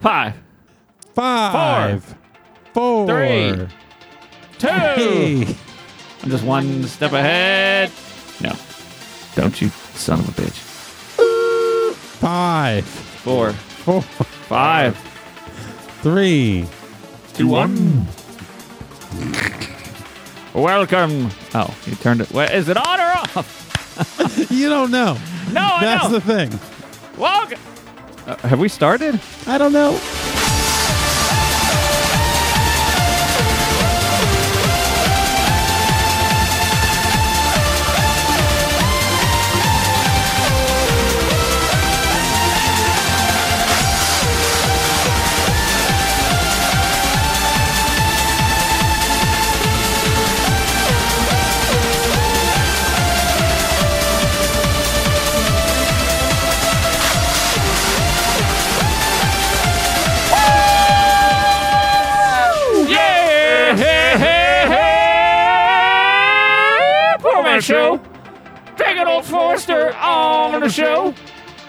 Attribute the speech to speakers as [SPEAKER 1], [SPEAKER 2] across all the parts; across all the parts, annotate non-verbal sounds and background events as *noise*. [SPEAKER 1] Five,
[SPEAKER 2] Five, four,
[SPEAKER 1] Three. two.
[SPEAKER 2] Hey.
[SPEAKER 1] I'm just one step ahead. No, don't you, son of a bitch.
[SPEAKER 2] Five,
[SPEAKER 1] Four,
[SPEAKER 2] four,
[SPEAKER 1] five,
[SPEAKER 2] three.
[SPEAKER 1] two, one. Welcome. Oh, you turned it. Wait, is it on or off?
[SPEAKER 2] You don't know.
[SPEAKER 1] No, I
[SPEAKER 2] That's
[SPEAKER 1] know.
[SPEAKER 2] the thing.
[SPEAKER 1] Welcome. Uh, have we started?
[SPEAKER 2] I don't know.
[SPEAKER 1] Yeah! Hey, hey, hey! Poor man show. Big and old Forrester on the show.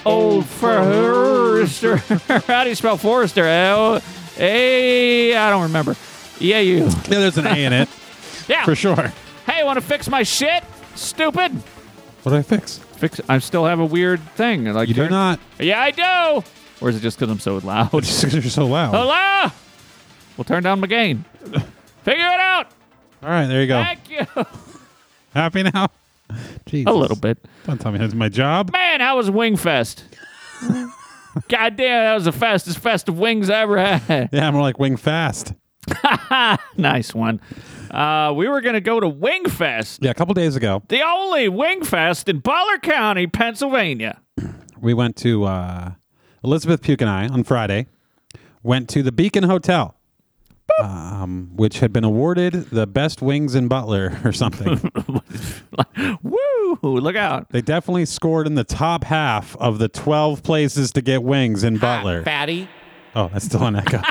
[SPEAKER 1] Old Forrester. *laughs* How do you spell Forrester? L A. I don't remember. Yeah, you.
[SPEAKER 2] Yeah, there's an A in it
[SPEAKER 1] Yeah.
[SPEAKER 2] for sure.
[SPEAKER 1] Hey, want to fix my shit? Stupid.
[SPEAKER 2] What do I fix?
[SPEAKER 1] Fix. I still have a weird thing. Like
[SPEAKER 2] You do
[SPEAKER 1] turn-
[SPEAKER 2] not. *laughs*
[SPEAKER 1] Yeah, I do. Or is it just because I'm so loud?
[SPEAKER 2] Just 'cause you're so loud.
[SPEAKER 1] Hello. We'll turn down my gain. Figure it out.
[SPEAKER 2] All right, there you go.
[SPEAKER 1] Thank you. *laughs*
[SPEAKER 2] Happy now? Jesus.
[SPEAKER 1] A little bit.
[SPEAKER 2] Don't tell me that's my job.
[SPEAKER 1] Man, how was Wingfest? God damn, that was the fastest fest of wings I ever
[SPEAKER 2] *laughs*
[SPEAKER 1] had.
[SPEAKER 2] Yeah, I'm like wing fast.
[SPEAKER 1] nice one. Uh, we were going to go to Wingfest,
[SPEAKER 2] Yeah, a couple days ago,
[SPEAKER 1] the only Wingfest in Butler County, Pennsylvania.
[SPEAKER 2] we went to uh, Elizabeth Puke and I on Friday went to the Beacon Hotel, um, which had been awarded the best wings in Butler *laughs* or
[SPEAKER 1] *laughs*
[SPEAKER 2] something.
[SPEAKER 1] Woo, look out.
[SPEAKER 2] they definitely scored in the top half of the 12 places to get wings in Butler.
[SPEAKER 1] Fatty.
[SPEAKER 2] Oh, that's still an
[SPEAKER 1] *laughs*
[SPEAKER 2] echo.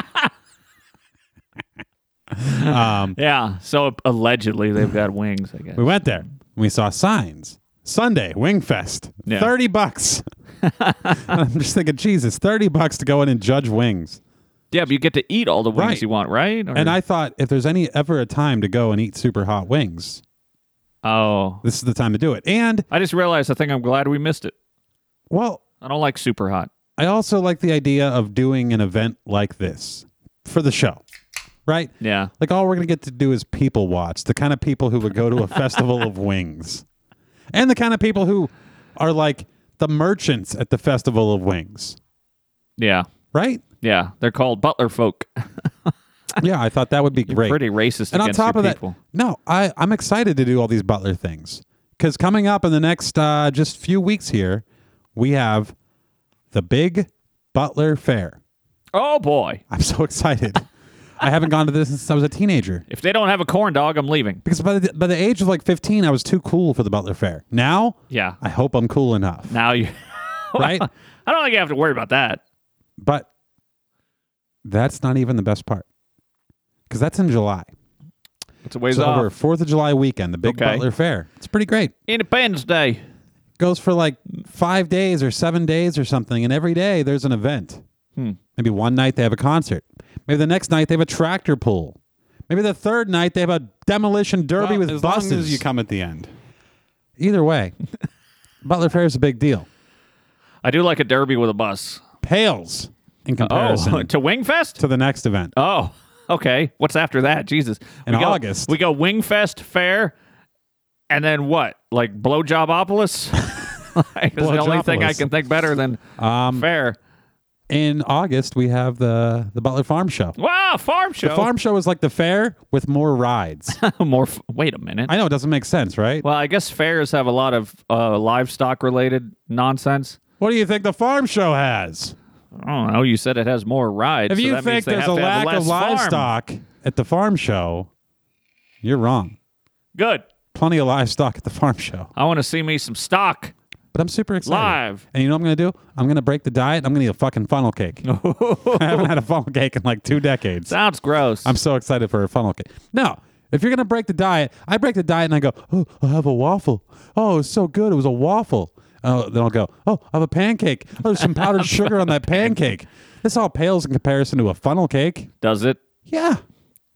[SPEAKER 2] um,
[SPEAKER 1] Yeah, so allegedly they've got wings, I guess.
[SPEAKER 2] we went there. and We saw signs. Sunday, Wing Fest.
[SPEAKER 1] Yeah.
[SPEAKER 2] 30
[SPEAKER 1] *laughs*
[SPEAKER 2] bucks. I'm just thinking, Jesus, 30 bucks to go in and judge wings.
[SPEAKER 1] Yeah, but you get to eat all the wings
[SPEAKER 2] Right.
[SPEAKER 1] you want, right? Or-
[SPEAKER 2] And I thought if there's any ever a time to go and eat super hot wings,
[SPEAKER 1] Oh.
[SPEAKER 2] this is the time to do it. And
[SPEAKER 1] I just realized I think I'm glad we missed it.
[SPEAKER 2] well,
[SPEAKER 1] I don't like super hot.
[SPEAKER 2] I also like the idea of doing an event like this for the show. Right?
[SPEAKER 1] Yeah.
[SPEAKER 2] Like all we're going to get to do is people watch, the kind of people who would go to a festival
[SPEAKER 1] *laughs*
[SPEAKER 2] of wings. And the kind of people who are like the merchants at the festival of wings,
[SPEAKER 1] Yeah.
[SPEAKER 2] right?
[SPEAKER 1] Yeah. They're called Butler folk.
[SPEAKER 2] Yeah, I thought that would be great.
[SPEAKER 1] Pretty racist
[SPEAKER 2] and on
[SPEAKER 1] against
[SPEAKER 2] top
[SPEAKER 1] your
[SPEAKER 2] of that,
[SPEAKER 1] people.
[SPEAKER 2] no, I, I'm excited to do all these Butler things because coming up in the next uh, just few weeks here, we have the big Butler Fair.
[SPEAKER 1] Oh boy.
[SPEAKER 2] I'm so *laughs* excited. I haven't gone to this since I was a teenager
[SPEAKER 1] If they don't have a corn dog, I'm leaving.
[SPEAKER 2] because by the, by the age of like 15, I was too cool for the Butler Fair. Now,
[SPEAKER 1] Yeah.
[SPEAKER 2] I hope I'm cool enough,
[SPEAKER 1] Now you *laughs*
[SPEAKER 2] right?
[SPEAKER 1] I don't think you have to worry about that.
[SPEAKER 2] But that's not even the best part because that's in July.
[SPEAKER 1] It's a ways
[SPEAKER 2] It's over
[SPEAKER 1] off.
[SPEAKER 2] Fourth of July weekend, the big
[SPEAKER 1] Okay.
[SPEAKER 2] Butler Fair. It's pretty great.
[SPEAKER 1] Independence Day.
[SPEAKER 2] goes for like five days or seven days or something, and every day there's an event.
[SPEAKER 1] Hmm.
[SPEAKER 2] Maybe one night they have a concert. Maybe the next night they have a tractor pull. Maybe the third night they have a demolition derby with buses.
[SPEAKER 3] come at the end.
[SPEAKER 2] Either way, Butler Fair is a big deal.
[SPEAKER 1] I do like a derby with a bus.
[SPEAKER 2] Pales in comparison
[SPEAKER 1] Oh, *laughs* to Wingfest?
[SPEAKER 2] to the next event.
[SPEAKER 1] Oh, okay. What's after that? Jesus.
[SPEAKER 2] In
[SPEAKER 1] we go,
[SPEAKER 2] August.
[SPEAKER 1] We go Wingfest Fair and then what? Like
[SPEAKER 2] *laughs*
[SPEAKER 1] Blowjobopolis? like, that's the only thing I
[SPEAKER 2] Blowjopolis.
[SPEAKER 1] can think better than
[SPEAKER 2] Um,
[SPEAKER 1] fair.
[SPEAKER 2] in August we have the the Butler Farm Show.
[SPEAKER 1] Wow, farm show.
[SPEAKER 2] The farm show is like the fair with more rides.
[SPEAKER 1] *laughs* More. F- wait a minute.
[SPEAKER 2] I know it doesn't make sense, right?
[SPEAKER 1] well, I guess fairs have a lot of uh, livestock related nonsense.
[SPEAKER 2] What do you think the farm show has?
[SPEAKER 1] I don't know. You said it has more rides.
[SPEAKER 2] If
[SPEAKER 1] so
[SPEAKER 2] you
[SPEAKER 1] that means
[SPEAKER 2] think
[SPEAKER 1] they
[SPEAKER 2] there's
[SPEAKER 1] have
[SPEAKER 2] a
[SPEAKER 1] to have
[SPEAKER 2] lack
[SPEAKER 1] less
[SPEAKER 2] of
[SPEAKER 1] farm.
[SPEAKER 2] livestock at the farm show, you're wrong.
[SPEAKER 1] good.
[SPEAKER 2] Plenty of livestock at the farm show.
[SPEAKER 1] I want to see me some stock.
[SPEAKER 2] But I'm super excited.
[SPEAKER 1] Live.
[SPEAKER 2] And you know what I'm going to do? I'm going to break the diet. and I'm going to eat a fucking
[SPEAKER 1] *laughs*
[SPEAKER 2] funnel cake. *laughs* I haven't had a funnel cake in like two decades.
[SPEAKER 1] Sounds gross.
[SPEAKER 2] I'm so excited for a funnel cake. No, if you're going to break the diet, I break the diet and I go, oh, I'll have a waffle. Oh, it was so good.
[SPEAKER 1] *laughs*
[SPEAKER 2] It was a waffle. Oh, then I'll go, oh, I have a pancake. Oh, there's some powdered sugar on that pancake. This all pales in comparison to a funnel cake.
[SPEAKER 1] Does it?
[SPEAKER 2] Yeah.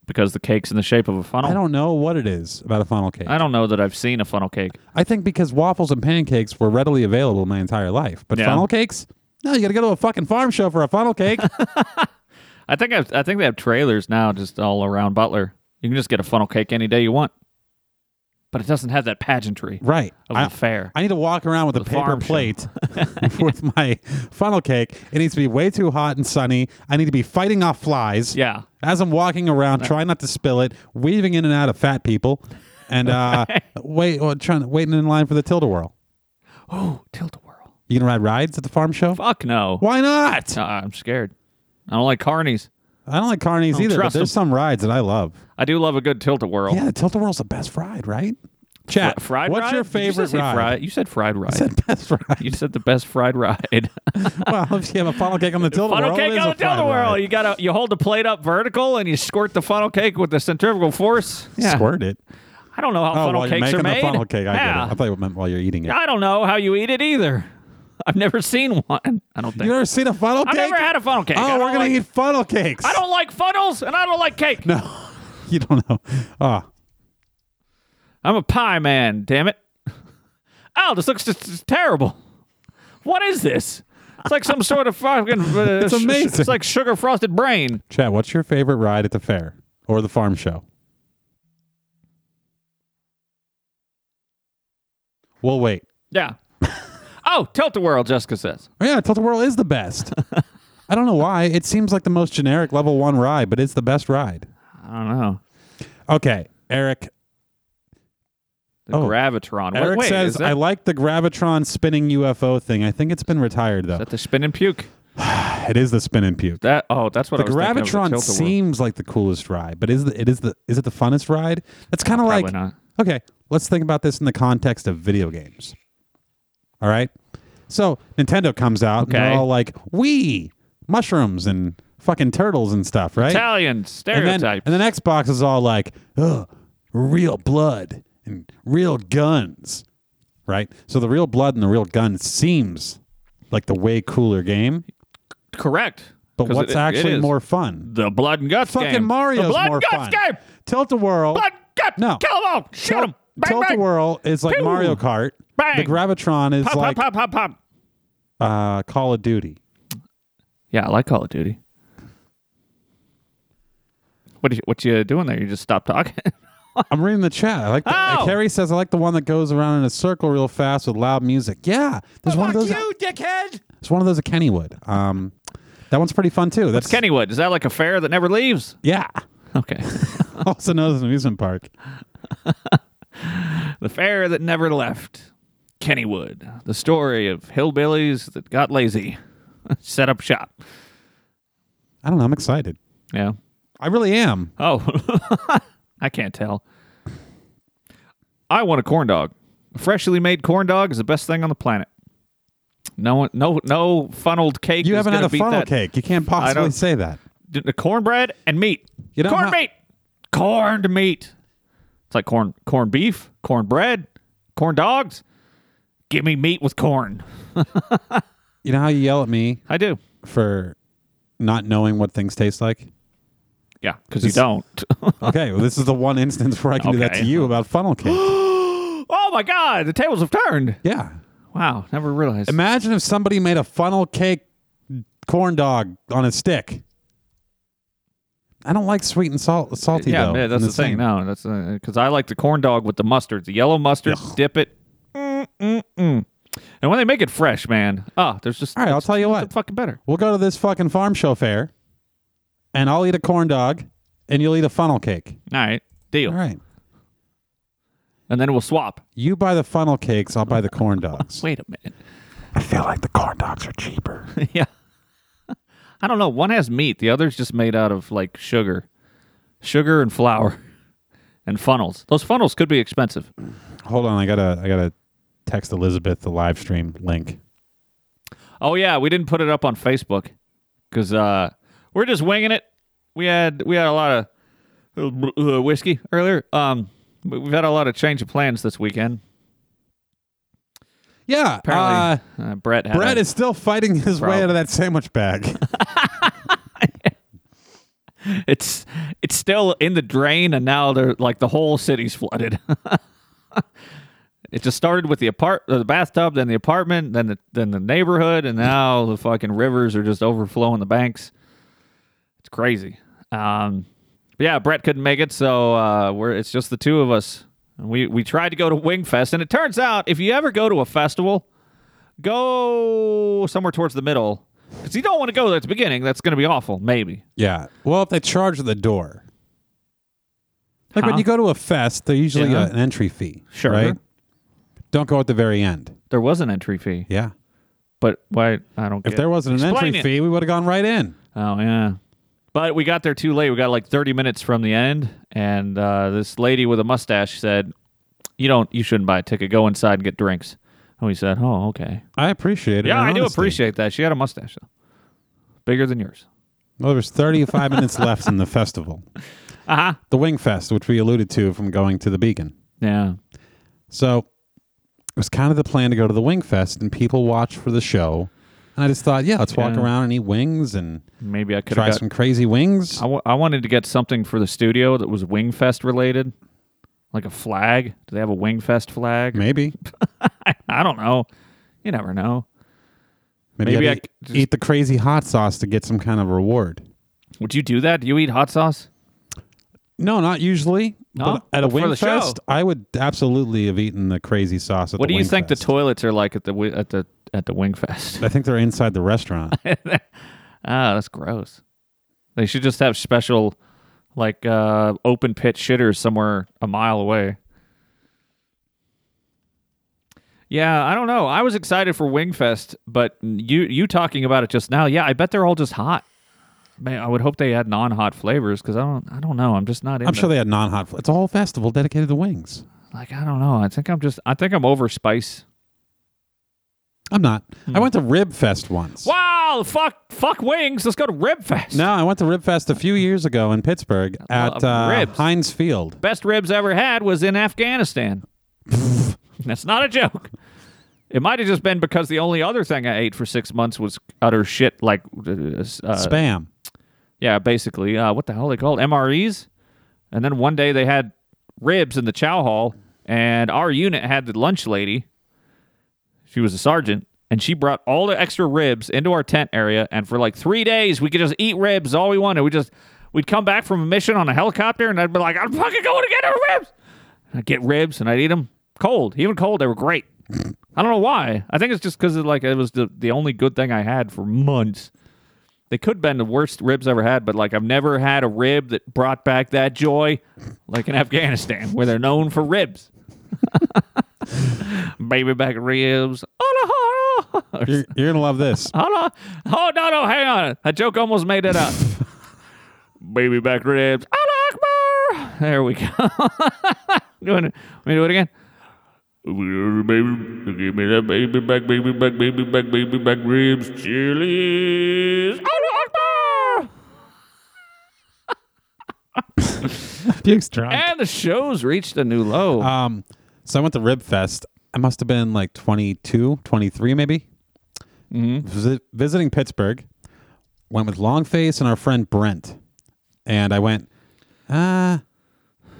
[SPEAKER 1] Because the cake's in the shape of a funnel.
[SPEAKER 2] I don't know what it is about a funnel cake.
[SPEAKER 1] Oh. I don't know that I've seen a funnel cake.
[SPEAKER 2] I think because waffles and pancakes were readily available my entire life, but
[SPEAKER 1] Yeah.
[SPEAKER 2] funnel cakes? No, you got to go to a fucking farm show for a
[SPEAKER 1] *laughs*
[SPEAKER 2] funnel cake.
[SPEAKER 1] I think I've, I think they have trailers now just all around Butler. You can just get a funnel cake any day you want, but it doesn't have that pageantry
[SPEAKER 2] right.
[SPEAKER 1] of
[SPEAKER 2] I,
[SPEAKER 1] the fair.
[SPEAKER 2] I need to walk around with a
[SPEAKER 1] The
[SPEAKER 2] paper
[SPEAKER 1] farm show. *laughs*
[SPEAKER 2] plate *laughs* with my funnel cake. It needs to be way too hot and sunny. I need to be fighting off flies.
[SPEAKER 1] yeah,
[SPEAKER 2] As I'm walking around, trying not to spill it, weaving in and out of fat people,
[SPEAKER 1] *laughs*
[SPEAKER 2] and uh, wait, well, trying waiting in line for the Tilda Whirl.
[SPEAKER 1] Oh, tilt a whirl.
[SPEAKER 2] You gonna ride rides at the farm show?
[SPEAKER 1] Fuck no.
[SPEAKER 2] Why not?
[SPEAKER 1] Uh, I'm scared. I don't like carnies.
[SPEAKER 2] I don't like carnies either. But
[SPEAKER 1] Oh, trust 'em.
[SPEAKER 2] there's some rides that I love.
[SPEAKER 1] I do love a good tilt a whirl.
[SPEAKER 2] Yeah, the Tilt a Whirl's the best ride, right? Chat.
[SPEAKER 1] fried
[SPEAKER 2] What's
[SPEAKER 1] ride?
[SPEAKER 2] your
[SPEAKER 1] Did you just
[SPEAKER 2] favorite
[SPEAKER 1] say
[SPEAKER 2] ride?
[SPEAKER 1] fried- you said fried ride.
[SPEAKER 2] I said best ride.
[SPEAKER 1] you said the best fried
[SPEAKER 2] *laughs*
[SPEAKER 1] ride.
[SPEAKER 2] well, if you have a funnel cake on the Tilda
[SPEAKER 1] funnel
[SPEAKER 2] Whirl, it
[SPEAKER 1] cake
[SPEAKER 2] is
[SPEAKER 1] on
[SPEAKER 2] a
[SPEAKER 1] the tilt a
[SPEAKER 2] fried
[SPEAKER 1] whirl.
[SPEAKER 2] ride.
[SPEAKER 1] You gotta you hold the plate up vertical and you squirt the funnel cake with the centrifugal force. Yeah.
[SPEAKER 2] Squirt it.
[SPEAKER 1] I don't know how
[SPEAKER 2] Oh,
[SPEAKER 1] funnel
[SPEAKER 2] while you're
[SPEAKER 1] cakes
[SPEAKER 2] making
[SPEAKER 1] are
[SPEAKER 2] the
[SPEAKER 1] made.
[SPEAKER 2] funnel cake, I
[SPEAKER 1] yeah.
[SPEAKER 2] get it. I thought you meant while you're eating it.
[SPEAKER 1] I don't know how you eat it either. I've never seen one. I don't think.
[SPEAKER 2] You ever seen a funnel
[SPEAKER 1] I've
[SPEAKER 2] cake?
[SPEAKER 1] never had a funnel cake. I
[SPEAKER 2] Oh,
[SPEAKER 1] don't
[SPEAKER 2] we're gonna
[SPEAKER 1] like-
[SPEAKER 2] eat funnel cakes.
[SPEAKER 1] I don't like funnels and I don't like cake.
[SPEAKER 2] No, *laughs* you don't know. Ah,
[SPEAKER 1] I'm a pie man, damn it. Oh, this looks just, just terrible. What is this? It's like some sort of fucking. Uh,
[SPEAKER 2] *laughs* It's
[SPEAKER 1] sh- sh-
[SPEAKER 2] amazing.
[SPEAKER 1] it's like sugar frosted brain.
[SPEAKER 2] Chad, what's your favorite ride at the fair or the farm show? We'll wait.
[SPEAKER 1] Yeah. oh, tilt the world, Jessica says.
[SPEAKER 2] Oh, yeah, Tilt a Whirl is
[SPEAKER 1] *laughs*
[SPEAKER 2] the best. I don't know why. It seems like the most generic level one ride, but it's the best ride.
[SPEAKER 1] I don't know.
[SPEAKER 2] Okay, Eric.
[SPEAKER 1] The
[SPEAKER 2] Oh.
[SPEAKER 1] Gravitron. Wait,
[SPEAKER 2] Eric
[SPEAKER 1] wait,
[SPEAKER 2] says
[SPEAKER 1] is that,
[SPEAKER 2] I like the Gravitron spinning UFO thing. I think it's been retired
[SPEAKER 1] is
[SPEAKER 2] though.
[SPEAKER 1] that the spin and puke?
[SPEAKER 2] It is the spin and puke.
[SPEAKER 1] That oh, that's what
[SPEAKER 2] The
[SPEAKER 1] I was thinking of,
[SPEAKER 2] Gravitron
[SPEAKER 1] the Tilt-A-Whirl.
[SPEAKER 2] seems like the coolest ride, but is the it is the is it the funnest ride? That's kind of like
[SPEAKER 1] Probably not.
[SPEAKER 2] Okay, let's think about this in the context of video games. All right. So Nintendo comes out and
[SPEAKER 1] Okay.
[SPEAKER 2] they're all like we mushrooms and fucking turtles and stuff, right?
[SPEAKER 1] Italian
[SPEAKER 2] and then,
[SPEAKER 1] stereotype.
[SPEAKER 2] and then Xbox is all like, Ugh, real blood and real guns. Right? So the real blood and the real guns seems like the way cooler game.
[SPEAKER 1] Correct.
[SPEAKER 2] But
[SPEAKER 1] 'Cause
[SPEAKER 2] what's
[SPEAKER 1] it- it
[SPEAKER 2] actually
[SPEAKER 1] is.
[SPEAKER 2] more fun?
[SPEAKER 1] The blood and guts
[SPEAKER 2] Fucking
[SPEAKER 1] game.
[SPEAKER 2] Mario's
[SPEAKER 1] the blood
[SPEAKER 2] more
[SPEAKER 1] and guts
[SPEAKER 2] fun.
[SPEAKER 1] game.
[SPEAKER 2] Tilt a whirl.
[SPEAKER 1] Blood guts.
[SPEAKER 2] No.
[SPEAKER 1] Kill them all. Shoot them. Bang,
[SPEAKER 2] Tilt a
[SPEAKER 1] bang.
[SPEAKER 2] whirl is like
[SPEAKER 1] Pew.
[SPEAKER 2] Mario Kart.
[SPEAKER 1] Bang.
[SPEAKER 2] The Gravitron is
[SPEAKER 1] Pop,
[SPEAKER 2] like
[SPEAKER 1] pop, pop, pop, pop.
[SPEAKER 2] uh, Call of Duty.
[SPEAKER 1] Yeah, I like Call of Duty. What you, what you doing there? You just stopped talking. *laughs*
[SPEAKER 2] I'm reading the chat. I like. The,
[SPEAKER 1] Oh.
[SPEAKER 2] Carrie says I like the one that goes around in a circle real fast with loud music. Yeah, there's
[SPEAKER 1] Oh,
[SPEAKER 2] one of those.
[SPEAKER 1] dickhead.
[SPEAKER 2] There's one of those at Kennywood. Um, that one's pretty fun too. That's
[SPEAKER 1] Kennywood. Is that like a fair that never leaves?
[SPEAKER 2] Yeah, *laughs*
[SPEAKER 1] Okay,
[SPEAKER 2] also known as an amusement park.
[SPEAKER 1] *laughs* the fair that never left. Kennywood. The story of hillbillies that got lazy, *laughs* set up shop.
[SPEAKER 2] I don't know. I'm excited.
[SPEAKER 1] Yeah.
[SPEAKER 2] I really am.
[SPEAKER 1] Oh, *laughs* I can't tell. I want a corn dog. A freshly made corn dog is the best thing on the planet. No one, no, no funneled cake.
[SPEAKER 2] You
[SPEAKER 1] is
[SPEAKER 2] haven't had
[SPEAKER 1] gonna
[SPEAKER 2] a
[SPEAKER 1] beat
[SPEAKER 2] funnel
[SPEAKER 1] that.
[SPEAKER 2] cake. You can't possibly
[SPEAKER 1] don't-
[SPEAKER 2] say that.
[SPEAKER 1] D- the cornbread and meat.
[SPEAKER 2] You don't
[SPEAKER 1] corn
[SPEAKER 2] ha-
[SPEAKER 1] meat, corned meat. It's like corn, corned beef, corned bread, corn dogs. Give me meat with corn.
[SPEAKER 2] You know how you yell at me
[SPEAKER 1] I do.
[SPEAKER 2] for not knowing what things taste like.
[SPEAKER 1] Yeah, because you
[SPEAKER 2] *laughs*
[SPEAKER 1] don't.
[SPEAKER 2] Okay, well, this is the one instance where I can do that to
[SPEAKER 1] Okay.
[SPEAKER 2] you about funnel
[SPEAKER 1] *gasps*
[SPEAKER 2] cake.
[SPEAKER 1] oh my God, the tables have turned.
[SPEAKER 2] yeah.
[SPEAKER 1] Wow, never realized.
[SPEAKER 2] Imagine if somebody made a funnel cake corn dog on a stick. I don't like sweet and salt salty
[SPEAKER 1] yeah,
[SPEAKER 2] though.
[SPEAKER 1] yeah, that's
[SPEAKER 2] in
[SPEAKER 1] the thing.
[SPEAKER 2] same.
[SPEAKER 1] No, that's because I like the corn dog with the mustard, the yellow mustard. Dip it. Mm-mm-mm. And when they make it fresh, man, oh, there's just
[SPEAKER 2] All right, I'll tell you
[SPEAKER 1] it's
[SPEAKER 2] what.
[SPEAKER 1] fucking better.
[SPEAKER 2] We'll go to this fucking farm show fair, and I'll eat a corn dog, and you'll eat a funnel cake.
[SPEAKER 1] All right, deal.
[SPEAKER 2] All right.
[SPEAKER 1] And then we'll swap.
[SPEAKER 2] You buy the funnel cakes, I'll buy the corn dogs.
[SPEAKER 1] Wait a minute.
[SPEAKER 2] *laughs* I feel like the corn dogs are cheaper.
[SPEAKER 1] *laughs* yeah, I don't know. One has meat, the other's just made out of like sugar, sugar and flour, *laughs* and funnels. Those funnels could be expensive.
[SPEAKER 2] *laughs* Hold on, I gotta, I gotta text Elizabeth the live stream link.
[SPEAKER 1] Oh yeah, we didn't put it up on Facebook because uh, we're just winging it. We had we had a lot of uh, whiskey earlier. Um, we- we've had a lot of change of plans this weekend.
[SPEAKER 2] Yeah,
[SPEAKER 1] Apparently, uh, Brett had
[SPEAKER 2] uh, Brett
[SPEAKER 1] a-
[SPEAKER 2] is still fighting his way
[SPEAKER 1] Problem.
[SPEAKER 2] out of that sandwich bag.
[SPEAKER 1] it's it's still in the drain, and now they're like the whole city's flooded. *laughs* it just started with the apart uh, the bathtub, then the apartment, then the then the neighborhood, and now the fucking rivers are just overflowing the banks. It's crazy. Um, but yeah, Brett couldn't make it, so uh, we're it's just the two of us. And We we tried to go to Wingfest, and it turns out if you ever go to a festival, go somewhere towards the middle because you don't want to go at the beginning. That's going to be awful. Maybe
[SPEAKER 2] *laughs* Yeah. Well, if they charge the door, like
[SPEAKER 1] Huh?
[SPEAKER 2] when you go to a fest, they're usually
[SPEAKER 1] Yeah.
[SPEAKER 2] uh, an entry fee.
[SPEAKER 1] Sure.
[SPEAKER 2] Right. Don't go at the very end.
[SPEAKER 1] there was an entry fee,
[SPEAKER 2] Yeah.
[SPEAKER 1] but why? I don't.
[SPEAKER 2] If
[SPEAKER 1] get
[SPEAKER 2] there wasn't an
[SPEAKER 1] Explain
[SPEAKER 2] entry
[SPEAKER 1] it.
[SPEAKER 2] fee, we would have gone right in.
[SPEAKER 1] Oh yeah. But we got there too late. We got like 30 minutes from the end, and uh, this lady with a mustache said, "You don't. You shouldn't buy a ticket. Go inside and get drinks." And we said, "Oh, okay."
[SPEAKER 2] I appreciate it.
[SPEAKER 1] Yeah, I do appreciate that. She had a mustache though, bigger than yours.
[SPEAKER 2] Well, there's 35
[SPEAKER 1] *laughs*
[SPEAKER 2] minutes left in the festival,
[SPEAKER 1] Uh huh.
[SPEAKER 2] the Wing Fest, which we alluded to from going to the Beacon.
[SPEAKER 1] Yeah.
[SPEAKER 2] So it was kind of the plan to go to the Wing Fest, and people watch for the show. And I just thought, yeah, let's walk
[SPEAKER 1] Yeah.
[SPEAKER 2] around and eat wings and
[SPEAKER 1] Maybe I could
[SPEAKER 2] try
[SPEAKER 1] have got
[SPEAKER 2] some crazy wings.
[SPEAKER 1] I, w- I wanted to get something for the studio that was Wingfest related, like a flag. Do they have a Wingfest flag?
[SPEAKER 2] Maybe.
[SPEAKER 1] I don't know. You never know.
[SPEAKER 2] Maybe,
[SPEAKER 1] Maybe
[SPEAKER 2] I'd
[SPEAKER 1] I
[SPEAKER 2] eat,
[SPEAKER 1] could just-
[SPEAKER 2] eat the crazy hot sauce to get some kind of reward.
[SPEAKER 1] Would you do that? Do you eat hot sauce?
[SPEAKER 2] No, not usually.
[SPEAKER 1] No?
[SPEAKER 2] But at a
[SPEAKER 1] But for
[SPEAKER 2] wing
[SPEAKER 1] the show.
[SPEAKER 2] fest, I would absolutely have eaten the crazy sauce at
[SPEAKER 1] What
[SPEAKER 2] the
[SPEAKER 1] do you
[SPEAKER 2] Wing
[SPEAKER 1] think
[SPEAKER 2] Fest.
[SPEAKER 1] the toilets are like at the wi- at the at the Wingfest?
[SPEAKER 2] I think they're inside the restaurant.
[SPEAKER 1] *laughs* ah, that's gross. They should just have special, like uh, open pit shitters somewhere a mile away. Yeah, I don't know. I was excited for Wingfest, but you you talking about it just now. Yeah, I bet they're all just hot. Man, I would hope they had non-hot flavors because I don't I don't know. I'm just not. In
[SPEAKER 2] I'm sure
[SPEAKER 1] the-
[SPEAKER 2] they had non-hot. fl- It's a whole festival dedicated to wings.
[SPEAKER 1] like I don't know. I think I'm just I think I'm over spice.
[SPEAKER 2] I'm not. I went to Rib Fest once.
[SPEAKER 1] Wow, fuck fuck wings. Let's go to Ribfest.
[SPEAKER 2] No, I went to Rib Fest a few years ago in Pittsburgh at
[SPEAKER 1] love
[SPEAKER 2] uh,
[SPEAKER 1] ribs.
[SPEAKER 2] Heinz Field.
[SPEAKER 1] best ribs I ever had was in Afghanistan. That's not a joke. It might have just been because the only other thing I ate for six months was utter shit, like uh, uh,
[SPEAKER 2] Spam.
[SPEAKER 1] yeah, basically uh, what the hell they called MREs. And then one day they had ribs in the chow hall, and our unit had the lunch lady. She was a sergeant, and she brought all the extra ribs into our tent area. And for like three days, we could just eat ribs all we wanted. We just we'd come back from a mission on a helicopter, and I'd be like, "I'm fucking going to get our ribs." And I'd get ribs, and I'd eat them cold, even cold. They were great. I don't know why. I think it's just because like it was the, the only good thing I had for months. They could have been the worst ribs I ever had, but like I've never had a rib that brought back that joy, like in Afghanistan, where they're known for ribs. *laughs* Baby back ribs. Oh, no, oh, no.
[SPEAKER 2] You're, you're gonna
[SPEAKER 1] *laughs*
[SPEAKER 2] love this.
[SPEAKER 1] Hold on. Oh, no, no, hang on. That joke almost made
[SPEAKER 3] *laughs*
[SPEAKER 1] it up. Baby back ribs. Allah Akbar. There we go. *laughs* you want me to do it again?
[SPEAKER 3] Baby, give me that baby back, baby back, baby back, baby back ribs, chilies.
[SPEAKER 1] Allah Akbar.
[SPEAKER 2] Puke's drunk.
[SPEAKER 1] And the show's reached a new low.
[SPEAKER 2] Um, so I went to Rib Fest. I must have been like 22, 23 maybe.
[SPEAKER 1] Mm-hmm.
[SPEAKER 2] Visi- visiting Pittsburgh. Went with Longface and our friend Brent. And I went, ah,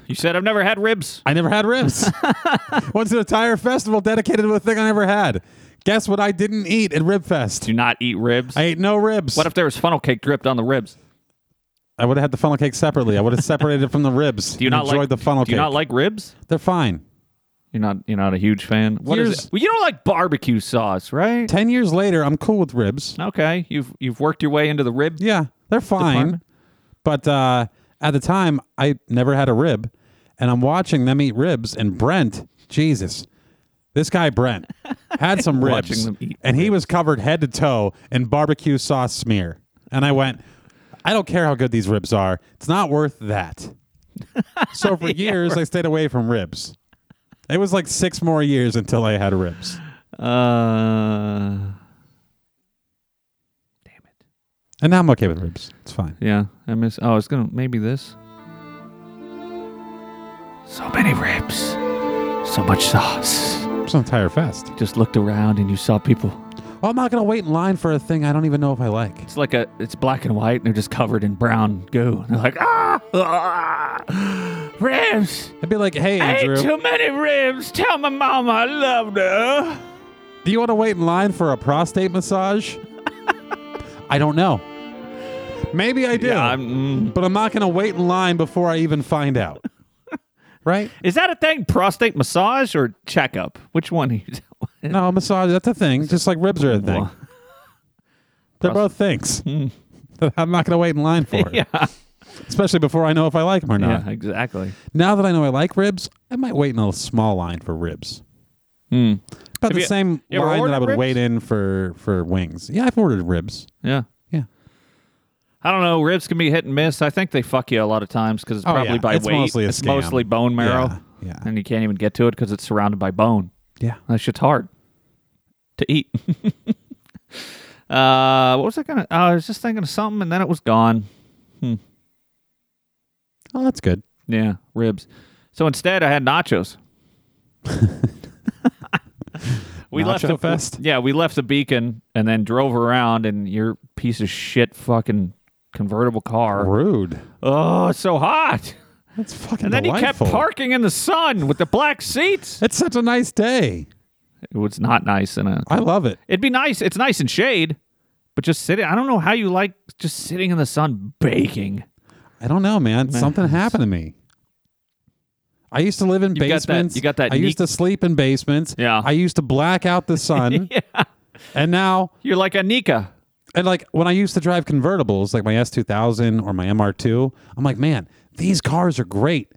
[SPEAKER 1] you said I've never had ribs.
[SPEAKER 2] I never had ribs. Once an entire festival dedicated to a thing I never had. Guess what I didn't eat at Rib Fest?
[SPEAKER 1] Do not eat ribs.
[SPEAKER 2] I ate no ribs.
[SPEAKER 1] What if there was funnel cake dripped on the ribs?
[SPEAKER 2] I would have had the funnel cake separately. I would have separated it from the ribs.
[SPEAKER 1] Do you not
[SPEAKER 2] enjoyed
[SPEAKER 1] like
[SPEAKER 2] the funnel
[SPEAKER 1] Do you
[SPEAKER 2] cake?
[SPEAKER 1] not like ribs?
[SPEAKER 2] They're fine.
[SPEAKER 1] You're not. You're not a huge fan. What is
[SPEAKER 2] Here's-
[SPEAKER 1] it? Well, you don't like barbecue sauce, right?
[SPEAKER 2] Ten years later, I'm cool with ribs.
[SPEAKER 1] Okay, you've you've worked your way into the rib.
[SPEAKER 2] Yeah, they're fine.
[SPEAKER 1] Department?
[SPEAKER 2] But uh, at the time, I never had a rib, and I'm watching them eat ribs. And Brent, Jesus, this guy Brent
[SPEAKER 1] *laughs*
[SPEAKER 2] had some
[SPEAKER 1] Watching
[SPEAKER 2] ribs,
[SPEAKER 1] them eat
[SPEAKER 2] and he was covered head to toe in barbecue sauce smear. And I went, I don't care how good these ribs are; it's not
[SPEAKER 1] *laughs*
[SPEAKER 2] worth that. So for years, I stayed away from ribs. It was like six more years until I had ribs.
[SPEAKER 1] Uh, damn it.
[SPEAKER 2] And now I'm okay with ribs. It's fine.
[SPEAKER 1] Yeah, I miss. Oh, it's gonna maybe this. So many ribs, so much sauce.
[SPEAKER 2] It's an entire fest.
[SPEAKER 1] Just looked around and you saw people.
[SPEAKER 2] Well, I'm not gonna wait in line for a thing I don't even know if I like.
[SPEAKER 1] It's like a it's black and white and they're just covered in brown goo. And they're like, ah, ah ribs.
[SPEAKER 2] I'd be like, hey
[SPEAKER 1] I
[SPEAKER 2] Andrew,
[SPEAKER 1] ate too many ribs. Tell my mama I loved her.
[SPEAKER 2] do you want to wait in line for a prostate
[SPEAKER 1] *laughs*
[SPEAKER 2] massage? I don't know. Maybe I do,
[SPEAKER 1] I'm, mm.
[SPEAKER 2] but I'm not gonna wait in line before I even find
[SPEAKER 1] *laughs*
[SPEAKER 2] out. right?
[SPEAKER 1] Is that a thing? Prostate massage or checkup? Which one? *laughs* is-
[SPEAKER 2] No, massage. That's a thing. Just like ribs are a thing.
[SPEAKER 1] Well, Hmm.
[SPEAKER 2] They're both things. that *laughs* I'm not gonna wait in line for,
[SPEAKER 1] *laughs*
[SPEAKER 2] *laughs*
[SPEAKER 1] yeah,
[SPEAKER 2] especially before I know if I like them or not.
[SPEAKER 1] yeah, exactly.
[SPEAKER 2] Now that I know I like ribs, I might wait in a small line for ribs. About the
[SPEAKER 1] Hmm. you-
[SPEAKER 2] same
[SPEAKER 1] you ever
[SPEAKER 2] line that I
[SPEAKER 1] ordered
[SPEAKER 2] would
[SPEAKER 1] ribs?
[SPEAKER 2] wait in for for wings. Yeah, I've ordered ribs.
[SPEAKER 1] Yeah.
[SPEAKER 2] Yeah.
[SPEAKER 1] I don't know. Ribs can be hit and miss. I think they fuck you a lot of times because it's
[SPEAKER 2] Oh,
[SPEAKER 1] probably
[SPEAKER 2] yeah.
[SPEAKER 1] by
[SPEAKER 2] It's
[SPEAKER 1] weight.
[SPEAKER 2] mostly a
[SPEAKER 1] it's
[SPEAKER 2] scam.
[SPEAKER 1] mostly bone marrow,
[SPEAKER 2] Yeah, yeah.
[SPEAKER 1] and you can't even get to it because it's surrounded by bone.
[SPEAKER 2] Yeah.
[SPEAKER 1] That shit's hard to eat. *laughs* uh, what was I gonna? I was just thinking of something, and then it was gone.
[SPEAKER 2] Oh, that's good.
[SPEAKER 1] Yeah, ribs. So instead, I had
[SPEAKER 2] *laughs*
[SPEAKER 1] nachos. we left
[SPEAKER 2] Nacho
[SPEAKER 1] the
[SPEAKER 2] fest?
[SPEAKER 1] Yeah, we left the beacon and then drove around in your piece of shit fucking convertible car.
[SPEAKER 2] Rude.
[SPEAKER 1] Oh, it's so hot.
[SPEAKER 2] That's fucking
[SPEAKER 1] And then you kept
[SPEAKER 2] delightful.
[SPEAKER 1] parking in the sun with the black seats.
[SPEAKER 2] It's such a nice day.
[SPEAKER 1] It was not nice in a.
[SPEAKER 2] I love it.
[SPEAKER 1] It'd be nice. It's nice in shade, but just sitting. I don't know how you like just sitting in the sun baking. *laughs*
[SPEAKER 2] I don't know, man. Something happened to me. I used to live in
[SPEAKER 1] You got that-
[SPEAKER 2] basements.
[SPEAKER 1] you got that
[SPEAKER 2] I used
[SPEAKER 1] neat-
[SPEAKER 2] to sleep in basements.
[SPEAKER 1] Yeah.
[SPEAKER 2] I used to black out the sun.
[SPEAKER 1] *laughs*
[SPEAKER 2] And now
[SPEAKER 1] You're like Anika.
[SPEAKER 2] And like when I used to drive convertibles, like my S2000 or my MR2, I'm like, man, these cars are great.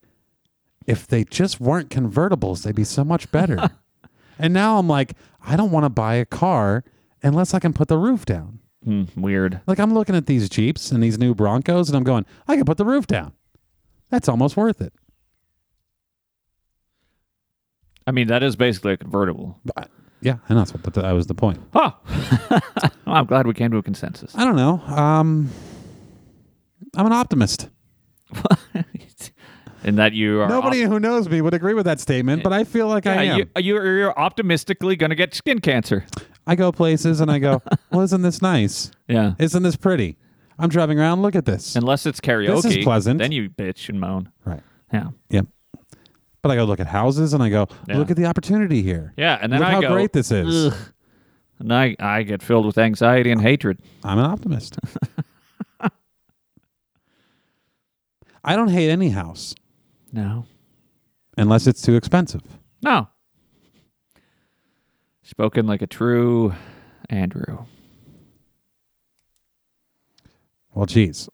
[SPEAKER 2] If they just weren't convertibles, they'd be so much better. *laughs* and now I'm like, I don't want to buy a car unless I can put the roof down.
[SPEAKER 1] Hmm, weird.
[SPEAKER 2] Like I'm looking at these Jeeps and these new Broncos and I'm going, I can put the roof down. That's almost worth it.
[SPEAKER 1] I mean, that is basically a convertible.
[SPEAKER 2] But, yeah, I know that's what but that was the point.
[SPEAKER 1] *laughs* Oh, I'm glad we came to a *laughs* consensus.
[SPEAKER 2] I don't know. Um, I'm an optimist.
[SPEAKER 1] In that you are
[SPEAKER 2] Nobody who knows me would agree with that statement, but I feel like
[SPEAKER 1] op-
[SPEAKER 2] I
[SPEAKER 1] Eh, yeah,
[SPEAKER 2] am.
[SPEAKER 1] you, you're, you're optimistically going to get skin cancer.
[SPEAKER 2] I go places and I go, well, isn't this nice?
[SPEAKER 1] Yeah.
[SPEAKER 2] Isn't this pretty? I'm driving around. Look at this.
[SPEAKER 1] Unless it's karaoke.
[SPEAKER 2] pleasant.
[SPEAKER 1] Then you bitch and moan.
[SPEAKER 2] right.
[SPEAKER 1] Yeah.
[SPEAKER 2] Yep. But I go look at houses and I go,
[SPEAKER 1] Yeah.
[SPEAKER 2] look at the opportunity here.
[SPEAKER 1] Yeah. And then
[SPEAKER 2] look
[SPEAKER 1] I
[SPEAKER 2] how
[SPEAKER 1] go,
[SPEAKER 2] great this is.
[SPEAKER 1] and I, I get filled with anxiety and hatred.
[SPEAKER 2] I'm an optimist. *laughs* I don't hate any house
[SPEAKER 1] No.
[SPEAKER 2] unless it's too expensive.
[SPEAKER 1] No. Spoken like a true Andrew.
[SPEAKER 2] Well, geez.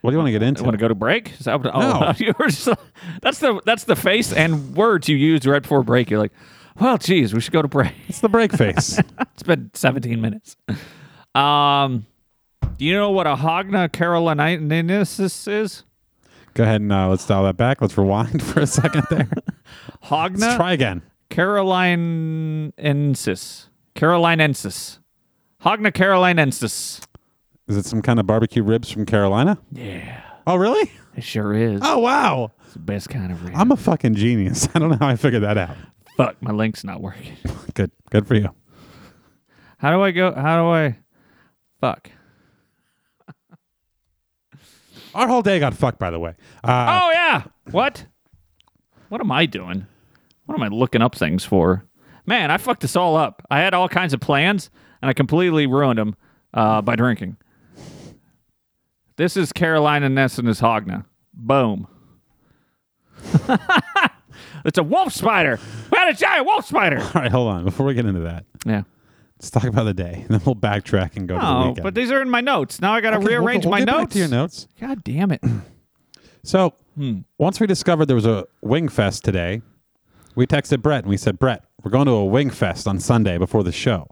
[SPEAKER 2] What do you want to get into?
[SPEAKER 1] Want to go to break? Is that what,
[SPEAKER 2] No.
[SPEAKER 1] *laughs* oh, you were just, that's the that's the face and words you used right before break. You're like, well, geez, we should go to break. *laughs*
[SPEAKER 2] it's the break face. *laughs*
[SPEAKER 1] It's been 17 minutes. Um, do you know what a Hogna Caroliniensis is?
[SPEAKER 2] go ahead and uh, let's dial that back. Let's rewind for a second there. *laughs* let's
[SPEAKER 1] Hogna
[SPEAKER 2] try again.
[SPEAKER 1] Carolinensis. Carolinensis. Hogna Carolinensis.
[SPEAKER 2] Is it some kind of barbecue ribs from Carolina?
[SPEAKER 1] Yeah,
[SPEAKER 2] Oh, really?
[SPEAKER 1] it sure is.
[SPEAKER 2] Oh, wow.
[SPEAKER 1] It's the best kind of rib.
[SPEAKER 2] I'm a fucking genius. *laughs* I don't know how I figured that out.
[SPEAKER 1] Fuck, my link's not working.
[SPEAKER 2] Good. Good for you.
[SPEAKER 1] How do I go? How do I? Fuck.
[SPEAKER 2] Our whole day got fucked, by the way. Uh,
[SPEAKER 1] Oh yeah. What? What am I doing? What am I looking up things for? Man, I fucked this all up. I had all kinds of plans, and I completely ruined them uh, by drinking. This is Carolina Ness and his Hogna. Boom. *laughs* it's a wolf spider. We had a giant wolf spider.
[SPEAKER 2] *laughs* All right, hold on. Before we get into that,
[SPEAKER 1] Yeah.
[SPEAKER 2] let's talk about the day. *laughs* Then we'll backtrack and go to the
[SPEAKER 1] Oh,
[SPEAKER 2] weekend.
[SPEAKER 1] but these are in my notes. Now I got to
[SPEAKER 2] Okay, we'll-
[SPEAKER 1] rearrange
[SPEAKER 2] we'll
[SPEAKER 1] my
[SPEAKER 2] get back
[SPEAKER 1] notes.
[SPEAKER 2] to your notes. Hmm.
[SPEAKER 1] God damn
[SPEAKER 2] *laughs*
[SPEAKER 1] it.
[SPEAKER 2] So once we discovered there was a wing fest today, we texted Brett and we said, Brett, we're going to a wing fest on Sunday before the show.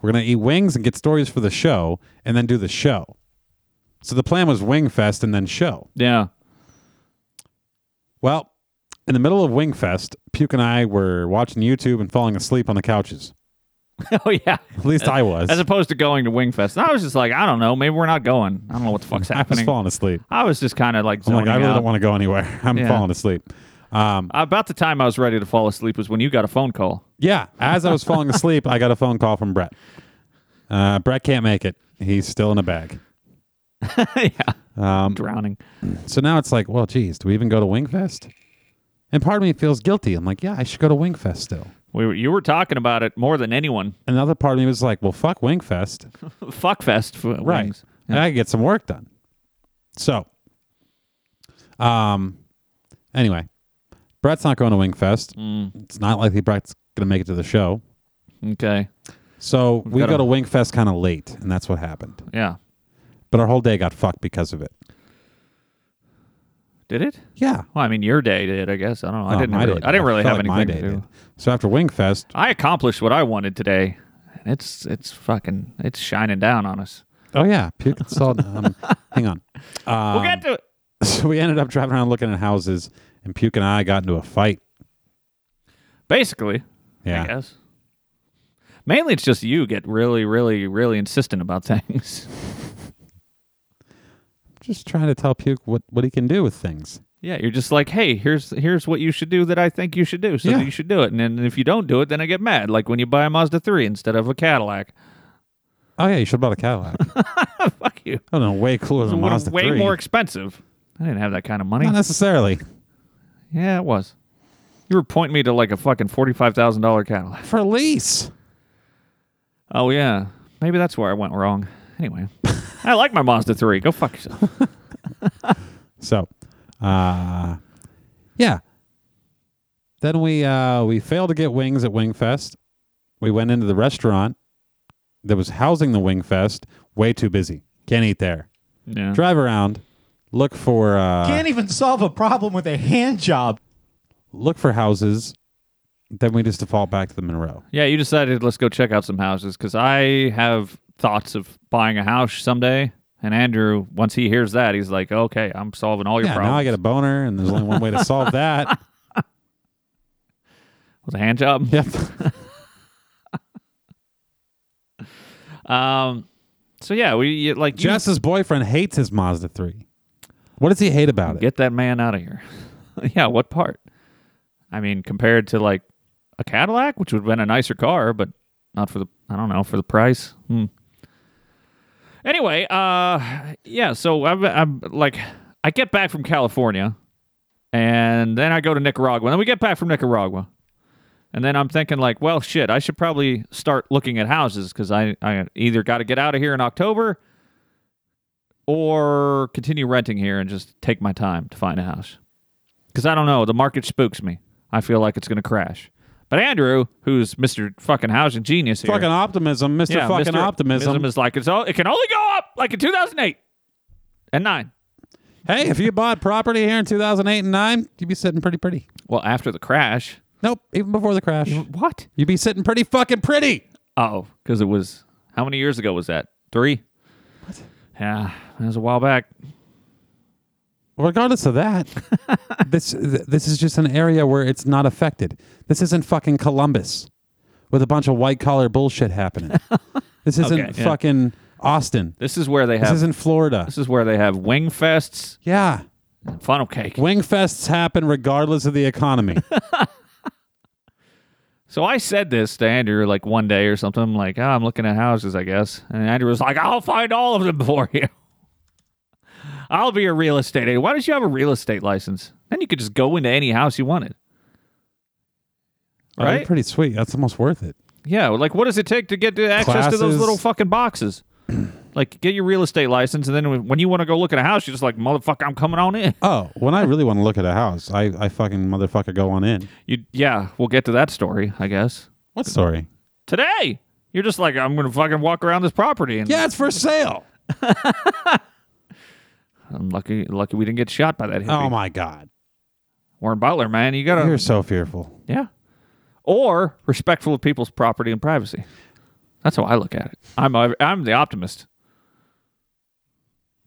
[SPEAKER 2] We're going to eat wings and get stories for the show and then do the show. So the plan was wing fest and then show.
[SPEAKER 1] Yeah.
[SPEAKER 2] Well, in the middle of Wingfest, Puke and I were watching YouTube and falling asleep on the couches. *laughs*
[SPEAKER 1] oh, yeah.
[SPEAKER 2] At least *laughs* I was.
[SPEAKER 1] As opposed to going to Wingfest. And I was just like, I don't know, maybe we're not going. I don't know what the fuck's
[SPEAKER 2] *laughs* I was
[SPEAKER 1] happening.
[SPEAKER 2] falling asleep.
[SPEAKER 1] I was just kind of like
[SPEAKER 2] I'm
[SPEAKER 1] zoning
[SPEAKER 2] like, I really
[SPEAKER 1] out.
[SPEAKER 2] don't want to go anywhere. *laughs* I'm
[SPEAKER 1] Yeah.
[SPEAKER 2] falling asleep. Um,
[SPEAKER 1] About the time I was ready to fall asleep was when you got a phone call.
[SPEAKER 2] Yeah, as I was falling asleep, I got a phone call from Brett. Uh, Brett can't make it. He's still in a bag.
[SPEAKER 1] yeah.
[SPEAKER 2] Um,
[SPEAKER 1] Drowning.
[SPEAKER 2] so now it's like, well, geez, do we even go to Wingfest? And part of me feels guilty. I'm like, yeah, I should go to Wingfest still.
[SPEAKER 1] We were, you were talking about it more than anyone. *laughs*
[SPEAKER 2] Another part of me was like, well, fuck Wingfest.
[SPEAKER 1] Fuckfest. f-
[SPEAKER 2] right
[SPEAKER 1] wings.
[SPEAKER 2] and i could get some work done so um anyway brett's not going to wingfest
[SPEAKER 1] Mm.
[SPEAKER 2] it's not likely brett's gonna make it to the show
[SPEAKER 1] Okay.
[SPEAKER 2] so we
[SPEAKER 1] gotta-
[SPEAKER 2] go to wingfest kind of late and that's what happened
[SPEAKER 1] Yeah.
[SPEAKER 2] but our whole day got fucked because of it
[SPEAKER 1] Did it?
[SPEAKER 2] yeah
[SPEAKER 1] Well, I mean, your day did, I guess. I don't know. I
[SPEAKER 2] Oh,
[SPEAKER 1] didn't.
[SPEAKER 2] my
[SPEAKER 1] Really,
[SPEAKER 2] day
[SPEAKER 1] I didn't
[SPEAKER 2] did.
[SPEAKER 1] really have
[SPEAKER 2] felt
[SPEAKER 1] anything
[SPEAKER 2] like my
[SPEAKER 1] to
[SPEAKER 2] day
[SPEAKER 1] do.
[SPEAKER 2] did. so after wingfest
[SPEAKER 1] I accomplished what I wanted today. It's it's fucking it's shining down on us.
[SPEAKER 2] oh yeah puke and salt
[SPEAKER 1] *laughs*
[SPEAKER 2] um, hang on um,
[SPEAKER 1] we'll get to it.
[SPEAKER 2] so we ended up driving around looking at houses and puke and i got into a fight
[SPEAKER 1] Basically, I
[SPEAKER 2] yeah
[SPEAKER 1] guess. Mainly, it's just you get really, really, really insistent about *laughs* things.
[SPEAKER 2] just trying to tell puke what, what he can do with things
[SPEAKER 1] Yeah, you're just like, hey, here's here's what you should do that I think you should do, so
[SPEAKER 2] Yeah.
[SPEAKER 1] you should do it. And then if you don't do it, then I get mad, like when you buy a Mazda three instead of a Cadillac. *laughs*
[SPEAKER 2] oh yeah you should have bought a cadillac
[SPEAKER 1] Fuck you.
[SPEAKER 2] Oh no, way cooler
[SPEAKER 1] It
[SPEAKER 2] than
[SPEAKER 1] would've
[SPEAKER 2] Mazda
[SPEAKER 1] way
[SPEAKER 2] 3.
[SPEAKER 1] more expensive. I didn't have that kind of money.
[SPEAKER 2] Not necessarily.
[SPEAKER 1] yeah, it was. You were pointing me to like a fucking forty five thousand dollar Cadillac.
[SPEAKER 2] For lease.
[SPEAKER 1] Oh yeah, maybe that's where I went wrong.
[SPEAKER 2] *laughs*
[SPEAKER 1] Anyway, I like my Mazda three. Go fuck yourself.
[SPEAKER 2] So, uh, yeah. Then we uh, we failed to get wings at Wingfest. We went into the restaurant that was housing the Wingfest. Way too busy. Can't eat there.
[SPEAKER 1] Yeah.
[SPEAKER 2] Drive around. Look for uh,
[SPEAKER 4] Can't even solve a problem with a hand job.
[SPEAKER 2] look for houses. Then we just default back to the Monroe.
[SPEAKER 1] Yeah, you decided let's go check out some houses because I have thoughts of buying a house someday. And Andrew, once he hears that, he's like, "Okay, I'm solving all your
[SPEAKER 2] yeah,
[SPEAKER 1] problems."
[SPEAKER 2] now I get a boner, and there's only one way to solve that.
[SPEAKER 1] *laughs* with a hand job.
[SPEAKER 2] *laughs* Yep.
[SPEAKER 1] Um, so yeah, we you- like you
[SPEAKER 2] Jess's boyfriend hates his Mazda 3. What does he hate about it?
[SPEAKER 1] get that man out of here. *laughs* yeah, what part? I mean, compared to like a Cadillac, which would have been a nicer car, but not for the I don't know for the price. Hmm. Anyway, uh, yeah. So I'm, I'm like, I get back from California, and then I go to Nicaragua. And then we get back from Nicaragua, and then I'm thinking like, well, shit, I should probably start looking at houses because I I either got to get out of here in October or continue renting here and just take my time to find a house. Because I don't know, the market spooks me. I feel like it's going to crash. But Andrew, who's Mister fucking housing genius here,
[SPEAKER 2] Fucking optimism, Mr.
[SPEAKER 1] yeah,
[SPEAKER 2] fucking
[SPEAKER 1] Mr.
[SPEAKER 2] optimism.
[SPEAKER 1] is like it's all, it can only go up like in 2008 and 9.
[SPEAKER 2] Hey, if you bought property here in 2008 and 9, you'd be sitting pretty pretty.
[SPEAKER 1] Well, after the crash,
[SPEAKER 2] Nope, even before the crash.
[SPEAKER 1] what?
[SPEAKER 2] You'd be sitting pretty fucking pretty.
[SPEAKER 1] Oh, because it was how many years ago was that? Three. What? Yeah, that was a while back.
[SPEAKER 2] Regardless
[SPEAKER 1] *laughs*
[SPEAKER 2] of that, this th- this is just an area where it's not affected. This isn't fucking Columbus with a bunch of white collar
[SPEAKER 1] *laughs*
[SPEAKER 2] bullshit happening. this isn't
[SPEAKER 1] Okay, yeah.
[SPEAKER 2] fucking Austin.
[SPEAKER 1] This is where they have
[SPEAKER 2] This isn't Florida.
[SPEAKER 1] this is where they have wing fests
[SPEAKER 2] Yeah.
[SPEAKER 1] and funnel cake.
[SPEAKER 2] Wing fests happen regardless of the economy.
[SPEAKER 1] So I said this to Andrew like one day or something, I'm like, oh, I'm looking at houses, I guess. And Andrew was like, I'll find all of them *laughs* for you. I'll be a real estate agent. Why don't you have a real estate license? Then you could just go into any house you wanted.
[SPEAKER 2] That'd be
[SPEAKER 1] Right?
[SPEAKER 2] pretty sweet. That's almost worth it.
[SPEAKER 1] Yeah. Like, what does it take to get to access to those
[SPEAKER 2] Classes.
[SPEAKER 1] little fucking
[SPEAKER 2] *clears throat*
[SPEAKER 1] boxes? like, get your real estate license. And then when you want to go look at a house, you're just like, motherfucker, I'm coming on in.
[SPEAKER 2] Oh, when I really want to look at a house, I, I fucking motherfucker go on in.
[SPEAKER 1] You, yeah. We'll get to that story, I guess.
[SPEAKER 2] What story?
[SPEAKER 1] Today, you're just like, I'm going to fucking walk around this property. And
[SPEAKER 2] Yeah, it's for sale.
[SPEAKER 1] I'm lucky, lucky we didn't get shot by that hippie.
[SPEAKER 2] Oh my god,
[SPEAKER 1] Warren Butler, man, you gotta
[SPEAKER 2] you're so fearful.
[SPEAKER 1] yeah, or respectful of people's property and privacy. That's how I look at it. I'm a, I'm the optimist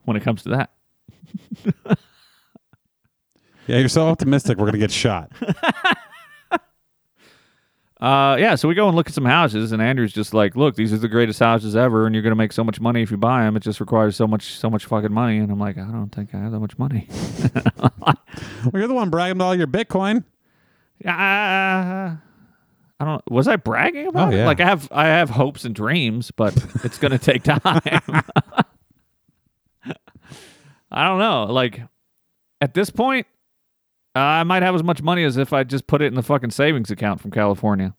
[SPEAKER 1] when it comes to that.
[SPEAKER 2] Yeah, you're so optimistic. We're gonna get shot. *laughs*
[SPEAKER 1] Uh, yeah, so we go and look at some houses, and Andrew's just like, "Look, these are the greatest houses ever, and you're gonna make so much money if you buy them. It just requires so much, so much fucking money." And I'm like, "I don't think I have that much money."
[SPEAKER 2] well, you're the one bragging about all your Bitcoin.
[SPEAKER 1] Yeah, I don't. Was I bragging about?
[SPEAKER 2] Oh,
[SPEAKER 1] it?
[SPEAKER 2] yeah.
[SPEAKER 1] Like I have, I have hopes and dreams,
[SPEAKER 2] *laughs*
[SPEAKER 1] but it's gonna take time. I don't know. Like at this point, I might have as much money as if I just put it in the fucking savings account from California.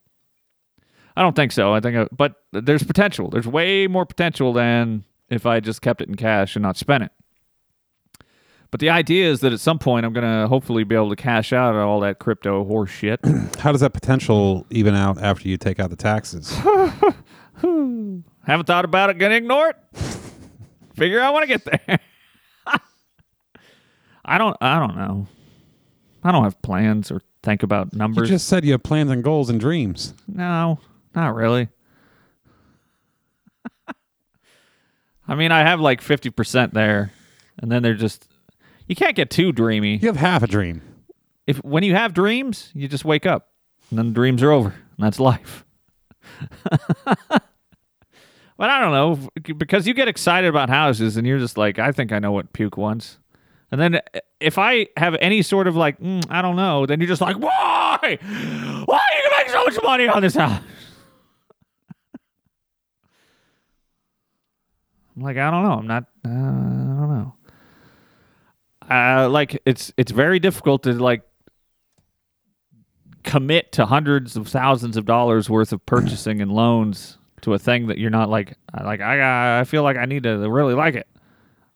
[SPEAKER 1] I don't think so. I think, I, but there's potential. There's way more potential than if I just kept it in cash and not spent it. But the idea is that at some point I'm gonna hopefully be able to cash out all that crypto horse shit.
[SPEAKER 2] How does that potential even out after you take out the *laughs* taxes?
[SPEAKER 1] Haven't thought about it. Gonna ignore it. Figure I want to get there. *laughs* I don't. I don't know. I don't have plans or think about
[SPEAKER 2] you
[SPEAKER 1] numbers.
[SPEAKER 2] just said you have plans and goals and dreams.
[SPEAKER 1] no, not really. I mean, I have like fifty percent there, and then they're just. You can't get too dreamy.
[SPEAKER 2] You have half a dream.
[SPEAKER 1] If when you have dreams, you just wake up, and then the dreams are over, and that's life. *laughs* But I don't know because you get excited about houses and you're just like, I think I know what puke wants. And then eh, if I have any sort of like, mm, I don't know, then you're just like, why? Why are you gonna make so much money on this house? *laughs* I'm like, I don't know. I'm not. Uh, I don't know. Uh, like it's it's very difficult to like commit to hundreds of thousands of dollars worth of purchasing and loans to a thing that you're not like I- like I I feel like I need to really like it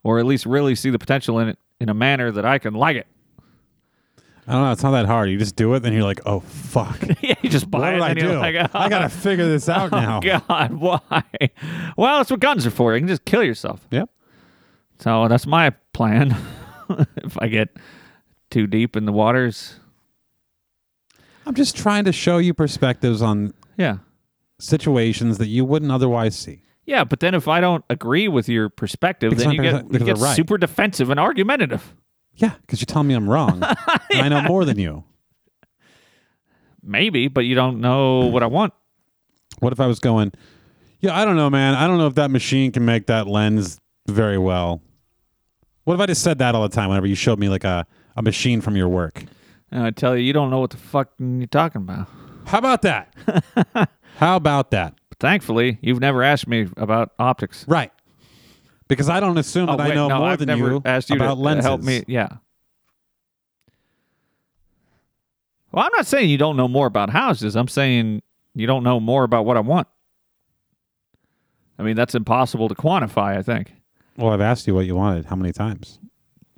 [SPEAKER 1] or at least really see the potential in it in a manner that I can like it. *laughs*
[SPEAKER 2] I don't know. It's not that hard. You just do it, then you're like, oh *laughs* fuck.
[SPEAKER 1] yeah, you just
[SPEAKER 2] What
[SPEAKER 1] buy
[SPEAKER 2] did
[SPEAKER 1] it
[SPEAKER 2] I
[SPEAKER 1] and you're
[SPEAKER 2] do?
[SPEAKER 1] like,
[SPEAKER 2] *laughs*
[SPEAKER 1] oh,
[SPEAKER 2] I gotta figure this *laughs* out now.
[SPEAKER 1] God, *laughs* why? Well, that's what guns are for. You can just kill yourself.
[SPEAKER 2] Yep.
[SPEAKER 1] So that's my plan. *laughs* if I get too deep in the waters,
[SPEAKER 2] I'm just trying to show you perspectives on
[SPEAKER 1] yeah.
[SPEAKER 2] situations that you wouldn't otherwise see.
[SPEAKER 1] Yeah, but then if I don't agree with your perspective,
[SPEAKER 2] Because
[SPEAKER 1] then
[SPEAKER 2] I'm
[SPEAKER 1] you get,
[SPEAKER 2] perso-
[SPEAKER 1] you
[SPEAKER 2] because
[SPEAKER 1] get
[SPEAKER 2] I'm right.
[SPEAKER 1] super defensive and argumentative.
[SPEAKER 2] *laughs* Yeah, because you tell me
[SPEAKER 1] *laughs*
[SPEAKER 2] I'm wrong. and I know more than you.
[SPEAKER 1] Maybe, but you don't know what I want.
[SPEAKER 2] What if I was going, yeah, I don't know, man. I don't know if that machine can make that lens very well. What if I just said that all the time whenever you showed me like a, a machine from your work?
[SPEAKER 1] And I tell you, you don't know what the fuck you're talking about.
[SPEAKER 2] How
[SPEAKER 1] *laughs*
[SPEAKER 2] about that? How about that?
[SPEAKER 1] But thankfully, you've never asked me about optics.
[SPEAKER 2] Right. Because I don't assume
[SPEAKER 1] Oh,
[SPEAKER 2] that I
[SPEAKER 1] wait,
[SPEAKER 2] know
[SPEAKER 1] no,
[SPEAKER 2] more
[SPEAKER 1] I've
[SPEAKER 2] than
[SPEAKER 1] never
[SPEAKER 2] you,
[SPEAKER 1] asked you
[SPEAKER 2] about
[SPEAKER 1] to
[SPEAKER 2] lenses.
[SPEAKER 1] help me. Yeah. Well, I'm not saying you don't know more about houses. I'm saying you don't know more about what I want. I mean, that's impossible to quantify, I think.
[SPEAKER 2] Well, I've asked you what you wanted. How many times?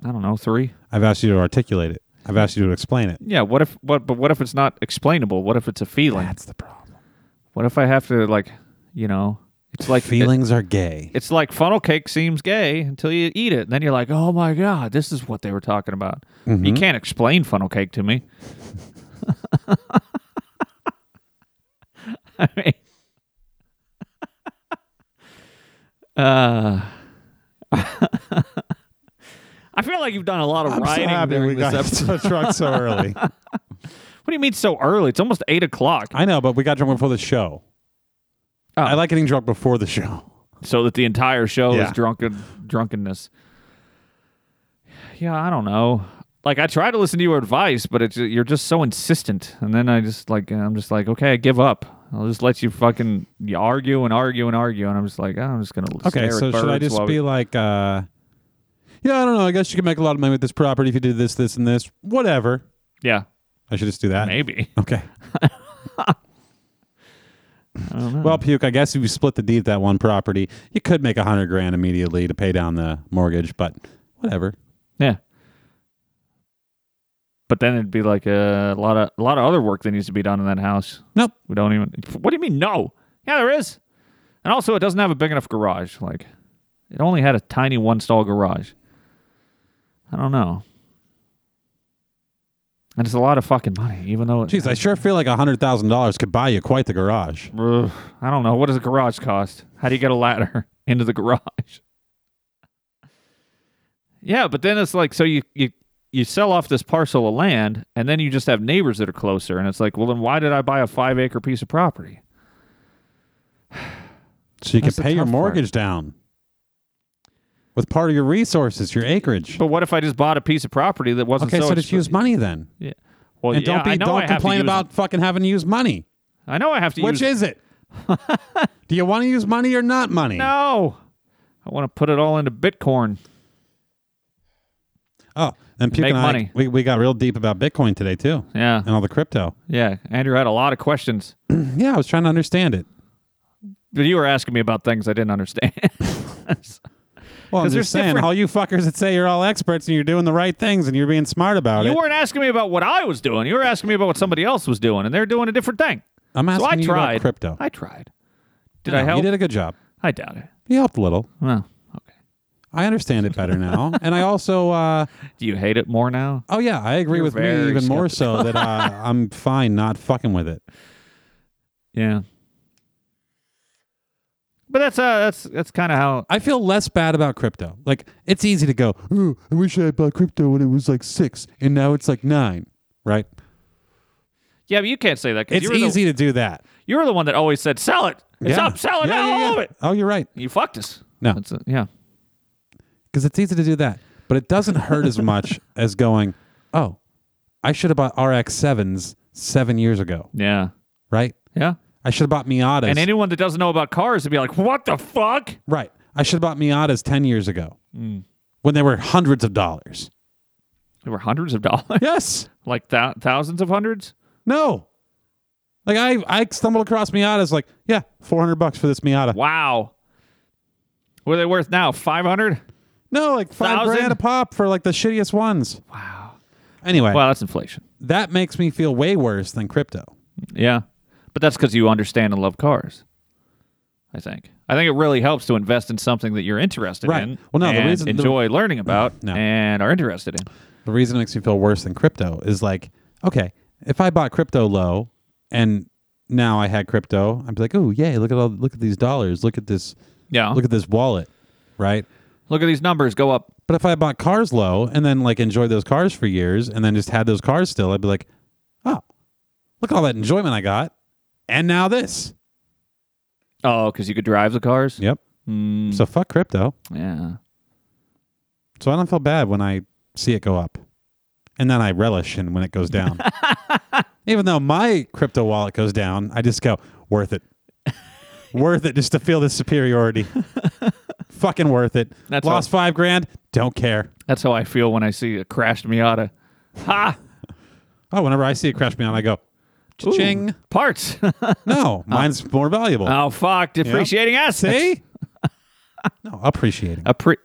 [SPEAKER 1] I don't know, three?
[SPEAKER 2] I've asked you to articulate it. I've asked you to explain it.
[SPEAKER 1] Yeah, what if what but what if it's not explainable? What if it's a feeling?
[SPEAKER 2] That's the problem.
[SPEAKER 1] What if I have to like, you know, it's like
[SPEAKER 2] Feelings are gay.
[SPEAKER 1] it's like funnel cake seems gay until you eat it. And then you're like, "Oh my god, this is what they were talking about."
[SPEAKER 2] Mm-hmm.
[SPEAKER 1] You can't explain funnel cake to me. *laughs* I mean, *laughs* uh, *laughs* I feel like you've done a lot of
[SPEAKER 2] I'm so
[SPEAKER 1] writing
[SPEAKER 2] happy
[SPEAKER 1] during
[SPEAKER 2] we
[SPEAKER 1] this
[SPEAKER 2] got *laughs*
[SPEAKER 1] episode.
[SPEAKER 2] into the truck so early.
[SPEAKER 1] What do you mean so early? It's almost eight o'clock.
[SPEAKER 2] *laughs* I know, but we got drunk before the show.
[SPEAKER 1] Oh.
[SPEAKER 2] I like getting drunk before the show.
[SPEAKER 1] so that the entire show
[SPEAKER 2] Yeah.
[SPEAKER 1] is drunken drunkenness. Yeah, I don't know. Like I try to listen to your advice, but it's you're just so insistent, and then I just like I'm just like okay, I give up. I'll just let you fucking you argue and argue and argue, and I'm just like "Oh, I'm just gonna. stare
[SPEAKER 2] Okay,
[SPEAKER 1] at
[SPEAKER 2] so should I
[SPEAKER 1] birds
[SPEAKER 2] just
[SPEAKER 1] while we-
[SPEAKER 2] be like, uh, yeah, I don't know. I guess you can make a lot of money with this property if you do this, this, and this. Whatever.
[SPEAKER 1] yeah,
[SPEAKER 2] I should just do that.
[SPEAKER 1] maybe. *laughs*
[SPEAKER 2] Okay.
[SPEAKER 1] I don't know.
[SPEAKER 2] Well, puke. I guess if you split the deed at that one property, you could make a hundred grand immediately to pay down the mortgage. But whatever.
[SPEAKER 1] Yeah. But then it'd be like a lot of a lot of other work that needs to be done in that house.
[SPEAKER 2] Nope.
[SPEAKER 1] We don't even. What do you mean? No. Yeah, there is. And also, it doesn't have a big enough garage. Like, it only had a tiny one stall garage. I don't know. And it's a lot of fucking money, even though. It,
[SPEAKER 2] Jeez, I sure feel like a hundred thousand dollars could buy you quite the garage.
[SPEAKER 1] Ugh, I don't know. What does a garage cost? How do you get a ladder *laughs* into the garage? Yeah, but then it's like so you you you sell off this parcel of land, and then you just have neighbors that are closer, and it's like, well, then why did I buy a five acre piece of property?
[SPEAKER 2] So you
[SPEAKER 1] That's the
[SPEAKER 2] can pay your
[SPEAKER 1] tough part.
[SPEAKER 2] mortgage down with part of your resources, your acreage.
[SPEAKER 1] But what if I just bought a piece of property that wasn't
[SPEAKER 2] Okay, so,
[SPEAKER 1] so?
[SPEAKER 2] just use money then,
[SPEAKER 1] Yeah. Well,
[SPEAKER 2] and
[SPEAKER 1] yeah,
[SPEAKER 2] don't be
[SPEAKER 1] I know I
[SPEAKER 2] don't
[SPEAKER 1] have to
[SPEAKER 2] complain
[SPEAKER 1] use-
[SPEAKER 2] about fucking having to use money.
[SPEAKER 1] I know I have to
[SPEAKER 2] Which
[SPEAKER 1] use.
[SPEAKER 2] is it?
[SPEAKER 1] *laughs*
[SPEAKER 2] Do you want to use money or not money?
[SPEAKER 1] no, I want to put it all into Bitcoin.
[SPEAKER 2] Oh, and Puke
[SPEAKER 1] Make
[SPEAKER 2] and I,
[SPEAKER 1] money.
[SPEAKER 2] We, we got real deep about Bitcoin today too,
[SPEAKER 1] Yeah,
[SPEAKER 2] and all the crypto.
[SPEAKER 1] yeah. Andrew had a lot of questions,
[SPEAKER 2] Yeah, I was trying to understand it.
[SPEAKER 1] but you were asking me about things I didn't understand. *laughs*
[SPEAKER 2] Well, I'm
[SPEAKER 1] 'Cause
[SPEAKER 2] just
[SPEAKER 1] there's
[SPEAKER 2] saying,
[SPEAKER 1] different-
[SPEAKER 2] all you fuckers that say you're all experts and you're doing the right things and you're being smart about
[SPEAKER 1] you
[SPEAKER 2] it.
[SPEAKER 1] weren't asking me about what I was doing. You were asking me about what somebody else was doing, and they're doing a different thing.
[SPEAKER 2] I'm asking
[SPEAKER 1] So I
[SPEAKER 2] you
[SPEAKER 1] tried.
[SPEAKER 2] about crypto.
[SPEAKER 1] I tried. Did
[SPEAKER 2] Oh. No,
[SPEAKER 1] I
[SPEAKER 2] You
[SPEAKER 1] help?
[SPEAKER 2] did a good job.
[SPEAKER 1] I doubt it.
[SPEAKER 2] You helped a little.
[SPEAKER 1] Well, okay.
[SPEAKER 2] I understand it
[SPEAKER 1] *laughs*
[SPEAKER 2] better now, and I also, uh,
[SPEAKER 1] Do you hate it more now?
[SPEAKER 2] oh yeah, I agree
[SPEAKER 1] You're
[SPEAKER 2] with me
[SPEAKER 1] very
[SPEAKER 2] even more so that uh,
[SPEAKER 1] *laughs*
[SPEAKER 2] I'm fine not fucking with it.
[SPEAKER 1] Yeah. But that's uh, that's that's kind of how
[SPEAKER 2] I feel less bad about crypto. Like it's easy to go, oh, I wish I had bought crypto when it was like six, and now it's like nine, right?
[SPEAKER 1] Yeah, but you can't say that because
[SPEAKER 2] It's
[SPEAKER 1] you, were the-
[SPEAKER 2] easy to do that.
[SPEAKER 1] you were the one that always said, sell it. It's
[SPEAKER 2] Yeah.
[SPEAKER 1] up, sell it.
[SPEAKER 2] Yeah,
[SPEAKER 1] now,
[SPEAKER 2] yeah,
[SPEAKER 1] all
[SPEAKER 2] yeah.
[SPEAKER 1] of it.
[SPEAKER 2] Oh, you're right.
[SPEAKER 1] You fucked us.
[SPEAKER 2] No.
[SPEAKER 1] That's a- yeah.
[SPEAKER 2] because it's easy to do that, but it doesn't hurt as much
[SPEAKER 1] *laughs*
[SPEAKER 2] as going, oh, I should have bought RX sevens seven years ago,
[SPEAKER 1] Yeah.
[SPEAKER 2] right?
[SPEAKER 1] Yeah.
[SPEAKER 2] I should have bought Miatas,
[SPEAKER 1] And anyone that doesn't know about cars would be like, what the fuck?
[SPEAKER 2] right? I should have bought Miatas ten years ago
[SPEAKER 1] Mm.
[SPEAKER 2] when they were hundreds of dollars.
[SPEAKER 1] There were hundreds of dollars. *laughs*
[SPEAKER 2] Yes,
[SPEAKER 1] Like thou thousands of hundreds?
[SPEAKER 2] no, like I I stumbled across Miatas, like yeah, four hundred bucks for this Miata.
[SPEAKER 1] Wow. What are they worth now? 500?
[SPEAKER 2] No, like five
[SPEAKER 1] Thousand?
[SPEAKER 2] grand a pop for like the shittiest ones.
[SPEAKER 1] Wow.
[SPEAKER 2] Anyway,
[SPEAKER 1] Well, that's inflation.
[SPEAKER 2] that makes me feel way worse than crypto.
[SPEAKER 1] Yeah. But that's because you understand and love cars. I think. I think it really helps to invest in something that you're interested
[SPEAKER 2] Right.
[SPEAKER 1] in.
[SPEAKER 2] Well, no, the
[SPEAKER 1] and
[SPEAKER 2] reason- the-
[SPEAKER 1] enjoy learning about
[SPEAKER 2] *clears throat* No.
[SPEAKER 1] and are interested in.
[SPEAKER 2] the reason it makes me feel worse than crypto is like, okay, if I bought crypto low and now I had crypto, I'd be like, oh yay, look at all look at these dollars, look at this
[SPEAKER 1] Yeah.
[SPEAKER 2] look at this wallet, right?
[SPEAKER 1] Look at these numbers go up.
[SPEAKER 2] But if I bought cars low and then like enjoyed those cars for years and then just had those cars still, I'd be like, oh, look at all that enjoyment I got. And now this.
[SPEAKER 1] Oh, because you could drive the cars.
[SPEAKER 2] Yep.
[SPEAKER 1] Mm,
[SPEAKER 2] So fuck crypto.
[SPEAKER 1] yeah.
[SPEAKER 2] So I don't feel bad when I see it go up. And then I relish in when it goes down. Even though my crypto wallet goes down, I just go, worth it. worth it just to feel this superiority. Fucking worth it.
[SPEAKER 1] That's
[SPEAKER 2] Lost five grand, don't care.
[SPEAKER 1] That's how I feel when I see a crashed Miata. Ha!
[SPEAKER 2] Oh, whenever I see it crash me on, I go, ching.
[SPEAKER 1] Parts. *laughs*
[SPEAKER 2] No, mine's more valuable.
[SPEAKER 1] oh fuck! Depreciating assets.
[SPEAKER 2] see? *laughs* no, appreciating.
[SPEAKER 1] A pre.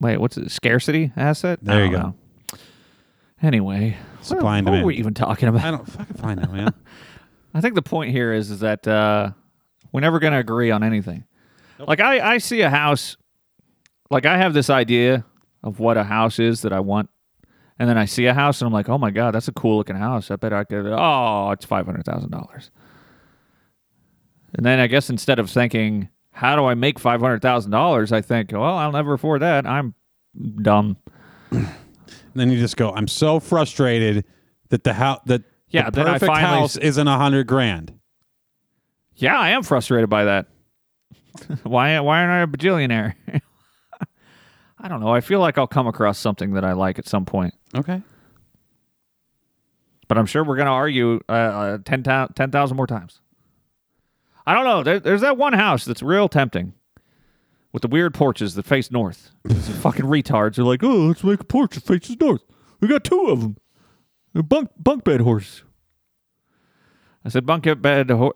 [SPEAKER 1] Wait, what's it? Scarcity asset. I
[SPEAKER 2] There you
[SPEAKER 1] don't
[SPEAKER 2] go.
[SPEAKER 1] know. Anyway,
[SPEAKER 2] Supply
[SPEAKER 1] what,
[SPEAKER 2] and
[SPEAKER 1] what
[SPEAKER 2] demand.
[SPEAKER 1] were we even talking about?
[SPEAKER 2] I don't fucking find out, man.
[SPEAKER 1] I think the point here is is that uh, we're never going to agree on anything. Like I, I see a house, like I have this idea of what a house is that I want, and then I see a house and I'm like, oh my god, that's a cool looking house. I bet I could. Oh, it's five hundred thousand dollars. And then I guess instead of thinking how do I make five hundred thousand dollars, I think, well, I'll never afford that. I'm dumb.
[SPEAKER 2] And then you just go, I'm so frustrated that the house that
[SPEAKER 1] Yeah,
[SPEAKER 2] the
[SPEAKER 1] then I
[SPEAKER 2] perfect
[SPEAKER 1] finally-
[SPEAKER 2] house isn't a hundred grand.
[SPEAKER 1] Yeah, I am frustrated by that. *laughs* why why aren't I a bajillionaire? *laughs* I don't know. I feel like I'll come across something that I like at some point.
[SPEAKER 2] Okay.
[SPEAKER 1] But I'm sure we're going to argue uh, uh, 10,000 10,000 more times. I don't know. There, there's that one house that's real tempting with the weird porches that face north. Some fucking retards are like, oh, let's make a porch that faces north. We got two of them. They're bunk, bunk bed horses. I said bunk bed *laughs* horse.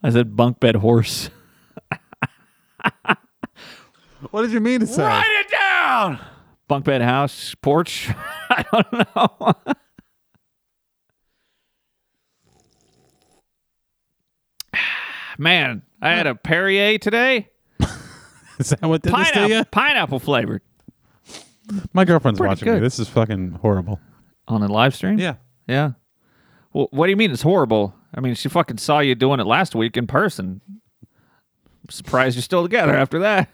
[SPEAKER 1] I said bunk bed horse.
[SPEAKER 2] What did you mean to *laughs* say?
[SPEAKER 1] it down. Bunk bed house porch. *laughs* I don't know. *sighs* Man, I had a Perrier today.
[SPEAKER 2] Is that what did this to you?
[SPEAKER 1] Pineapple, pineapple flavored
[SPEAKER 2] My girlfriend's watching me.
[SPEAKER 1] good.
[SPEAKER 2] This is fucking horrible.
[SPEAKER 1] on a live stream.
[SPEAKER 2] Yeah.
[SPEAKER 1] yeah. Well, what do you mean it's horrible? I mean, she fucking saw you doing it last week in person. I'm surprised you're still together after that.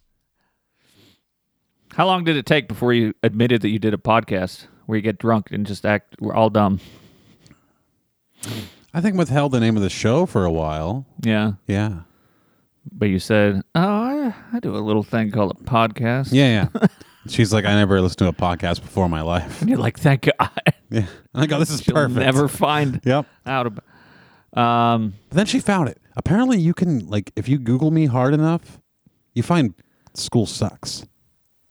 [SPEAKER 1] *laughs* How long did it take before you admitted that you did a podcast where you get drunk and just act we're all dumb?
[SPEAKER 2] I think withheld the name of the show for a while.
[SPEAKER 1] Yeah.
[SPEAKER 2] Yeah.
[SPEAKER 1] But you said, "Oh, I, I do a little thing called a podcast."
[SPEAKER 2] Yeah, yeah. *laughs* She's like, I never listened to a podcast before in my life. *laughs*
[SPEAKER 1] And you're like, thank God. *laughs*
[SPEAKER 2] Yeah. And I go, this is
[SPEAKER 1] You'll
[SPEAKER 2] perfect.
[SPEAKER 1] never
[SPEAKER 2] *laughs*
[SPEAKER 1] find
[SPEAKER 2] Yep.
[SPEAKER 1] out about. Um,
[SPEAKER 2] But then she found it. Apparently, you can like if you Google me hard enough, you find school sucks.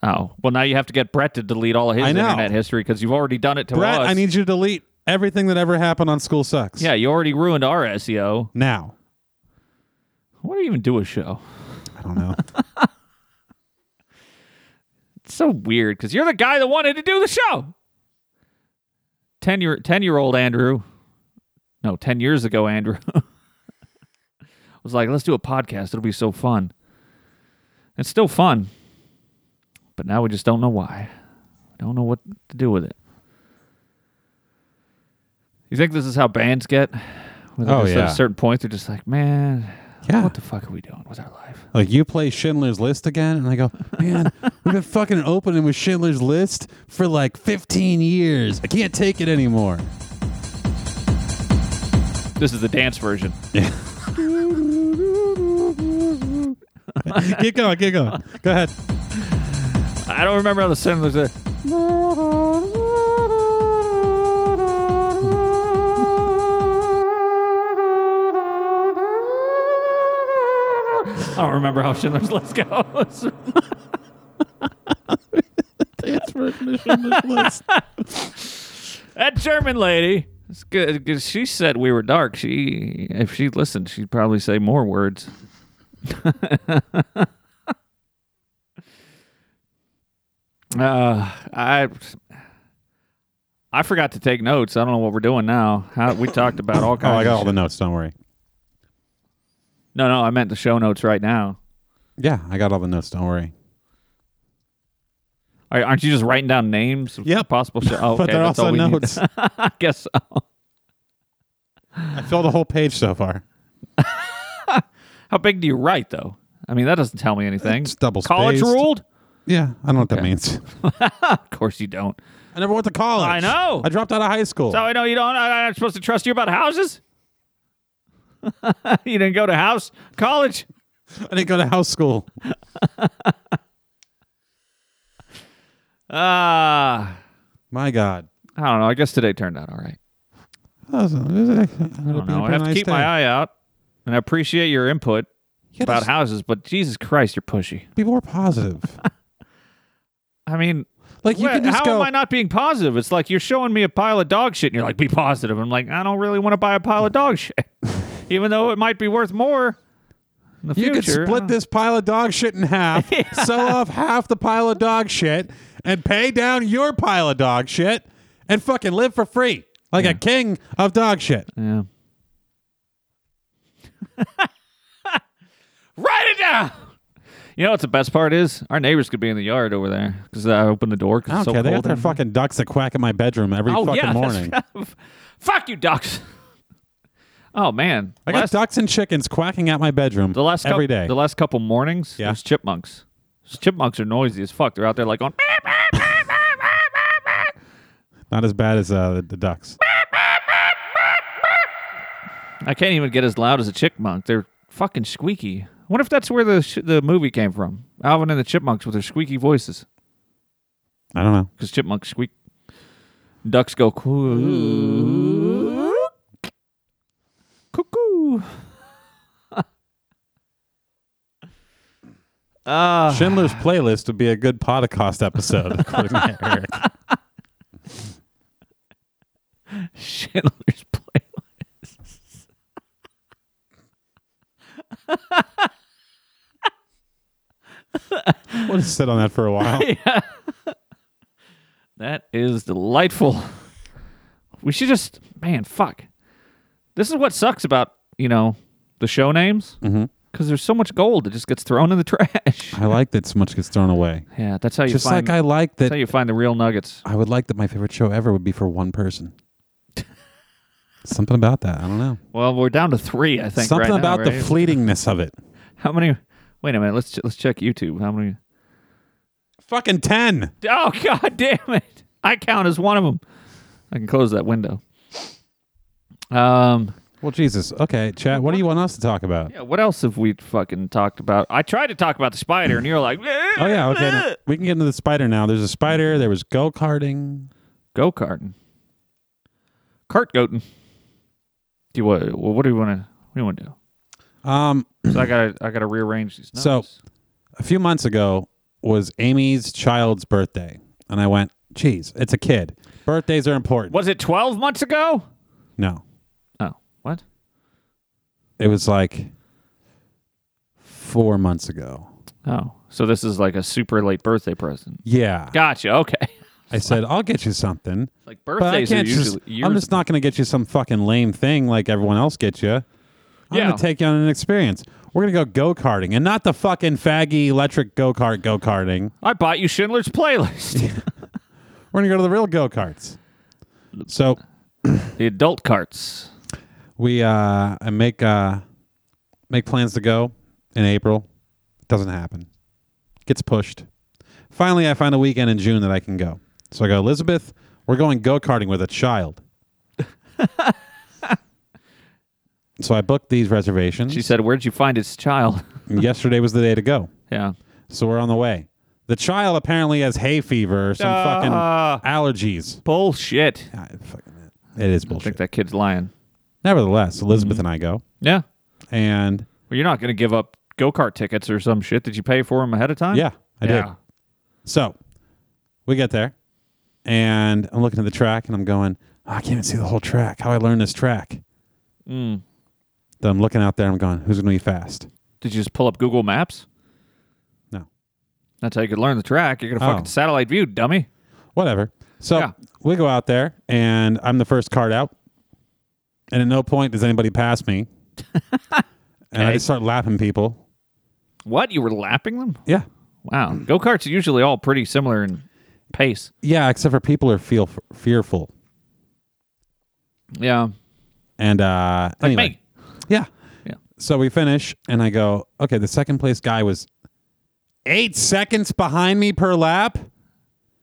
[SPEAKER 1] oh well, now you have to get Brett to delete all of his
[SPEAKER 2] I know.
[SPEAKER 1] internet history because you've already done it to
[SPEAKER 2] Brett,
[SPEAKER 1] us.
[SPEAKER 2] I need you to delete everything that ever happened on school sucks.
[SPEAKER 1] yeah, you already ruined our E SEO.
[SPEAKER 2] Now.
[SPEAKER 1] What do you even do a show?
[SPEAKER 2] I don't know.
[SPEAKER 1] It's so weird because you're the guy that wanted to do the show. Ten year ten year old Andrew, no, ten years ago Andrew *laughs* was like, "Let's do a podcast. It'll be so fun." It's still fun, but now we just don't know why. We don't know what to do with it. You think this is how bands get? Where they're
[SPEAKER 2] Oh,
[SPEAKER 1] just At
[SPEAKER 2] yeah.
[SPEAKER 1] a certain point, they're just like, "Man,
[SPEAKER 2] Yeah.
[SPEAKER 1] what the fuck are we doing with our life?"
[SPEAKER 2] *laughs* Like you play Schindler's List again, and I go, man, we've been fucking opening with Schindler's List for like 15 years. I can't take it anymore.
[SPEAKER 1] This is the dance version.
[SPEAKER 2] *laughs*
[SPEAKER 1] *laughs*
[SPEAKER 2] Get going, get going. Go ahead.
[SPEAKER 1] I don't remember how the sound was. there. I don't remember how Schindler's List *laughs* goes. that German lady. It's good 'cause she said we were dark. She, if she listened, she'd probably say more words. *laughs* Uh, I I forgot to take notes. I don't know what we're doing now. How, we talked about all
[SPEAKER 2] *coughs* Oh,
[SPEAKER 1] kinds.
[SPEAKER 2] I got
[SPEAKER 1] of
[SPEAKER 2] all
[SPEAKER 1] shit.
[SPEAKER 2] the notes. Don't worry.
[SPEAKER 1] No, no, I meant the show notes right now.
[SPEAKER 2] Yeah, I got all the notes. Don't worry.
[SPEAKER 1] Are, aren't you just writing down names? of
[SPEAKER 2] Yep.
[SPEAKER 1] possible
[SPEAKER 2] *laughs*
[SPEAKER 1] show. Oh, okay,
[SPEAKER 2] but they're
[SPEAKER 1] that's
[SPEAKER 2] also
[SPEAKER 1] all we need.
[SPEAKER 2] notes.
[SPEAKER 1] *laughs* I guess so.
[SPEAKER 2] I filled a whole page so far.
[SPEAKER 1] How big do you write though? I mean, that doesn't tell me anything.
[SPEAKER 2] It's double
[SPEAKER 1] college
[SPEAKER 2] spaced.
[SPEAKER 1] ruled.
[SPEAKER 2] Yeah, I don't know what that means.
[SPEAKER 1] Of course you don't.
[SPEAKER 2] I never went to college.
[SPEAKER 1] I know.
[SPEAKER 2] I dropped out of high school.
[SPEAKER 1] So I know you don't. I, I'm supposed to trust you about houses. *laughs* you didn't go to house college.
[SPEAKER 2] I didn't go to house school.
[SPEAKER 1] Ah,
[SPEAKER 2] My God.
[SPEAKER 1] I don't know. I guess today turned out all right.
[SPEAKER 2] I
[SPEAKER 1] I don't know. I have to keep my eye out, and I appreciate your input about houses. But Jesus Christ, you're pushy.
[SPEAKER 2] people
[SPEAKER 1] *laughs*
[SPEAKER 2] were positive.
[SPEAKER 1] I mean,
[SPEAKER 2] Like you
[SPEAKER 1] wha-
[SPEAKER 2] can just
[SPEAKER 1] how
[SPEAKER 2] go.
[SPEAKER 1] am I not being positive? It's like you're showing me a pile of dog shit, and you're like, "Be positive." I'm like, I don't really want to buy a pile of dog *laughs* shit, even though it might be worth more. In the
[SPEAKER 2] you could
[SPEAKER 1] future.
[SPEAKER 2] split
[SPEAKER 1] Uh,
[SPEAKER 2] this pile of dog shit
[SPEAKER 1] *laughs*
[SPEAKER 2] in half, sell off half the pile of dog shit, and pay down your pile of dog shit, and fucking live for free like a king of dog shit.
[SPEAKER 1] Yeah. *laughs* Write it down. You know what the best part is? Our neighbors could be in the yard over there because I opened the door
[SPEAKER 2] I don't
[SPEAKER 1] because it's so
[SPEAKER 2] care. They got
[SPEAKER 1] cold.
[SPEAKER 2] their
[SPEAKER 1] in-
[SPEAKER 2] fucking ducks that quack in my bedroom every
[SPEAKER 1] oh
[SPEAKER 2] fucking
[SPEAKER 1] yeah,
[SPEAKER 2] morning.
[SPEAKER 1] that's- *laughs* fuck you, ducks. Oh man,
[SPEAKER 2] I got
[SPEAKER 1] Last-
[SPEAKER 2] ducks and chickens quacking at my bedroom
[SPEAKER 1] the last
[SPEAKER 2] every
[SPEAKER 1] cou-
[SPEAKER 2] day.
[SPEAKER 1] The last couple mornings,
[SPEAKER 2] Yeah.
[SPEAKER 1] there's chipmunks. Those chipmunks are noisy as fuck. They're out there like going. "Meep, meep, meep, meep, meep, meep."
[SPEAKER 2] Not as bad as uh, the, the ducks.
[SPEAKER 1] I can't even get as loud as a chipmunk. They're fucking squeaky. I wonder if that's where the sh- the movie came from. Alvin and the Chipmunks with their squeaky voices,
[SPEAKER 2] I don't know.
[SPEAKER 1] because chipmunks squeak. Ducks go
[SPEAKER 2] *laughs*
[SPEAKER 1] coo. Cuckoo. Ah.
[SPEAKER 2] Schindler's playlist would be a good
[SPEAKER 1] *laughs*
[SPEAKER 2] podcast episode, according to Eric.
[SPEAKER 1] Schindler's playlist.
[SPEAKER 2] We'll just sit on that for a while.
[SPEAKER 1] That is delightful. We should just, man, fuck. This is what sucks about you know the show names because
[SPEAKER 2] Mhm.
[SPEAKER 1] there's so much gold that just gets thrown in the
[SPEAKER 2] *laughs*
[SPEAKER 1] trash.
[SPEAKER 2] *laughs* I like that so much gets thrown away.
[SPEAKER 1] Yeah, that's how you
[SPEAKER 2] Just
[SPEAKER 1] find.
[SPEAKER 2] like I like
[SPEAKER 1] that's how
[SPEAKER 2] that.
[SPEAKER 1] you find the real nuggets.
[SPEAKER 2] I would like that my favorite show ever would be for one person. Something about that. I don't know.
[SPEAKER 1] Well, we're down to three, I think.
[SPEAKER 2] Something
[SPEAKER 1] right now,
[SPEAKER 2] about the
[SPEAKER 1] right?
[SPEAKER 2] fleetingness of it.
[SPEAKER 1] how many? Wait a minute. Let's ch- let's check YouTube. How many?
[SPEAKER 2] Fucking 10.
[SPEAKER 1] Oh *laughs* god damn it! I count as one of them. I can close that window. Um,
[SPEAKER 2] Well, Jesus. Okay, Chad, what do you want us to talk about?
[SPEAKER 1] Yeah, what else have we fucking talked about? I tried to talk about the spider, and you're like,
[SPEAKER 2] *laughs* Oh,
[SPEAKER 1] *laughs*
[SPEAKER 2] yeah. Okay. now- we can get into the spider now. There's a spider. There was go karting.
[SPEAKER 1] go karting, cart goating. Do you what? Well, what do you want to? What do you want to do?
[SPEAKER 2] Um,
[SPEAKER 1] So I gotta, I gotta rearrange these. Notes.
[SPEAKER 2] So- a few months ago was Amy's child's birthday. And I went, geez, it's a kid. Birthdays are important.
[SPEAKER 1] was it 12 months ago?
[SPEAKER 2] No.
[SPEAKER 1] Oh, what?
[SPEAKER 2] It was like four months ago.
[SPEAKER 1] Oh, so this is like a super late birthday present.
[SPEAKER 2] Yeah.
[SPEAKER 1] Gotcha. Okay. *laughs*
[SPEAKER 2] I said, I'll get you something.
[SPEAKER 1] Like
[SPEAKER 2] But I
[SPEAKER 1] birthdays are
[SPEAKER 2] can't
[SPEAKER 1] usually.
[SPEAKER 2] just,
[SPEAKER 1] years
[SPEAKER 2] I'm just not going to get you some fucking lame thing like everyone else gets you. I'm
[SPEAKER 1] Yeah.
[SPEAKER 2] going to take you on an experience. We're going to go go karting and not the fucking faggy electric go kart go karting.
[SPEAKER 1] I bought you Schindler's
[SPEAKER 2] *laughs*
[SPEAKER 1] Playlist.
[SPEAKER 2] We're going to go to the real go karts. So
[SPEAKER 1] the adult carts.
[SPEAKER 2] we uh I make uh make plans to go in April. Doesn't happen. Gets pushed. Finally I find a weekend in June that I can go. So I go, Elizabeth, we're going go karting with
[SPEAKER 1] *laughs*
[SPEAKER 2] a child. so I booked these reservations.
[SPEAKER 1] She said, "Where'd you find his child?" *laughs*
[SPEAKER 2] and yesterday was the day to go.
[SPEAKER 1] yeah.
[SPEAKER 2] So we're on the way. The child apparently has hay fever or some fucking
[SPEAKER 1] Ah.
[SPEAKER 2] allergies.
[SPEAKER 1] Bullshit.
[SPEAKER 2] Ah, fucking It is
[SPEAKER 1] I think Mm-hmm.
[SPEAKER 2] bullshit.
[SPEAKER 1] that kid's lying.
[SPEAKER 2] Nevertheless, Elizabeth and I go.
[SPEAKER 1] Yeah.
[SPEAKER 2] And
[SPEAKER 1] Well, you're not going to give up go kart tickets or some shit. Did you pay for them ahead of time?
[SPEAKER 2] yeah, I
[SPEAKER 1] yeah.
[SPEAKER 2] did. So we get there, and I'm looking at the track, and I'm going, "Oh, I can't even see the whole track. How I learned this track?
[SPEAKER 1] Mm.
[SPEAKER 2] Then I'm looking out there. I'm going, who's going to be fast?
[SPEAKER 1] Did you just pull up Google Maps?
[SPEAKER 2] No.
[SPEAKER 1] That's how you could learn the track. You're going to
[SPEAKER 2] Oh.
[SPEAKER 1] fucking satellite view, dummy.
[SPEAKER 2] Whatever. So
[SPEAKER 1] Yeah.
[SPEAKER 2] we go out there, and I'm the first card out, and at no point does anybody pass
[SPEAKER 1] *laughs*
[SPEAKER 2] me, and I
[SPEAKER 1] Okay.
[SPEAKER 2] just start lapping people.
[SPEAKER 1] What? You were lapping them?
[SPEAKER 2] Yeah, *clears throat*
[SPEAKER 1] Wow. Go karts are usually all pretty similar in pace.
[SPEAKER 2] yeah. Except for people are feel fearful,
[SPEAKER 1] Yeah.
[SPEAKER 2] and uh,
[SPEAKER 1] Like
[SPEAKER 2] anyway,
[SPEAKER 1] me.
[SPEAKER 2] Yeah.
[SPEAKER 1] Yeah.
[SPEAKER 2] So we finish, and I go, okay, the second place guy was eight seconds behind me per lap.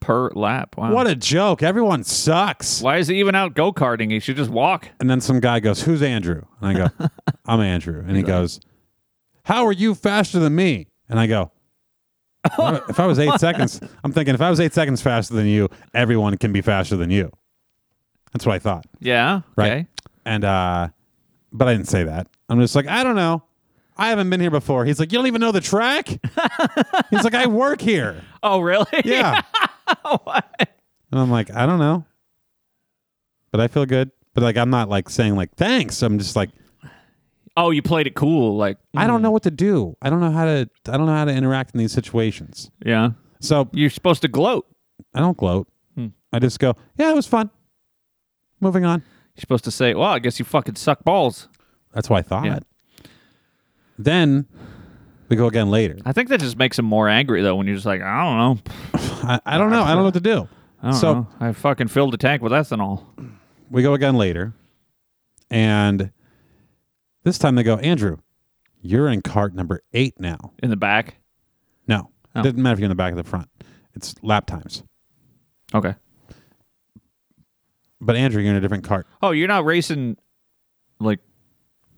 [SPEAKER 1] Per lap. Wow.
[SPEAKER 2] What a joke. Everyone sucks.
[SPEAKER 1] Why is he even out go karting? He should just walk.
[SPEAKER 2] And then some guy goes, who's Andrew? And I
[SPEAKER 1] *laughs*
[SPEAKER 2] go, I'm Andrew. And he goes, how are you faster than me? And I go, if I
[SPEAKER 1] *laughs*
[SPEAKER 2] was eight seconds, I'm thinking, if I was eight seconds faster than you, everyone can be faster than you. That's what I thought.
[SPEAKER 1] Yeah.
[SPEAKER 2] Right.
[SPEAKER 1] Okay.
[SPEAKER 2] And uh but I didn't say that. I'm just like, I don't know. I haven't been here before. He's like, You don't even know
[SPEAKER 1] *laughs*
[SPEAKER 2] the track? He's like, I work here.
[SPEAKER 1] Oh, really?
[SPEAKER 2] *laughs* Yeah.
[SPEAKER 1] *laughs*
[SPEAKER 2] And I'm like, I don't know. But I feel good. But like I'm not like saying like thanks. I'm just like,
[SPEAKER 1] Oh, you played it cool. Like,
[SPEAKER 2] I don't know
[SPEAKER 1] Mm.
[SPEAKER 2] what to do. I don't know how to I don't know how to interact in these situations.
[SPEAKER 1] yeah.
[SPEAKER 2] So
[SPEAKER 1] You're supposed to gloat.
[SPEAKER 2] I don't gloat.
[SPEAKER 1] Hmm.
[SPEAKER 2] I just go, Yeah, it was fun. Moving on.
[SPEAKER 1] You're supposed to say, well, I guess you fucking suck balls.
[SPEAKER 2] That's what I thought.
[SPEAKER 1] Yeah.
[SPEAKER 2] Then we go again later.
[SPEAKER 1] I think that just makes him more angry, though, when you're just like, I don't know.
[SPEAKER 2] I, I don't know. I don't know what to do.
[SPEAKER 1] I don't
[SPEAKER 2] So-
[SPEAKER 1] know. I fucking filled the tank with ethanol.
[SPEAKER 2] we go again later and this time they go andrew you're in cart number eight now
[SPEAKER 1] In the back.
[SPEAKER 2] no
[SPEAKER 1] Oh.
[SPEAKER 2] it doesn't matter if you're in the back or the front it's lap times
[SPEAKER 1] Okay.
[SPEAKER 2] but andrew you're in a different cart
[SPEAKER 1] Oh, you're not racing like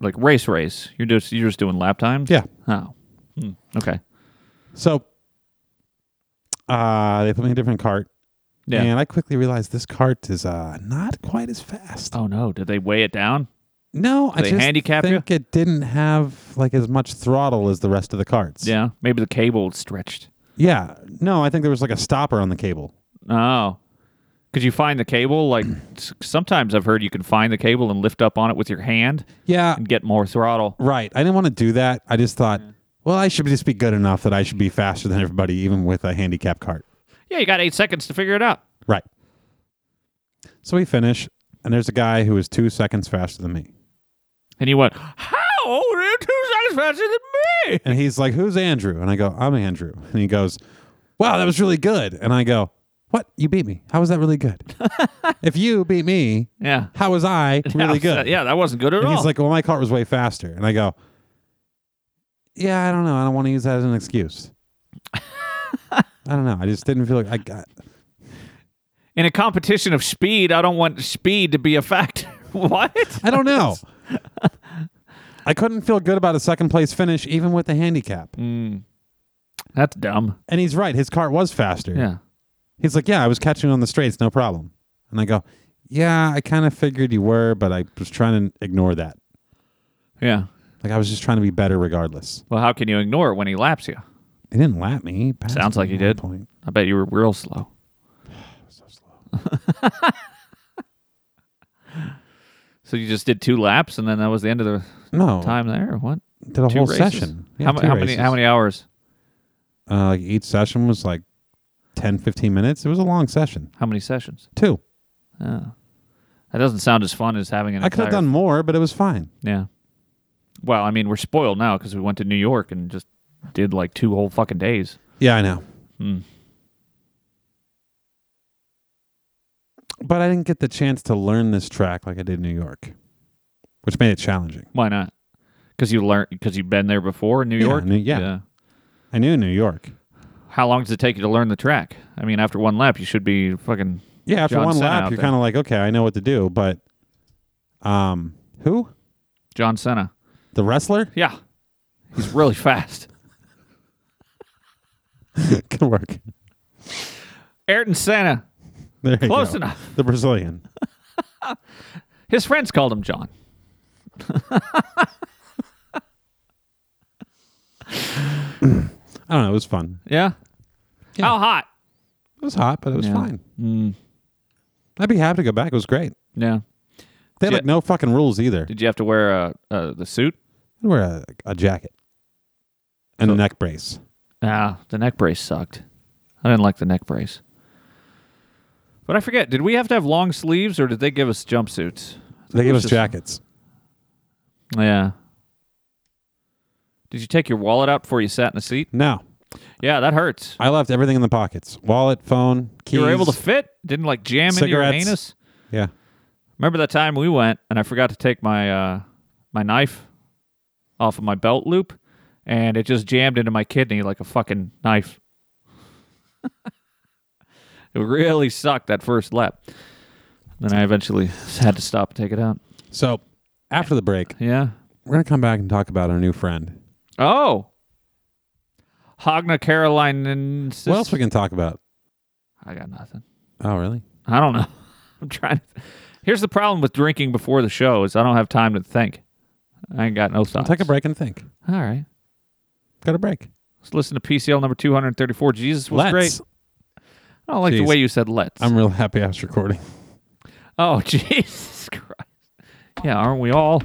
[SPEAKER 1] like race race. You're just you're just doing lap times?
[SPEAKER 2] yeah
[SPEAKER 1] Oh. Hmm. Okay.
[SPEAKER 2] so uh they put me in a different cart
[SPEAKER 1] Yeah.
[SPEAKER 2] and i quickly realized this cart is uh not quite as fast
[SPEAKER 1] Oh no, did they weigh it down?
[SPEAKER 2] no i
[SPEAKER 1] They
[SPEAKER 2] just
[SPEAKER 1] handicap you?
[SPEAKER 2] think it didn't have like as much throttle as the rest of the carts
[SPEAKER 1] Yeah. Maybe the cable is stretched.
[SPEAKER 2] yeah no i think there was like a stopper on the cable
[SPEAKER 1] Oh. Could you find the cable?
[SPEAKER 2] *clears throat*
[SPEAKER 1] Like s- sometimes I've heard you can find the cable and lift up on it with your hand
[SPEAKER 2] yeah
[SPEAKER 1] and get more throttle.
[SPEAKER 2] Right. I didn't want to do that. I just thought, well, I should just be good enough that I should be faster than everybody, even with a handicap cart.
[SPEAKER 1] Yeah, you got eight seconds to figure it out.
[SPEAKER 2] Right. So we finish, and there's a guy who is two seconds faster than me.
[SPEAKER 1] And you went, How old are you two seconds faster than me?
[SPEAKER 2] And he's like, Who's Andrew? And I go, I'm Andrew. And he goes, Wow, that was really good. And I go, What? You beat me. How was that really *laughs* good? if you beat me,
[SPEAKER 1] Yeah.
[SPEAKER 2] how was I really
[SPEAKER 1] Yeah,
[SPEAKER 2] good?
[SPEAKER 1] Yeah, that wasn't good at
[SPEAKER 2] And
[SPEAKER 1] all.
[SPEAKER 2] he's like, Well, my cart was way faster. And I go, Yeah, I don't know. I don't want to use that as
[SPEAKER 1] *laughs*
[SPEAKER 2] an excuse. I don't know. I just didn't feel like I got
[SPEAKER 1] in a competition of speed, I don't want speed to be a factor. *laughs* what?
[SPEAKER 2] I don't know. I couldn't feel good about a second place finish, even with the handicap.
[SPEAKER 1] Mm. That's dumb.
[SPEAKER 2] And he's right. His car was faster.
[SPEAKER 1] Yeah.
[SPEAKER 2] He's like, Yeah, I was catching on the straights, no problem. And I go, Yeah, I kind of figured you were, but I was trying to ignore that.
[SPEAKER 1] Yeah.
[SPEAKER 2] Like, I was just trying to be better regardless.
[SPEAKER 1] Well, how can you ignore it when he laps you?
[SPEAKER 2] He didn't lap me. He passed
[SPEAKER 1] Sounds
[SPEAKER 2] me
[SPEAKER 1] like he
[SPEAKER 2] at one
[SPEAKER 1] did.
[SPEAKER 2] Point.
[SPEAKER 1] I bet you were real
[SPEAKER 2] *sighs*
[SPEAKER 1] slow. *laughs* So you just did two laps, and then that was the end of the
[SPEAKER 2] No.
[SPEAKER 1] time there. Or what?
[SPEAKER 2] Did a
[SPEAKER 1] Two
[SPEAKER 2] Oh. whole
[SPEAKER 1] races?
[SPEAKER 2] session.
[SPEAKER 1] how,
[SPEAKER 2] Yeah,
[SPEAKER 1] mu-
[SPEAKER 2] two
[SPEAKER 1] how many?
[SPEAKER 2] races.
[SPEAKER 1] How many hours?
[SPEAKER 2] Uh, like each session was like 10, 15 minutes. It was a long session.
[SPEAKER 1] How many sessions?
[SPEAKER 2] Two.
[SPEAKER 1] Oh. That doesn't sound as fun as having an.
[SPEAKER 2] I could have
[SPEAKER 1] entire-
[SPEAKER 2] done more, but it was fine.
[SPEAKER 1] Yeah. Well, I mean, we're spoiled now because we went to New York and just did like two whole fucking days.
[SPEAKER 2] Yeah, I know.
[SPEAKER 1] Hmm.
[SPEAKER 2] But I didn't get the chance to learn this track like I did in New York, which made it challenging.
[SPEAKER 1] Why not? Because you learned because you've been there before in New
[SPEAKER 2] Yeah,
[SPEAKER 1] York.
[SPEAKER 2] New- yeah. I knew New York.
[SPEAKER 1] How long does it take you to learn the track? I mean, after one lap, you should be fucking.
[SPEAKER 2] Yeah, after
[SPEAKER 1] John
[SPEAKER 2] one
[SPEAKER 1] Cena
[SPEAKER 2] lap,
[SPEAKER 1] out
[SPEAKER 2] you're
[SPEAKER 1] there.
[SPEAKER 2] kind of like, okay, I know what to do. But um, who?
[SPEAKER 1] John Cena. *laughs*
[SPEAKER 2] The wrestler?
[SPEAKER 1] Yeah. He's really fast.
[SPEAKER 2] Good work.
[SPEAKER 1] *laughs* Ayrton Senna.
[SPEAKER 2] There you
[SPEAKER 1] Close
[SPEAKER 2] go.
[SPEAKER 1] enough.
[SPEAKER 2] The Brazilian.
[SPEAKER 1] His friends called him John.
[SPEAKER 2] I don't know. It was fun.
[SPEAKER 1] Yeah. How hot?
[SPEAKER 2] It was hot, but it was
[SPEAKER 1] Yeah.
[SPEAKER 2] fine.
[SPEAKER 1] Mm.
[SPEAKER 2] I'd be happy to go back. It was great.
[SPEAKER 1] Yeah.
[SPEAKER 2] They had
[SPEAKER 1] Yeah.
[SPEAKER 2] like no fucking rules either.
[SPEAKER 1] Did you have to wear uh, uh, the suit?
[SPEAKER 2] I'd wear a, a jacket and a neck brace.
[SPEAKER 1] Ah, the neck brace sucked. I didn't like the neck brace. But I forget, did we have to have long sleeves or did they give us jumpsuits?
[SPEAKER 2] They gave
[SPEAKER 1] was
[SPEAKER 2] us
[SPEAKER 1] just-
[SPEAKER 2] jackets.
[SPEAKER 1] Yeah. Did you take your wallet out before you sat in the seat?
[SPEAKER 2] No,
[SPEAKER 1] Yeah, that hurts.
[SPEAKER 2] I left everything in the pockets: wallet, phone, keys.
[SPEAKER 1] You were able to fit? Didn't like jam into your
[SPEAKER 2] Cigarettes.
[SPEAKER 1] anus?
[SPEAKER 2] yeah,
[SPEAKER 1] Remember that time we went and I forgot to take my uh, my knife off of my belt loop and it just jammed into my kidney like a fucking knife. *laughs* it really sucked that first lap. Then I eventually had to stop and take it out.
[SPEAKER 2] So after the break,
[SPEAKER 1] Yeah.
[SPEAKER 2] we're gonna come back and talk about our new friend.
[SPEAKER 1] Oh. Hogna Caroline and
[SPEAKER 2] What else we can talk about?
[SPEAKER 1] I got nothing.
[SPEAKER 2] Oh, really?
[SPEAKER 1] I don't know. *laughs* I'm trying to Here's the problem with drinking before the show is I don't have time to think. I ain't got no thoughts.
[SPEAKER 2] Take a break and think.
[SPEAKER 1] All right.
[SPEAKER 2] Got a break.
[SPEAKER 1] Let's listen to PCL number 234. Jesus was
[SPEAKER 2] Let's.
[SPEAKER 1] great. I don't like the
[SPEAKER 2] Jeez.
[SPEAKER 1] way you said let's.
[SPEAKER 2] I'm real happy I
[SPEAKER 1] *laughs*
[SPEAKER 2] was recording.
[SPEAKER 1] oh, *laughs* Jesus Christ. Yeah, aren't we all?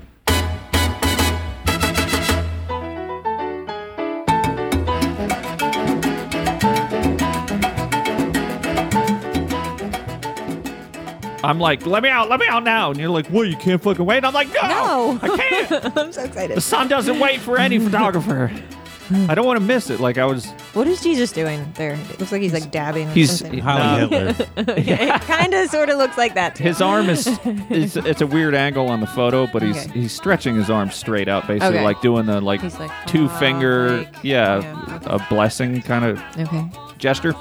[SPEAKER 1] I'm like, let me out, let me out now. And you're like, well, you can't fucking wait. I'm like, no,
[SPEAKER 5] No.
[SPEAKER 1] I can't.
[SPEAKER 5] *laughs* I'm so excited.
[SPEAKER 1] the sun doesn't wait for
[SPEAKER 2] *laughs*
[SPEAKER 1] any photographer. I don't want to miss it. Like, I was.
[SPEAKER 5] What is Jesus doing there? It looks like he's like dabbing. or
[SPEAKER 1] He's-
[SPEAKER 5] something.
[SPEAKER 2] Holly Hitler.
[SPEAKER 5] it kind of sort of looks like that. too.
[SPEAKER 1] His arm
[SPEAKER 5] *laughs*
[SPEAKER 1] is, is it's a weird angle on the photo, but he's
[SPEAKER 5] Okay.
[SPEAKER 1] he's stretching his arm straight out, basically
[SPEAKER 5] Okay.
[SPEAKER 1] like doing the like,
[SPEAKER 5] He's like,
[SPEAKER 1] two
[SPEAKER 5] "Ah,
[SPEAKER 1] finger,
[SPEAKER 5] like,"
[SPEAKER 1] yeah,
[SPEAKER 5] yeah, okay.
[SPEAKER 1] a blessing kind of
[SPEAKER 5] Okay.
[SPEAKER 1] gesture.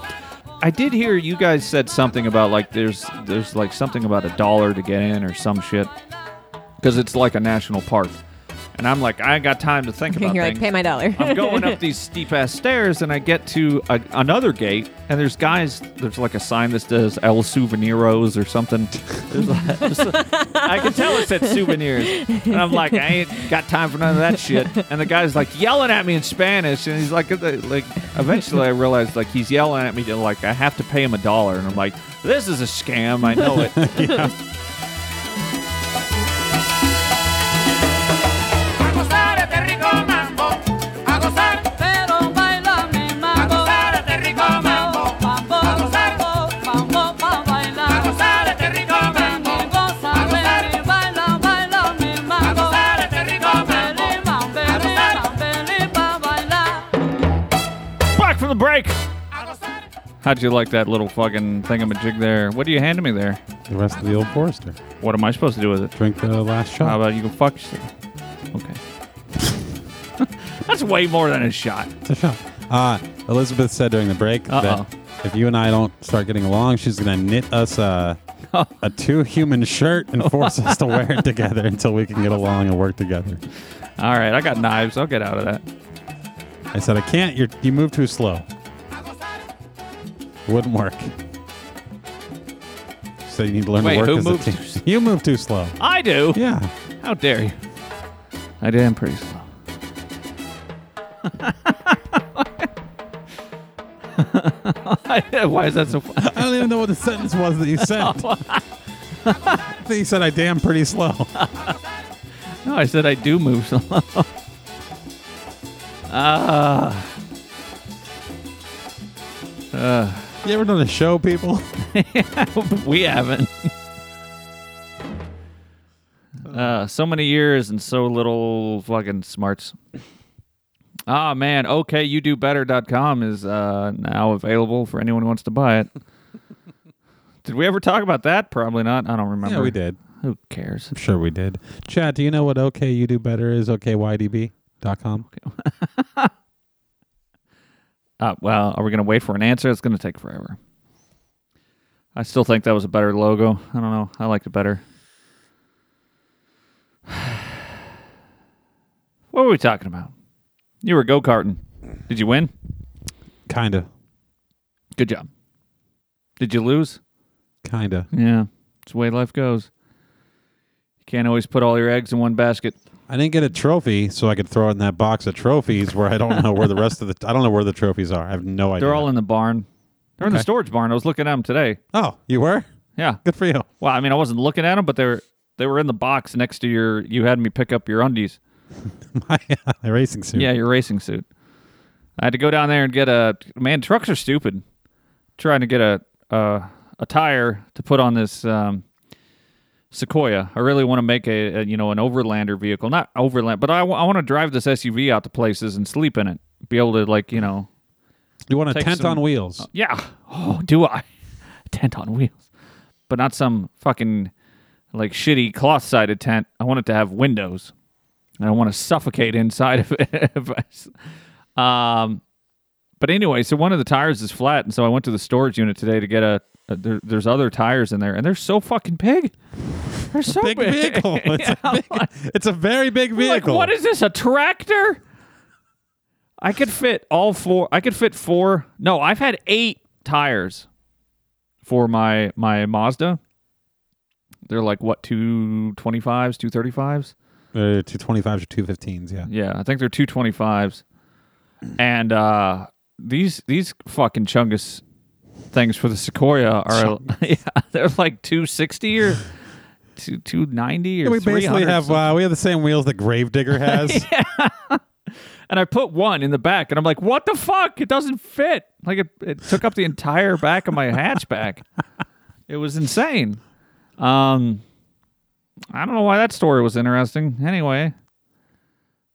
[SPEAKER 1] I did hear you guys said something about like there's there's like something about a dollar to get in or some shit because it's like a national park, and I'm like I ain't got time to think about
[SPEAKER 5] *laughs* You're
[SPEAKER 1] things.
[SPEAKER 5] like, pay my dollar.
[SPEAKER 1] I'm
[SPEAKER 5] *laughs*
[SPEAKER 1] going up these steep ass stairs, and I get to a, another gate, and there's guys. There's like a sign that says El Souveniros or something. There's a- there's a- I can tell it said souvenirs, and I'm like, I ain't got time for none of that shit. And the guy's like yelling at me in Spanish, and he's like, uh, like. Eventually, I realized like he's yelling at me to like I have to pay him a dollar, and I'm like, this is a scam. I know it.
[SPEAKER 6] A gozar este rico mambo, a gozar,
[SPEAKER 7] Pero baila mi
[SPEAKER 6] a
[SPEAKER 7] mambo,
[SPEAKER 6] gozar este rico mambo,
[SPEAKER 7] mambo,
[SPEAKER 6] a gozar,
[SPEAKER 7] mambo, mambo pa
[SPEAKER 6] a
[SPEAKER 7] bailar.
[SPEAKER 6] gozar este rico
[SPEAKER 7] Ven y
[SPEAKER 6] mambo,
[SPEAKER 7] goza,
[SPEAKER 6] a gozar,
[SPEAKER 7] ven y baila, baila mi
[SPEAKER 6] a
[SPEAKER 7] mambo.
[SPEAKER 6] gozar este rico mambo,
[SPEAKER 7] Bambeli,
[SPEAKER 6] a
[SPEAKER 7] bambeli,
[SPEAKER 6] gozar,
[SPEAKER 7] bambeli pa bailar.
[SPEAKER 1] Back from the break.
[SPEAKER 6] a gozar.
[SPEAKER 1] How'd you like that little fucking thingamajig there? What are you handing me there?
[SPEAKER 2] the rest of the old Forester.
[SPEAKER 1] What am I supposed to do with it?
[SPEAKER 2] Drink the last
[SPEAKER 1] How
[SPEAKER 2] shot.
[SPEAKER 1] about you can fuck yourself? Okay. *laughs* That's way more than a shot.
[SPEAKER 2] *laughs* It's a shot. Uh, Elizabeth said during the break
[SPEAKER 1] Uh-oh.
[SPEAKER 2] that If you and I don't start getting along, she's gonna knit
[SPEAKER 1] *laughs*
[SPEAKER 2] us a
[SPEAKER 1] Oh.
[SPEAKER 2] a two human shirt and force us to wear it together until we can get along and work together.
[SPEAKER 1] All right, I got knives. I'll get out of that.
[SPEAKER 2] I said, I can't. You're, you move too slow. Wouldn't work. So you need to learn
[SPEAKER 1] Wait,
[SPEAKER 2] to work
[SPEAKER 1] who
[SPEAKER 2] as
[SPEAKER 1] moved
[SPEAKER 2] a
[SPEAKER 1] too
[SPEAKER 2] team.
[SPEAKER 1] s-
[SPEAKER 2] You move too slow.
[SPEAKER 1] I do.
[SPEAKER 2] Yeah.
[SPEAKER 1] How dare you? I did. I'm pretty slow. *laughs* Why is that so? fu-
[SPEAKER 2] I don't even know what the sentence
[SPEAKER 1] *laughs*
[SPEAKER 2] was that you sent.
[SPEAKER 1] Oh.
[SPEAKER 2] *laughs* I think you said I damn pretty slow.
[SPEAKER 1] *laughs* No, I said I do move slow. Ah,
[SPEAKER 2] You ever done a show, people?
[SPEAKER 1] *laughs* we haven't.
[SPEAKER 2] *laughs*
[SPEAKER 1] Uh, so many years and so little fucking smarts. Ah man, okay, you do better.com is uh, now available for anyone who wants to
[SPEAKER 2] *laughs*
[SPEAKER 1] buy it. did we ever talk about that? Probably not. I don't remember.
[SPEAKER 2] Yeah, we did.
[SPEAKER 1] Who cares?
[SPEAKER 2] I'm sure we did. Chad, do you know what OK You Do Better is? OKYDB.com?
[SPEAKER 1] Uh, well, are we going to wait for an answer? It's going to take forever. I still think that was a better logo. I don't know. I liked it better. *sighs* what were we talking about? You were go karting. Did you win?
[SPEAKER 2] Kinda.
[SPEAKER 1] Good job. Did you lose?
[SPEAKER 2] Kinda.
[SPEAKER 1] Yeah. It's the way life goes. You can't always put all your eggs in one basket.
[SPEAKER 2] I didn't get a trophy, so I could throw it in that box of trophies where I don't know where the rest of the I don't know where the trophies are. I have no idea.
[SPEAKER 1] They're all in the barn. They're in the
[SPEAKER 2] Okay.
[SPEAKER 1] storage barn. I was looking at them today.
[SPEAKER 2] Oh, you were?
[SPEAKER 1] Yeah.
[SPEAKER 2] Good for you. *laughs*
[SPEAKER 1] Well, I mean, I wasn't looking at them, but they were they were in the box next to your. You had me pick up your undies.
[SPEAKER 2] My, racing suit.
[SPEAKER 1] Yeah, your racing suit. I had to go down there and get a man. Trucks are stupid. Trying to get a uh, a tire to put on this um, Sequoia. I really want to make a, a you know an overlander vehicle, not overland, but I want to drive this SUV out to places and sleep in it. Be able to like you know
[SPEAKER 2] You want a
[SPEAKER 1] Take
[SPEAKER 2] tent
[SPEAKER 1] some-
[SPEAKER 2] on wheels.
[SPEAKER 1] yeah. Oh, do I? *laughs* tent on wheels. But not some fucking like shitty cloth sided tent. I want it to have windows. And I want to suffocate inside of it. *laughs* if I s- um, but anyway, so one of the tires is flat. And so I went to the storage unit today to get a. a- there, there's other tires in there, and they're so fucking big. They're so
[SPEAKER 2] big
[SPEAKER 1] *laughs*
[SPEAKER 2] vehicle. It's, a big, it's a very big vehicle.
[SPEAKER 1] like, what is this? A tractor? I could fit all four. I could fit four. No, I've had eight tires for my my Mazda. They're like what two twenty fives, two thirty fives.
[SPEAKER 2] Uh, two twenty fives or two fifteens? Yeah.
[SPEAKER 1] Yeah, I think they're two twenty fives. And uh, these these fucking chungus things for the Sequoia are *laughs* yeah, they're like two sixty or two two ninety or
[SPEAKER 2] we basically
[SPEAKER 1] 300
[SPEAKER 2] have uh, we have the same wheels
[SPEAKER 1] *laughs*
[SPEAKER 2] that Gravedigger has.
[SPEAKER 1] and I put one in the back, and I'm like, "What the fuck? It doesn't fit!" Like it, it took up the entire back of my hatchback. it was insane. Um, I don't know why that story was interesting. Anyway,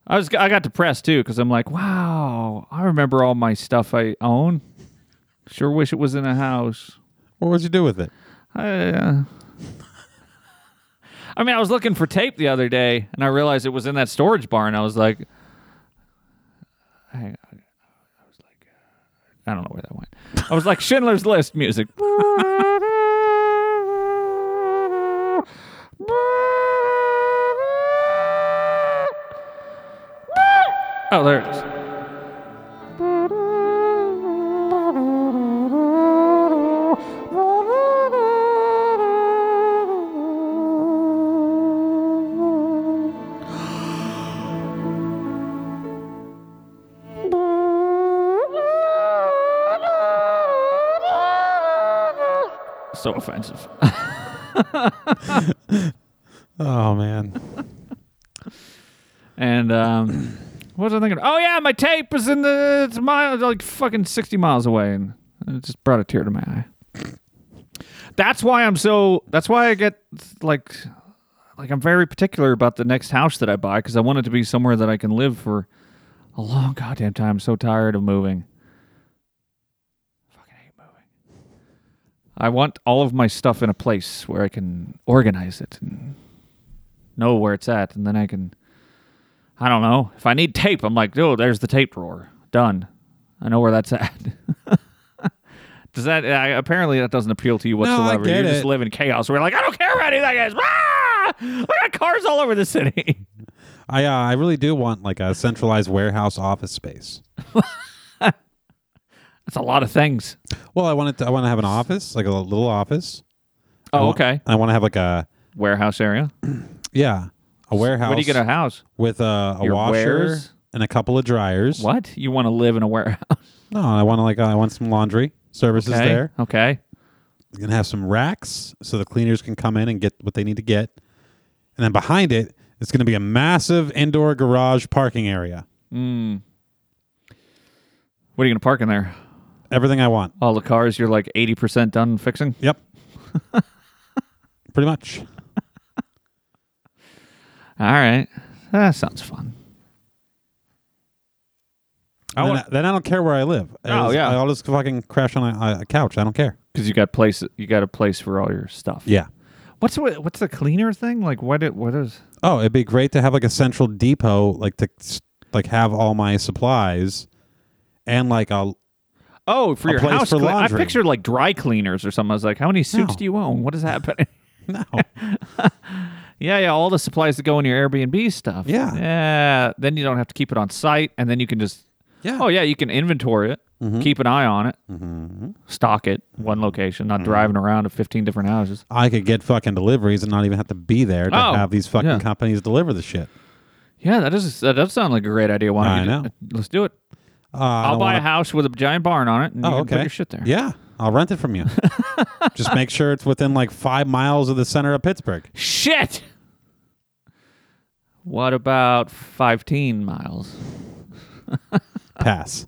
[SPEAKER 1] I was I got depressed too because I'm like, "Wow, I remember all my stuff I own. Sure wish it was in a house."
[SPEAKER 2] What would you do with it?
[SPEAKER 1] I, uh, I mean, I was looking for tape the other day, and I realized it was in that storage barn. I was like, I, I was like, I don't know where that went. I was like Schindler's List music. Oh, there it is. So offensive.
[SPEAKER 2] Oh man,
[SPEAKER 1] And um, what was I thinking? Oh yeah, my tape is in the it's mile like fucking sixty miles away, and it just brought a tear to my eye. That's why I'm so. That's why I get like, like I'm very particular about the next house that I buy because I want it to be somewhere that I can live for a long goddamn time. I'm so tired of moving. Fucking hate moving. I want all of my stuff in a place where I can organize it and know where it's at, and then I can. I don't know. If I need tape, *laughs* I'm like, oh, there's the tape drawer. Done. I know where that's at. Does that uh, apparently that doesn't appeal to you
[SPEAKER 2] I
[SPEAKER 1] whatsoever?
[SPEAKER 2] get
[SPEAKER 1] you just
[SPEAKER 2] it.
[SPEAKER 1] live in chaos. We're like, I don't care about anything. Is. Ah! I got cars all over the city. *laughs*
[SPEAKER 2] I uh, I really do want like a centralized warehouse office space.
[SPEAKER 1] That's a lot of things.
[SPEAKER 2] Well, I wanted to, I want to have an office, like a little office. I
[SPEAKER 1] Oh,
[SPEAKER 2] wa-
[SPEAKER 1] okay.
[SPEAKER 2] I want to have like a
[SPEAKER 1] Warehouse area.
[SPEAKER 2] yeah, a warehouse.
[SPEAKER 1] What are you gonna house?
[SPEAKER 2] with a, a
[SPEAKER 1] Your
[SPEAKER 2] washer
[SPEAKER 1] wares?
[SPEAKER 2] and a couple of dryers.
[SPEAKER 1] What you want to live in a warehouse?
[SPEAKER 2] No, I want to like uh, I want some laundry services
[SPEAKER 1] Okay.
[SPEAKER 2] there.
[SPEAKER 1] Okay.
[SPEAKER 2] I'm gonna have some racks so the cleaners can come in and get what they need to get. And then behind it, it's gonna be a massive indoor garage parking area.
[SPEAKER 1] What are you gonna park in there?
[SPEAKER 2] Everything I want.
[SPEAKER 1] All the cars you're like eighty percent done fixing.
[SPEAKER 2] Yep. *laughs* Pretty much.
[SPEAKER 1] All right. That sounds fun.
[SPEAKER 2] I then, I, then I don't care where I live.
[SPEAKER 1] Oh,
[SPEAKER 2] I'll-
[SPEAKER 1] yeah.
[SPEAKER 2] I'll just fucking crash on a, a couch. I don't care.
[SPEAKER 1] Because you got place, you got a place for all your stuff.
[SPEAKER 2] Yeah.
[SPEAKER 1] What's the, what's the cleaner thing? Like what? It, what is?
[SPEAKER 2] Oh, it'd be great to have like a central depot, like to s- like have all my supplies, and like a
[SPEAKER 1] Oh, for
[SPEAKER 2] A
[SPEAKER 1] your
[SPEAKER 2] place
[SPEAKER 1] house.
[SPEAKER 2] for
[SPEAKER 1] cle- I
[SPEAKER 2] laundry.
[SPEAKER 1] pictured like dry cleaners or something. I was like, how many suits
[SPEAKER 2] No.
[SPEAKER 1] do you own? What is *laughs* happening?
[SPEAKER 2] *laughs* no.
[SPEAKER 1] yeah, yeah. All the supplies that go in your Airbnb stuff.
[SPEAKER 2] Yeah.
[SPEAKER 1] Yeah. Then you don't have to keep it on site, and then you can just.
[SPEAKER 2] Yeah. Mm-hmm.
[SPEAKER 1] Oh yeah, you can inventory it, keep an eye on it, stock it one location,
[SPEAKER 2] Mm-hmm.
[SPEAKER 1] not driving around to fifteen different houses.
[SPEAKER 2] I could get fucking deliveries and not even have to be there to
[SPEAKER 1] Oh,
[SPEAKER 2] have these fucking
[SPEAKER 1] yeah.
[SPEAKER 2] companies deliver the shit.
[SPEAKER 1] Yeah, that is that does sound like a great idea. Why don't
[SPEAKER 2] I
[SPEAKER 1] you
[SPEAKER 2] know.
[SPEAKER 1] do- Let's do it.
[SPEAKER 2] Uh, I
[SPEAKER 1] I'll
[SPEAKER 2] don't
[SPEAKER 1] buy
[SPEAKER 2] wanna-
[SPEAKER 1] a house with a giant barn on it, and you
[SPEAKER 2] Oh,
[SPEAKER 1] can
[SPEAKER 2] okay.
[SPEAKER 1] put your shit there.
[SPEAKER 2] Yeah, I'll rent
[SPEAKER 1] *laughs*
[SPEAKER 2] it from you. Just make sure it's within like five miles of the center of Pittsburgh.
[SPEAKER 1] Shit. What about 15 miles?
[SPEAKER 2] Pass.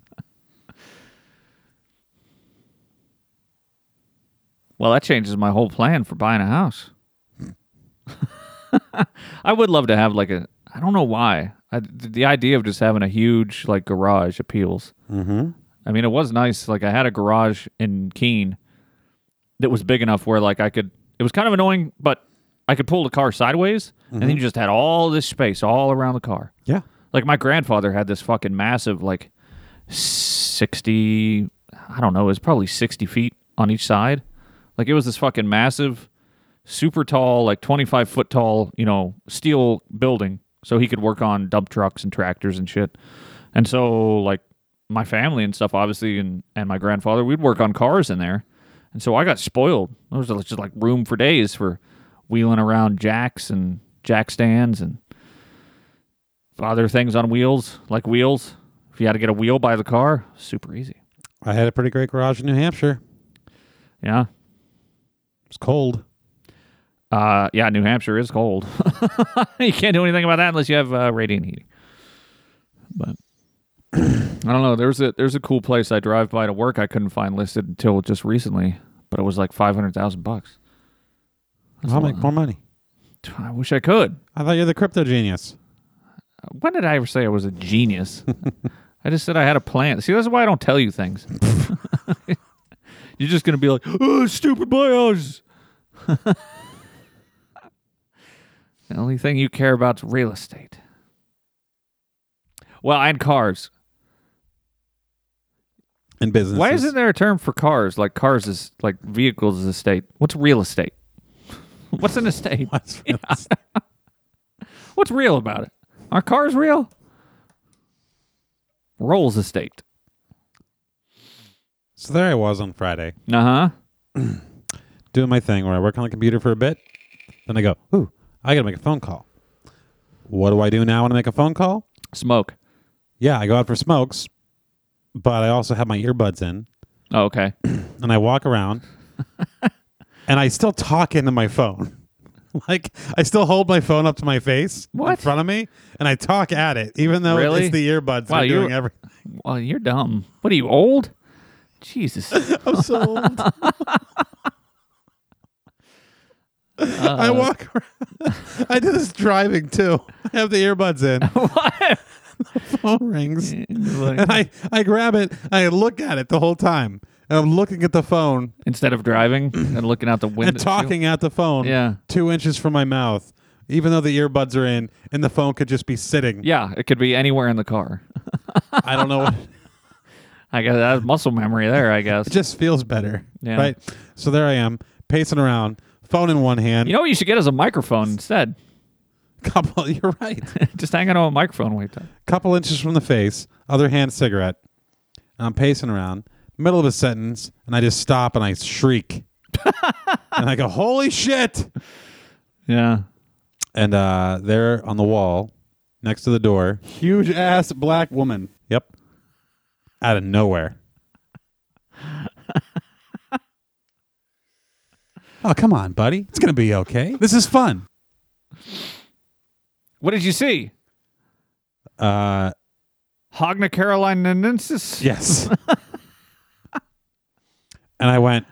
[SPEAKER 1] Well, that changes my whole plan for buying a house. *laughs* I would love to have like a. I don't know why. I, th- the idea of just having a huge like garage appeals. Mm-hmm. I mean, it was nice. Like I had a garage in Keene that was big enough where like I could. It was kind of annoying, but I could pull the car sideways, and then you just had all this space all around the car.
[SPEAKER 2] Yeah.
[SPEAKER 1] Like my grandfather had this fucking massive, like sixty, I don't know, it was probably sixty feet on each side. Like it was this fucking massive, super tall, like twenty five foot tall, you know, steel building, so he could work on dump trucks and tractors and shit. And so like my family and stuff, obviously, and and my grandfather, we'd work on cars in there. And so I got spoiled. There was just like room for days for wheeling around jacks and jack stands and other things on wheels, like wheels. If you had to get a wheel by the car, super easy.
[SPEAKER 2] I had a pretty great garage in New Hampshire.
[SPEAKER 1] Yeah.
[SPEAKER 2] It's cold.
[SPEAKER 1] Uh, yeah, New Hampshire is cold. *laughs* you can't do anything about that unless you have uh, radiant heating. But *clears throat* I don't know. There's a there's a cool place I drive by to work. I couldn't find listed until just recently, but it was like five hundred thousand bucks.
[SPEAKER 2] I'll make more money.
[SPEAKER 1] I wish I could.
[SPEAKER 2] I thought you're the crypto genius.
[SPEAKER 1] When did I ever say I was a genius? I just said I had a plan. See, that's why I don't tell you things. You're just gonna be like, oh, stupid *laughs* bios. the only thing you care about is real estate. Well, and cars.
[SPEAKER 2] In business.
[SPEAKER 1] Why
[SPEAKER 2] *laughs*
[SPEAKER 1] isn't there a term for cars? Like cars is like vehicles is estate. What's real estate? *laughs* What's an estate? *laughs* What's real about it? Are cars real? Rolls estate.
[SPEAKER 2] So there I was on Friday
[SPEAKER 1] Uh huh.
[SPEAKER 2] doing my thing where I work on the computer for a bit. Then I go, ooh, I got to make a phone call. What do I do now when I make a phone call?
[SPEAKER 1] Smoke.
[SPEAKER 2] Yeah, I go out for smokes, but I also have my earbuds in.
[SPEAKER 1] Oh, okay. *clears throat*
[SPEAKER 2] and I
[SPEAKER 1] *laughs*
[SPEAKER 2] walk around and I still talk into my phone. *laughs* Like I still hold my phone up to my face in
[SPEAKER 1] What?
[SPEAKER 2] front of me and I talk at it, even though
[SPEAKER 1] Really?
[SPEAKER 2] it's the earbuds
[SPEAKER 1] Wow,
[SPEAKER 2] wow, are
[SPEAKER 1] you-
[SPEAKER 2] doing everything. *laughs*
[SPEAKER 1] Well, you're dumb. What are you old? Jesus.
[SPEAKER 2] I'm
[SPEAKER 1] *laughs*
[SPEAKER 2] so old. *laughs*
[SPEAKER 1] Uh,
[SPEAKER 2] I walk around. *laughs* I do this driving too. I have the
[SPEAKER 1] *laughs*
[SPEAKER 2] earbuds in.
[SPEAKER 1] What?
[SPEAKER 2] Phone rings. And I, I grab it. I look at it the whole time. And I'm looking at the phone
[SPEAKER 1] Instead of driving and looking out the window,
[SPEAKER 2] *laughs* and talking at the phone
[SPEAKER 1] Yeah.
[SPEAKER 2] two inches from my mouth, even though the earbuds are in and the phone could just be sitting. *laughs*
[SPEAKER 1] Yeah, it could be anywhere in the car.
[SPEAKER 2] I don't know. What,
[SPEAKER 1] I guess that's muscle memory there. I guess.
[SPEAKER 2] It just feels better.
[SPEAKER 1] Yeah.
[SPEAKER 2] Right. So there I am, pacing around, phone in one hand.
[SPEAKER 1] you know what you should get is a microphone instead.
[SPEAKER 2] *laughs*
[SPEAKER 1] *laughs*
[SPEAKER 2] couple you're right.
[SPEAKER 1] just hanging on a microphone all the time.
[SPEAKER 2] couple inches from the face, other hand cigarette. And I'm pacing around, middle of a sentence, and I just stop and I *laughs* shriek. and I go, Holy shit.
[SPEAKER 1] Yeah.
[SPEAKER 2] And uh there on the wall, next to the door, huge ass black woman. Yep. Out of *laughs* nowhere. oh, come on, buddy. It's gonna be okay. This is fun.
[SPEAKER 1] What did you see?
[SPEAKER 2] Uh
[SPEAKER 1] Hogna Caroline Nenensis?
[SPEAKER 2] *laughs* yes. and I went,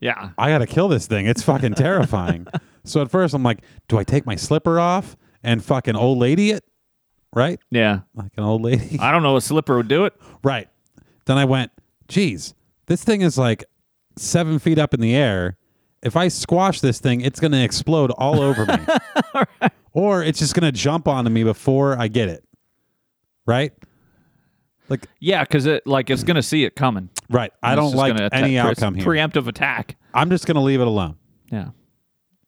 [SPEAKER 1] Yeah.
[SPEAKER 2] I gotta kill this thing. It's fucking *laughs* terrifying. so at first I'm like, do I take my slipper off and fucking old lady it? Right?
[SPEAKER 1] Yeah.
[SPEAKER 2] Like an old lady.
[SPEAKER 1] I don't know. A slipper would do it.
[SPEAKER 2] *laughs* right. Then I went, geez, this thing is like seven feet up in the air. If I squash this thing, it's gonna explode all over *laughs* me. Or it's just gonna jump onto me before I get it. Right? Like
[SPEAKER 1] Yeah, because it like it's gonna see it coming.
[SPEAKER 2] right. I
[SPEAKER 1] It's
[SPEAKER 2] don't
[SPEAKER 1] just
[SPEAKER 2] like
[SPEAKER 1] gonna atta-
[SPEAKER 2] any
[SPEAKER 1] pre-
[SPEAKER 2] outcome here.
[SPEAKER 1] Preemptive attack.
[SPEAKER 2] I'm just gonna leave it alone.
[SPEAKER 1] Yeah.
[SPEAKER 2] I'm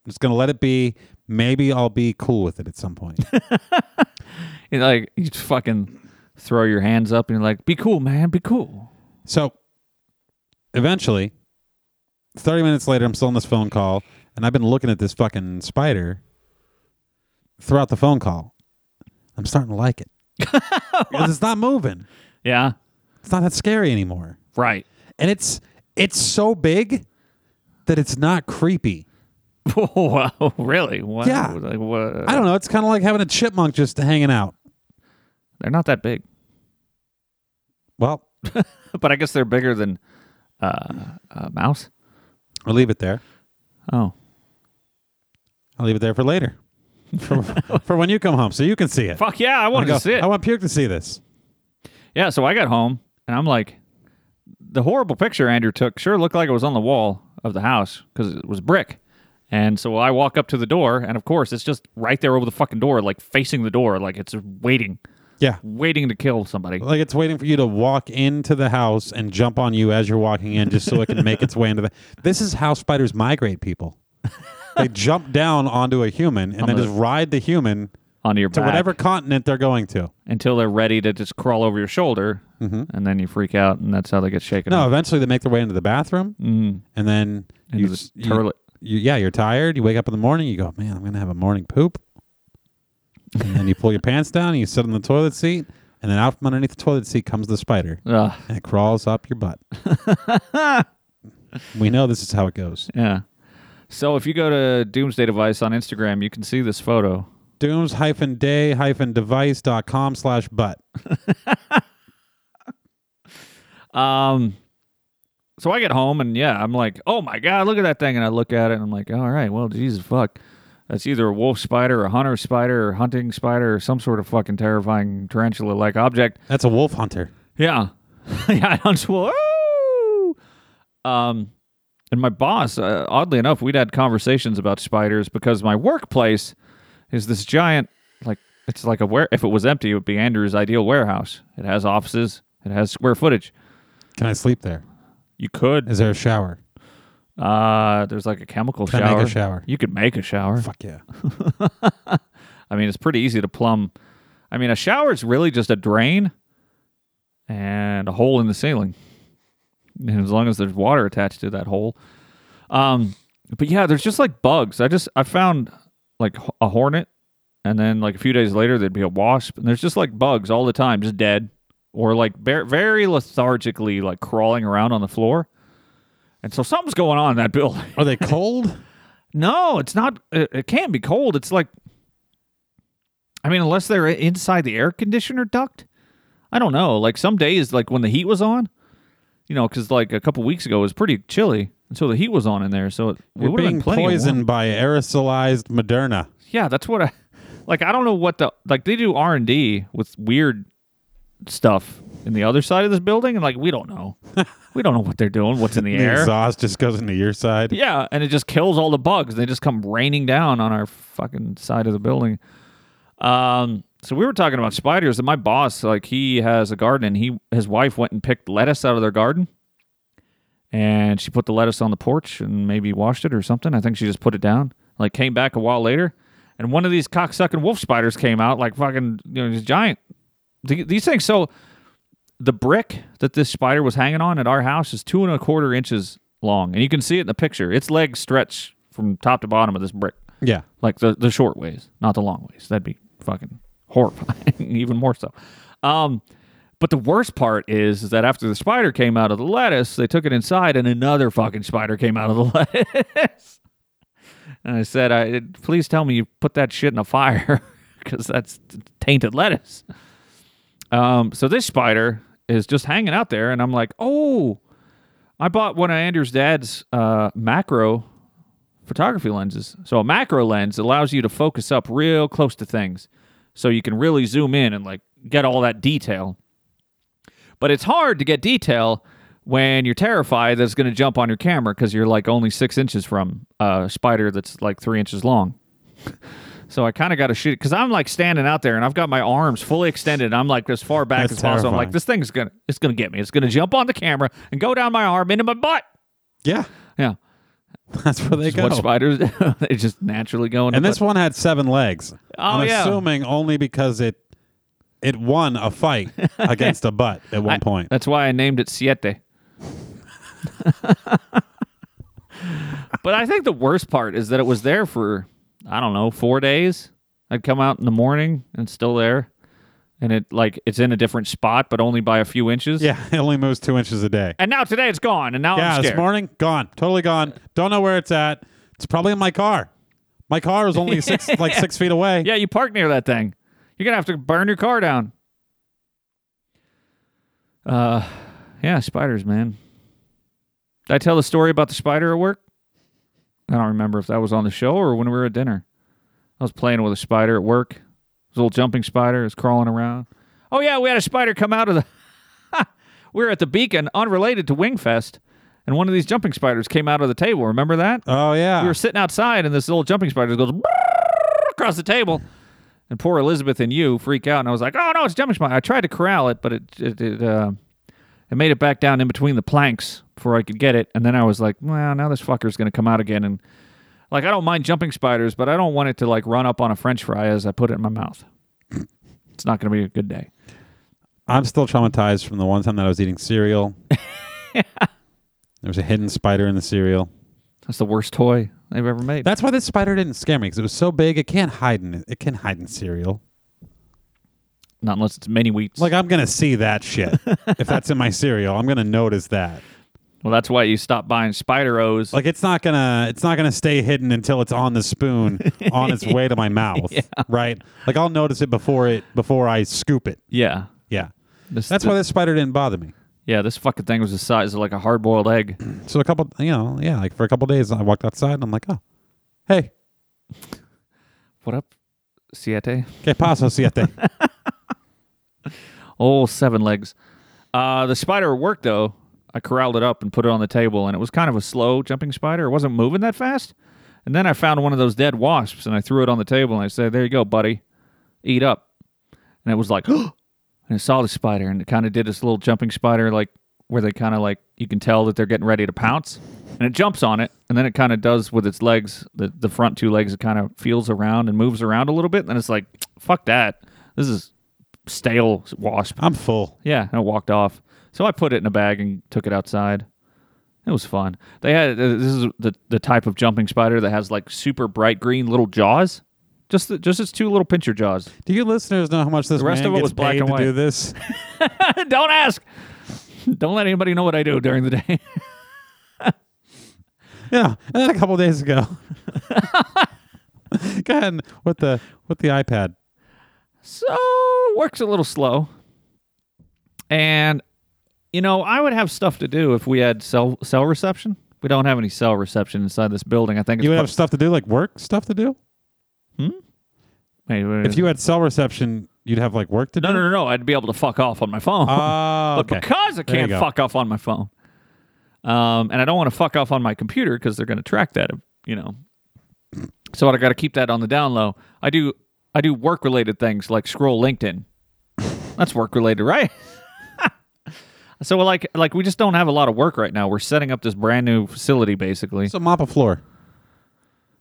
[SPEAKER 2] just gonna let it be. Maybe I'll be cool with it at some point.
[SPEAKER 1] You know, like you just fucking throw your hands up and you're like, be cool, man, be cool.
[SPEAKER 2] So eventually, 30 minutes later, I'm still on this phone call, and I've been looking at this fucking spider throughout the phone call. I'm starting to like
[SPEAKER 1] *laughs*
[SPEAKER 2] it. Because it's not moving.
[SPEAKER 1] Yeah.
[SPEAKER 2] It's not that scary anymore.
[SPEAKER 1] Right.
[SPEAKER 2] And it's it's so big that it's not creepy.
[SPEAKER 1] *laughs* wow. Really? Wow.
[SPEAKER 2] Yeah.
[SPEAKER 1] Like, what?
[SPEAKER 2] I don't know. It's kind of like having a chipmunk just hanging out.
[SPEAKER 1] They're not that big,
[SPEAKER 2] Well,
[SPEAKER 1] but I guess they're bigger than uh, a mouse.
[SPEAKER 2] I'll leave it there.
[SPEAKER 1] Oh.
[SPEAKER 2] I'll leave it there for later. *laughs* for, for when you come home so you can see it.
[SPEAKER 1] Fuck yeah! I wanted
[SPEAKER 2] Go,
[SPEAKER 1] to see it.
[SPEAKER 2] I want Puke to see this.
[SPEAKER 1] Yeah, so I got home and I'm like, the horrible picture Andrew took sure looked like it was on the wall of the house because it was brick. And so I walk up to the door, and of course, it's just right there over the fucking door, like facing the door, like it's waiting,
[SPEAKER 2] Yeah.
[SPEAKER 1] waiting to kill somebody.
[SPEAKER 2] Like it's waiting for you to walk into the house and jump on you as you're walking in, just so it can make its way into the. *laughs* This is how spiders migrate, people. they jump down onto a human and then
[SPEAKER 1] the-
[SPEAKER 2] just ride the human
[SPEAKER 1] Onto your
[SPEAKER 2] to
[SPEAKER 1] back
[SPEAKER 2] whatever continent they're going to.
[SPEAKER 1] until they're ready to just crawl over your shoulder, and then you freak out, and that's how they get shaken.
[SPEAKER 2] Mm-hmm. No,
[SPEAKER 1] up.
[SPEAKER 2] eventually they make their way into the bathroom, and then you,
[SPEAKER 1] Into the
[SPEAKER 2] s- you-
[SPEAKER 1] toilet.
[SPEAKER 2] you- yeah, you're tired. You wake up in the morning. You go, man, I'm gonna have a morning poop. And then you pull your pants down and you sit on the toilet seat, and then out from underneath the toilet seat comes the spider
[SPEAKER 1] Ugh,
[SPEAKER 2] and it crawls up
[SPEAKER 1] *laughs*
[SPEAKER 2] your butt. we know this is how it goes.
[SPEAKER 1] yeah. So if you go to Doomsday Device on Instagram, you can see this photo.
[SPEAKER 2] dooms hyphen day hyphen device dot com slash butt
[SPEAKER 1] Um, so I get home and yeah, I'm like, oh my god, look at that thing, and I look at it and I'm like, all right, well, Jesus fuck, that's either a wolf spider, a hunter spider, or hunting spider, or some sort of fucking terrifying tarantula-like object.
[SPEAKER 2] that's a wolf hunter
[SPEAKER 1] Yeah, *laughs* yeah, I'm just woo. Um, and my boss, uh, oddly enough, we'd had conversations about spiders because my workplace is this giant, like it's like a where if it was empty, it would be Andrew's ideal warehouse. It has offices, it has square footage.
[SPEAKER 2] can i sleep there
[SPEAKER 1] You could
[SPEAKER 2] is there a shower
[SPEAKER 1] uh, there's like a chemical
[SPEAKER 2] Can I
[SPEAKER 1] shower.
[SPEAKER 2] make a shower?
[SPEAKER 1] You could make a shower.
[SPEAKER 2] fuck yeah
[SPEAKER 1] I mean, it's pretty easy to plumb. I mean, a shower is really just a drain and a hole in the ceiling. And as long as there's water attached to that hole. Um, but yeah, there's just like bugs. I just I found like h- a hornet, and then like a few days later there'd be a wasp, and there's just like bugs all the time, just dead or like ver- very lethargically like crawling around on the floor. And so something's going on in that building.
[SPEAKER 2] are they cold
[SPEAKER 1] No, it's not. It, it can't be cold. It's like, I mean, unless they're inside the air conditioner duct. I don't know. Like some days, like when the heat was on, you know, because like a couple weeks ago it was pretty chilly, and so the heat was on in there. So it, it
[SPEAKER 2] *laughs* we're
[SPEAKER 1] would've been
[SPEAKER 2] being
[SPEAKER 1] plenty of warm.
[SPEAKER 2] poisoned by aerosolized moderna
[SPEAKER 1] Yeah, that's what I like. I don't know what the like they do R and D with weird stuff in the other side of this building, and like we don't
[SPEAKER 2] *laughs*
[SPEAKER 1] know. we don't know what they're doing. What's in the
[SPEAKER 2] the
[SPEAKER 1] air?
[SPEAKER 2] exhaust just goes into your side
[SPEAKER 1] Yeah, and it just kills all the bugs. They just come raining down on our fucking side of the building. Um, So we were talking about spiders, and my boss, like, he has a garden, and he his wife went and picked lettuce out of their garden, and she put the lettuce on the porch and maybe washed it or something. I think she just put it down. Like, came back a while later, and one of these cocksucking wolf spiders came out, like fucking, you know, just giant. The- These things. So the brick that this spider was hanging on at our house is two and a quarter inches long, and you can see it in the picture. Its legs stretch from top to bottom of this brick
[SPEAKER 2] Yeah.
[SPEAKER 1] like the the short ways, not the long ways. That'd be fucking horrifying, *laughs* even more so. Um, but the worst part is, is that after the spider came out of the lettuce, they took it inside, and another fucking spider came out of the *laughs* lettuce. and I said, "I please tell me you put that shit in a fire, *laughs* because that's tainted lettuce." Um, so this spider is just hanging out there, and I'm like, "Oh." I bought one of Andrew's dad's uh, macro photography lenses. So a macro lens allows you to focus up real close to things so you can really zoom in and like get all that detail. But it's hard to get detail when you're terrified that it's going to jump on your camera because you're like only six inches from a spider that's like three inches long. *laughs* So I kind of got to shoot because I'm like standing out there and I've got my arms fully extended. And I'm like as far back
[SPEAKER 2] That's
[SPEAKER 1] as possible. I'm
[SPEAKER 2] terrifying.
[SPEAKER 1] like, this thing's gonna, it's gonna get me. It's gonna jump on the camera and go down my arm into my butt.
[SPEAKER 2] Yeah. *laughs*
[SPEAKER 1] Yeah,
[SPEAKER 2] That's where they
[SPEAKER 1] Just what
[SPEAKER 2] go.
[SPEAKER 1] spiders *laughs* they just naturally go. into
[SPEAKER 2] And this
[SPEAKER 1] butt. Oh,
[SPEAKER 2] one had seven legs. I'm
[SPEAKER 1] yeah.
[SPEAKER 2] assuming only because it it won
[SPEAKER 1] *laughs*
[SPEAKER 2] a fight against a butt at one
[SPEAKER 1] I-
[SPEAKER 2] point.
[SPEAKER 1] That's why I named it Siete. *laughs* but I think the worst part is that it was there for, I don't know, four days. I'd come out in the morning and it's still there. And it like it's in a different spot, but only by a few inches.
[SPEAKER 2] Yeah, *laughs* it only moves two inches a day.
[SPEAKER 1] And now today it's gone. And now I'm
[SPEAKER 2] yeah,
[SPEAKER 1] scared.
[SPEAKER 2] this morning, gone. Totally gone. Don't know where it's at. It's probably in my car. My car is
[SPEAKER 1] *laughs*
[SPEAKER 2] only six like six feet away.
[SPEAKER 1] Yeah, you park near that thing. You're gonna have to burn your car down. Uh, yeah, spiders, man. Did I tell the story about the spider at work? I don't remember if that was on the show or when we were at dinner. I was playing with a spider at work. It was a little jumping spider. It was crawling around. Oh yeah, we had a spider come out of the. *laughs* we were at the beacon, unrelated to Wingfest, and one of these jumping spiders came out of the table. Remember that?
[SPEAKER 2] Oh yeah.
[SPEAKER 1] we were sitting outside and this little jumping spider goes across the table and poor elizabeth and you freak out and i was like oh no it's a jumping spider i tried to corral it but it it it, uh, it made it back down in between the planks before i could get it and then i was like well now this fucker's gonna come out again and like i don't mind jumping spiders but i don't want it to like run up on a french fry as i put it in my mouth *laughs* it's not gonna be a good day
[SPEAKER 2] I'm still traumatized from the one time that I was
[SPEAKER 1] *laughs*
[SPEAKER 2] eating cereal. There was a hidden spider in the cereal.
[SPEAKER 1] that's the worst toy they've ever made
[SPEAKER 2] That's why this spider didn't scare me because it was so big. It can't hide in it. It can hide in cereal.
[SPEAKER 1] not unless it's mini wheats
[SPEAKER 2] Like I'm gonna see that shit if that's in my cereal. I'm gonna notice that.
[SPEAKER 1] well that's why you stop buying spider o's
[SPEAKER 2] Like it's not gonna it's not gonna stay hidden until it's on the spoon on its way
[SPEAKER 1] *laughs*
[SPEAKER 2] to my mouth, right? Like I'll notice it before it before I scoop it.
[SPEAKER 1] yeah
[SPEAKER 2] Yeah,
[SPEAKER 1] This-
[SPEAKER 2] that's why this spider didn't bother me.
[SPEAKER 1] Yeah, this fucking thing was the size of like a hard boiled egg.
[SPEAKER 2] So a couple, you know, yeah, like for a couple days, I walked outside and I'm like, oh, hey,
[SPEAKER 1] What up, Siete?
[SPEAKER 2] que paso siete?
[SPEAKER 1] Oh, seven legs. Uh, the spider at work, though, I corralled it up and put it on the table, and it was kind of a slow jumping spider. It wasn't moving that fast. And then I found one of those dead wasps and I threw it on the table and I said, There you go, buddy. Eat up. And it was like, *gasps* and it saw the spider and it kind of did this little jumping spider, like where they kind of like, you can tell that they're getting ready to pounce. And it jumps on it and then it kind of does with its legs, the, the front two legs, it kind of feels around and moves around a little bit. And then it's like, fuck that. This is stale wasp.
[SPEAKER 2] I'm full.
[SPEAKER 1] Yeah, and I walked off. So I put it in a bag and took it outside. It was fun. They had uh, this is the the type of jumping spider that has like super bright green little jaws, just the, just its two little pincher jaws. *laughs*
[SPEAKER 2] Do you listeners know how much this
[SPEAKER 1] The rest
[SPEAKER 2] man
[SPEAKER 1] of it
[SPEAKER 2] gets
[SPEAKER 1] was black
[SPEAKER 2] paid
[SPEAKER 1] and
[SPEAKER 2] to do
[SPEAKER 1] white.
[SPEAKER 2] this?
[SPEAKER 1] Don't ask. Don't let anybody know what I do during the day. *laughs*
[SPEAKER 2] Yeah, and then a couple days ago, *laughs* go ahead and- with the with the iPad.
[SPEAKER 1] so works a little slow. And you know, I would have stuff to do if we had cell cell reception. We don't have any cell reception inside this building. I think it's
[SPEAKER 2] You would
[SPEAKER 1] pu-
[SPEAKER 2] have stuff to do, like work stuff to do.
[SPEAKER 1] Wait, wait, wait.
[SPEAKER 2] If you had cell reception, you'd have like work to
[SPEAKER 1] no,
[SPEAKER 2] do.
[SPEAKER 1] no, no, no. I'd be able to fuck off on my phone. *laughs*
[SPEAKER 2] Oh,
[SPEAKER 1] but
[SPEAKER 2] okay.
[SPEAKER 1] because I
[SPEAKER 2] There you
[SPEAKER 1] can't
[SPEAKER 2] go.
[SPEAKER 1] fuck off on my phone, um, and I don't want to fuck off on my computer because they're going to track that, you know. So I got to keep that on the down low. I do I do work related things like scroll LinkedIn. That's work related, right? *laughs* so like like we just don't have a lot of work right now. We're setting up this brand new facility basically.
[SPEAKER 2] So mop a floor.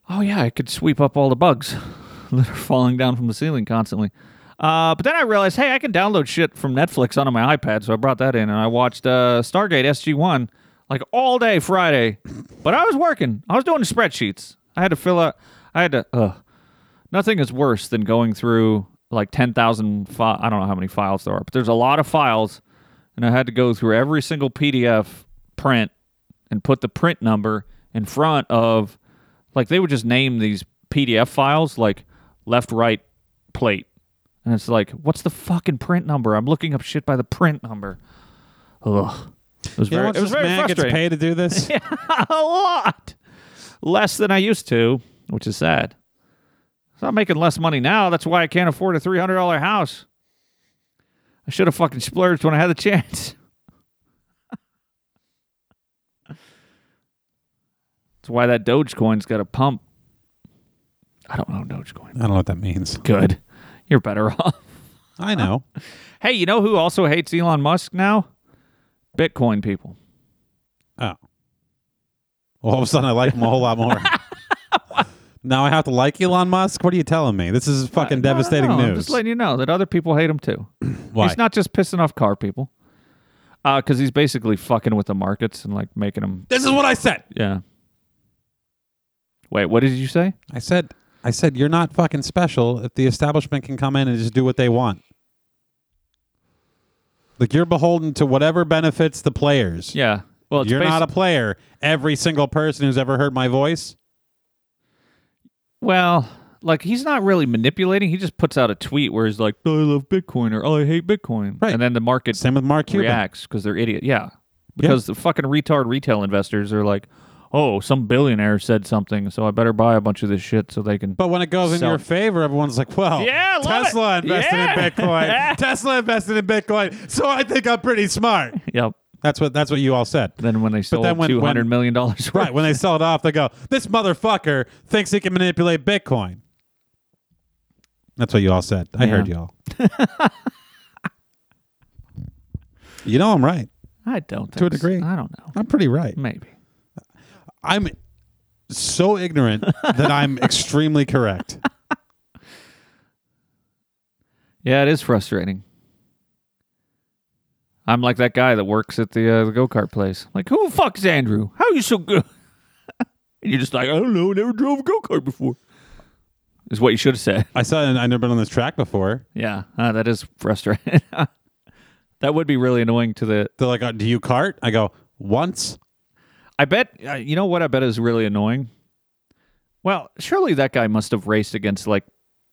[SPEAKER 1] oh yeah, I could sweep up all the bugs *laughs* that are falling down from the ceiling constantly. Uh, but then I realized, hey, I can download shit from Netflix onto my iPad, so I brought that in and I watched uh, Stargate SG One like all day Friday. But I was working. I was doing spreadsheets. I had to fill out. I had to. Uh, nothing is worse than going through like 10,000 fi- I don't know how many files there are, but there's a lot of files and I had to go through every single PDF print and put the print number in front of like they would just name these PDF files like left right plate. And it's like, what's the fucking print number? I'm looking up shit by the print number. Ugh. It was
[SPEAKER 2] You know,
[SPEAKER 1] very,
[SPEAKER 2] once
[SPEAKER 1] it was
[SPEAKER 2] this
[SPEAKER 1] very
[SPEAKER 2] man gets
[SPEAKER 1] frustrating
[SPEAKER 2] paid to
[SPEAKER 1] *laughs*
[SPEAKER 2] do this,
[SPEAKER 1] a lot less than I used to, which is sad. So I'm making less money now. That's why I can't afford a $300 house. I should have fucking splurged when I had the *laughs* chance. That's why that Dogecoin's got a pump. I don't know Dogecoin. *laughs*
[SPEAKER 2] I don't know what that means.
[SPEAKER 1] Good. You're better *laughs* off. *laughs*
[SPEAKER 2] I know.
[SPEAKER 1] Hey, you know who also hates Elon Musk now? Bitcoin people.
[SPEAKER 2] Oh. Well, all of a sudden, I like him a whole
[SPEAKER 1] *laughs*
[SPEAKER 2] lot more. now I have to like Elon Musk. What are you telling me? This is fucking
[SPEAKER 1] No, no,
[SPEAKER 2] devastating
[SPEAKER 1] no, I'm
[SPEAKER 2] news.
[SPEAKER 1] just letting you know that other people hate him too.
[SPEAKER 2] Why?
[SPEAKER 1] He's not just pissing off car people. Because he's basically fucking with the markets and like making them.
[SPEAKER 2] this is what I said.
[SPEAKER 1] Yeah. Wait, what did you say?
[SPEAKER 2] I said. I said you're not fucking special if the establishment can come in and just do what they want. Like you're beholden to whatever benefits the players.
[SPEAKER 1] Yeah. Well, it's
[SPEAKER 2] you're
[SPEAKER 1] basi-
[SPEAKER 2] not a player. Every single person who's ever heard my voice.
[SPEAKER 1] Well, like he's not really manipulating. He just puts out a tweet where he's like, "I love Bitcoin" or "Oh, "I hate Bitcoin,"
[SPEAKER 2] Right.
[SPEAKER 1] and then the market
[SPEAKER 2] Same with Mark Cuban.
[SPEAKER 1] reacts because they're idiot. Yeah. Because the fucking retard retail investors are like, "Oh, some billionaire said something, so I better buy a bunch of this shit so they can."
[SPEAKER 2] But when it goes in
[SPEAKER 1] So-
[SPEAKER 2] your favor, everyone's like, well,
[SPEAKER 1] Yeah, I love
[SPEAKER 2] Tesla
[SPEAKER 1] it.
[SPEAKER 2] invested
[SPEAKER 1] Yeah.
[SPEAKER 2] in Bitcoin.
[SPEAKER 1] *laughs*
[SPEAKER 2] Tesla invested in Bitcoin. So I think I'm pretty smart.
[SPEAKER 1] yep.
[SPEAKER 2] That's what that's what you all said.
[SPEAKER 1] Then when they sold
[SPEAKER 2] then when-
[SPEAKER 1] two hundred
[SPEAKER 2] when-
[SPEAKER 1] million dollars,
[SPEAKER 2] Right. When they sell it off, they go, this motherfucker thinks he can manipulate Bitcoin. That's what you all said. I
[SPEAKER 1] Yeah.
[SPEAKER 2] heard you all. you know I'm right.
[SPEAKER 1] I don't think
[SPEAKER 2] To a
[SPEAKER 1] so.
[SPEAKER 2] degree.
[SPEAKER 1] I don't know.
[SPEAKER 2] I'm pretty right.
[SPEAKER 1] Maybe.
[SPEAKER 2] I'm so ignorant that I'm extremely correct.
[SPEAKER 1] Yeah, it is frustrating. I'm like that guy that works at the uh, the go kart place. Like, who the fuck's Andrew? How you so good? *laughs* and you're just like, I don't know. I never drove a go kart before. Is what you should have said. *laughs*
[SPEAKER 2] I saw it and I've never been on this track before.
[SPEAKER 1] Yeah, uh, that is frustrating. *laughs* that would be really annoying to the.
[SPEAKER 2] They're like, oh, do you cart? I go, once.
[SPEAKER 1] I bet uh, you know what I bet is really annoying. Well, surely that guy must have raced against like,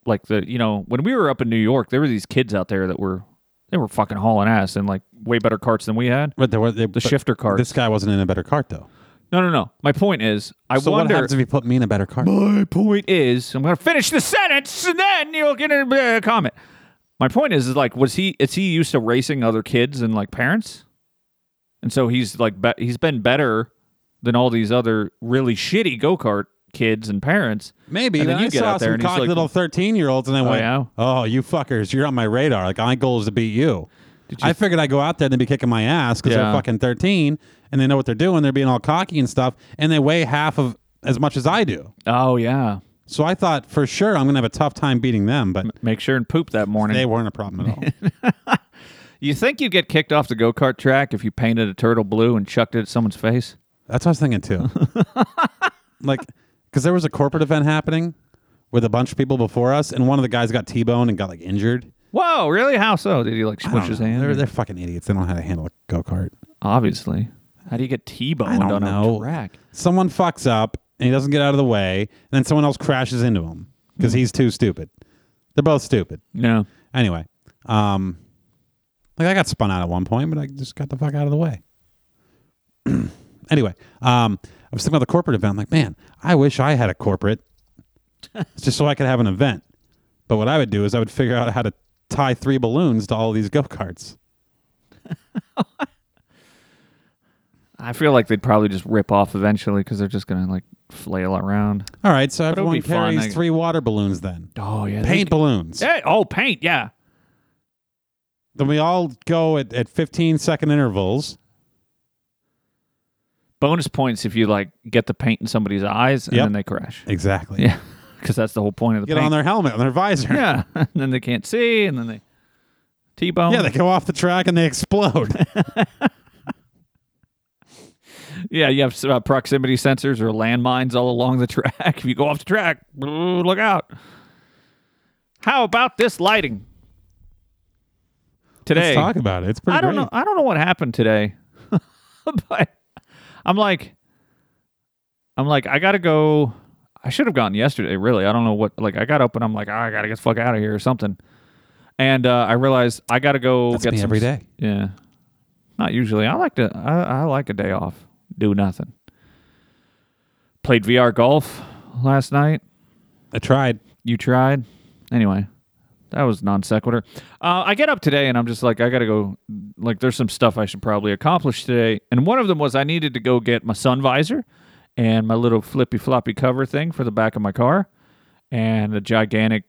[SPEAKER 1] like the you know when we were up in New York, there were these kids out there that were they were fucking hauling ass and like way better carts than we had.
[SPEAKER 2] But there were they,
[SPEAKER 1] the shifter cart.
[SPEAKER 2] This guy wasn't in a better cart though.
[SPEAKER 1] no, no, no. My point is, I
[SPEAKER 2] So what
[SPEAKER 1] wonder.
[SPEAKER 2] happens if you put me in a better cart?
[SPEAKER 1] my point is, I'm gonna finish the sentence and then you'll get a uh, comment. My point is, is like, was he? Is he used to racing other kids and like parents? And so he's like, be- he's been better than all these other really shitty go kart kids and parents.
[SPEAKER 2] Maybe.
[SPEAKER 1] And
[SPEAKER 2] And
[SPEAKER 1] then you
[SPEAKER 2] I
[SPEAKER 1] get
[SPEAKER 2] saw
[SPEAKER 1] out there
[SPEAKER 2] some
[SPEAKER 1] and he's
[SPEAKER 2] cocky
[SPEAKER 1] like-
[SPEAKER 2] little thirteen-year-olds, and I went,
[SPEAKER 1] yeah?
[SPEAKER 2] "Oh, you fuckers! You're on my radar. Like my goal is to beat you."
[SPEAKER 1] you-
[SPEAKER 2] I figured I'd go out there and they'd be kicking my ass because
[SPEAKER 1] Yeah.
[SPEAKER 2] they're fucking thirteen and they know what they're doing. They're being all cocky and stuff, and they weigh half of as much as I do.
[SPEAKER 1] Oh yeah,
[SPEAKER 2] So I thought for sure I'm gonna have a tough time beating them, but
[SPEAKER 1] make sure and poop that morning.
[SPEAKER 2] they weren't a problem at all.
[SPEAKER 1] you think you'd get kicked off the go kart track if you painted a turtle blue and chucked it at someone's face?
[SPEAKER 2] That's what I was thinking *laughs* too. like, because there was a corporate event happening with a bunch of people before us, and one of the guys got T-boned and got like injured.
[SPEAKER 1] Whoa, really? How so? Did he like
[SPEAKER 2] I don't
[SPEAKER 1] squish his
[SPEAKER 2] know.
[SPEAKER 1] hand?
[SPEAKER 2] They're, they're fucking idiots. They don't know how to handle a go kart.
[SPEAKER 1] Obviously. How do you get T-boned
[SPEAKER 2] I
[SPEAKER 1] on
[SPEAKER 2] don't know.
[SPEAKER 1] a track?
[SPEAKER 2] Someone fucks up and he doesn't get out of the way, and then someone else crashes into him because he's too stupid. They're both stupid.
[SPEAKER 1] No.
[SPEAKER 2] Anyway, um, like I got spun out at one point, but I just got the fuck out of the way. *clears throat* anyway, um, I was thinking about the corporate event. I'm like, man, I wish I had
[SPEAKER 1] *laughs*
[SPEAKER 2] a corporate It's just so I could have an event. But what I would do is I would figure out how to tie three balloons to all these go karts.
[SPEAKER 1] I feel like they'd probably just rip off eventually because they're just gonna like flail around.
[SPEAKER 2] All right, so
[SPEAKER 1] it would
[SPEAKER 2] everyone
[SPEAKER 1] be fun,
[SPEAKER 2] carries
[SPEAKER 1] I-
[SPEAKER 2] three water balloons then.
[SPEAKER 1] Oh yeah,
[SPEAKER 2] Paint balloons.
[SPEAKER 1] Hey, oh paint, yeah.
[SPEAKER 2] Then we all go at, at 15 second intervals.
[SPEAKER 1] Bonus points if you like get the paint in somebody's eyes and
[SPEAKER 2] Yep.
[SPEAKER 1] then they crash.
[SPEAKER 2] Exactly.
[SPEAKER 1] Yeah, *laughs* because that's the whole point of the
[SPEAKER 2] Get
[SPEAKER 1] paint.
[SPEAKER 2] on their helmet, on their
[SPEAKER 1] *laughs*
[SPEAKER 2] visor.
[SPEAKER 1] Yeah, and then they can't see, and then they t-bone.
[SPEAKER 2] Yeah, they go off the track and they explode.
[SPEAKER 1] yeah. You have uh, proximity sensors or landmines all along the *laughs* track. if you go off the track, ooh, look out. How about this lighting today?
[SPEAKER 2] Let's talk about it. It's pretty
[SPEAKER 1] I don't
[SPEAKER 2] great.
[SPEAKER 1] know. I don't know what happened today, *laughs* but I'm like, I'm like, I gotta go. I should have gone yesterday. Really, I don't know what. Like, I got up and I'm like, "Ah, I gotta get the fuck out of here or something. And uh, I realized I gotta go
[SPEAKER 2] That's
[SPEAKER 1] get
[SPEAKER 2] me
[SPEAKER 1] some
[SPEAKER 2] every
[SPEAKER 1] s-
[SPEAKER 2] day.
[SPEAKER 1] Yeah, not usually. I like to. I, I like a day off. Do nothing. Played VR golf last night.
[SPEAKER 2] I tried.
[SPEAKER 1] You tried. Anyway, that was non sequitur. Uh, I get up today and I'm just like, I got to go. Like, there's some stuff I should probably accomplish today. And one of them was I needed to go get my sun visor and my little flippy floppy cover thing for the back of my car and a gigantic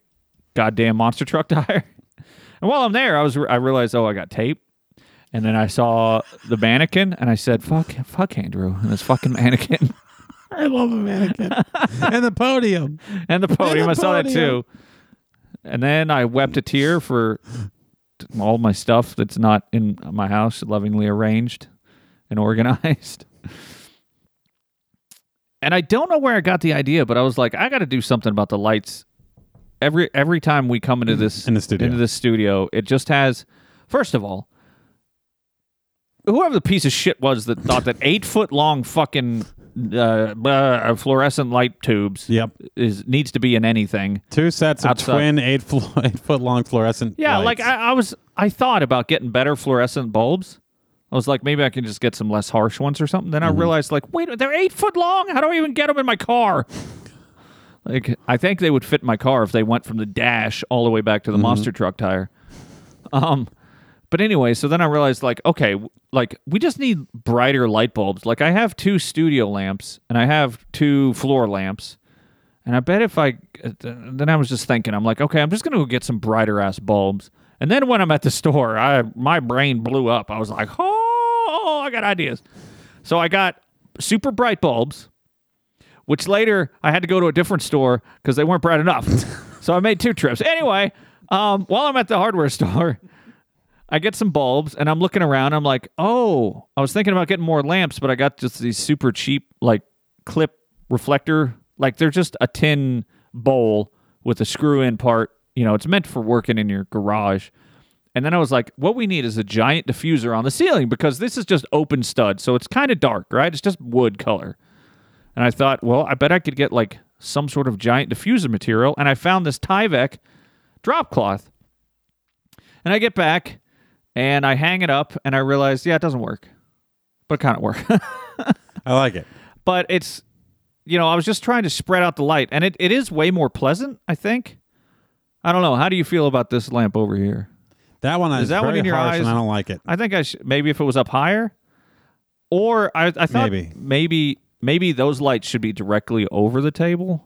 [SPEAKER 1] goddamn monster truck *laughs* tire. and while I'm there, I was I realized, oh, I got tape. And then I saw the mannequin and I said, fuck, fuck Andrew and this fucking mannequin.
[SPEAKER 2] Oh, I love a mannequin. *laughs* and the podium.
[SPEAKER 1] and
[SPEAKER 2] *laughs*
[SPEAKER 1] the podium.
[SPEAKER 2] the
[SPEAKER 1] I saw that
[SPEAKER 2] podium.
[SPEAKER 1] too. And then I wept a tear for t- all my stuff that's not in my house, lovingly arranged and organized. And I don't know where I got the idea, but I was like, I got to do something about the lights. Every every time we come into this
[SPEAKER 2] In the studio.
[SPEAKER 1] into this studio, it just has. First of all, whoever the piece of shit was that thought that eight foot long fucking uh, blah, fluorescent light tubes
[SPEAKER 2] Yep.
[SPEAKER 1] is needs to be in anything.
[SPEAKER 2] Two sets of
[SPEAKER 1] Outside.
[SPEAKER 2] twin eight, flo- *laughs* eight foot long fluorescent.
[SPEAKER 1] Yeah, like
[SPEAKER 2] lights.
[SPEAKER 1] I, I was, I thought about getting better fluorescent bulbs. I was like, maybe I can just get some less harsh ones or something. Then I realized, like, wait, they're eight foot long. How do I even get them in my car? *laughs* like, I think they would fit my car if they went from the dash all the way back to the monster truck tire. Um, but anyway, so then I realized, like, okay, w- like we just need brighter light bulbs. Like, I have two studio lamps and I have two floor lamps. And I bet if I uh, then I was just thinking, I'm like, okay, I'm just gonna go get some brighter ass bulbs. And then when I'm at the store, I my brain blew up. I was like, oh, I got ideas. So I got super bright bulbs, which later I had to go to a different store because they weren't bright enough. so I made two trips. Anyway, um, while I'm at the hardware store, I get some bulbs and I'm looking around. I'm like, oh, I was thinking about getting more lamps, but I got just these super cheap, like clip reflector. Like they're just a tin bowl with a screw in part. You know, it's meant for working in your garage. And then I was like, what we need is a giant diffuser on the ceiling because this is just open stud. So it's kind of dark, right? It's just wood color. And I thought, well, I bet I could get like some sort of giant diffuser material. And I found this Tyvek drop cloth. And I get back and I hang it up and I realize, yeah, it doesn't work, but it kind of worked.
[SPEAKER 2] I like it.
[SPEAKER 1] *laughs* but it's, you know, I was just trying to spread out the light and it, it is way more pleasant, I think. I don't know. How do you feel about this lamp over here?
[SPEAKER 2] That one is,
[SPEAKER 1] that one
[SPEAKER 2] very
[SPEAKER 1] in your
[SPEAKER 2] harsh
[SPEAKER 1] eyes?
[SPEAKER 2] and I don't like it.
[SPEAKER 1] I think I should, maybe if it was up higher or I, I thought
[SPEAKER 2] Maybe.
[SPEAKER 1] maybe, maybe those lights should be directly over the table.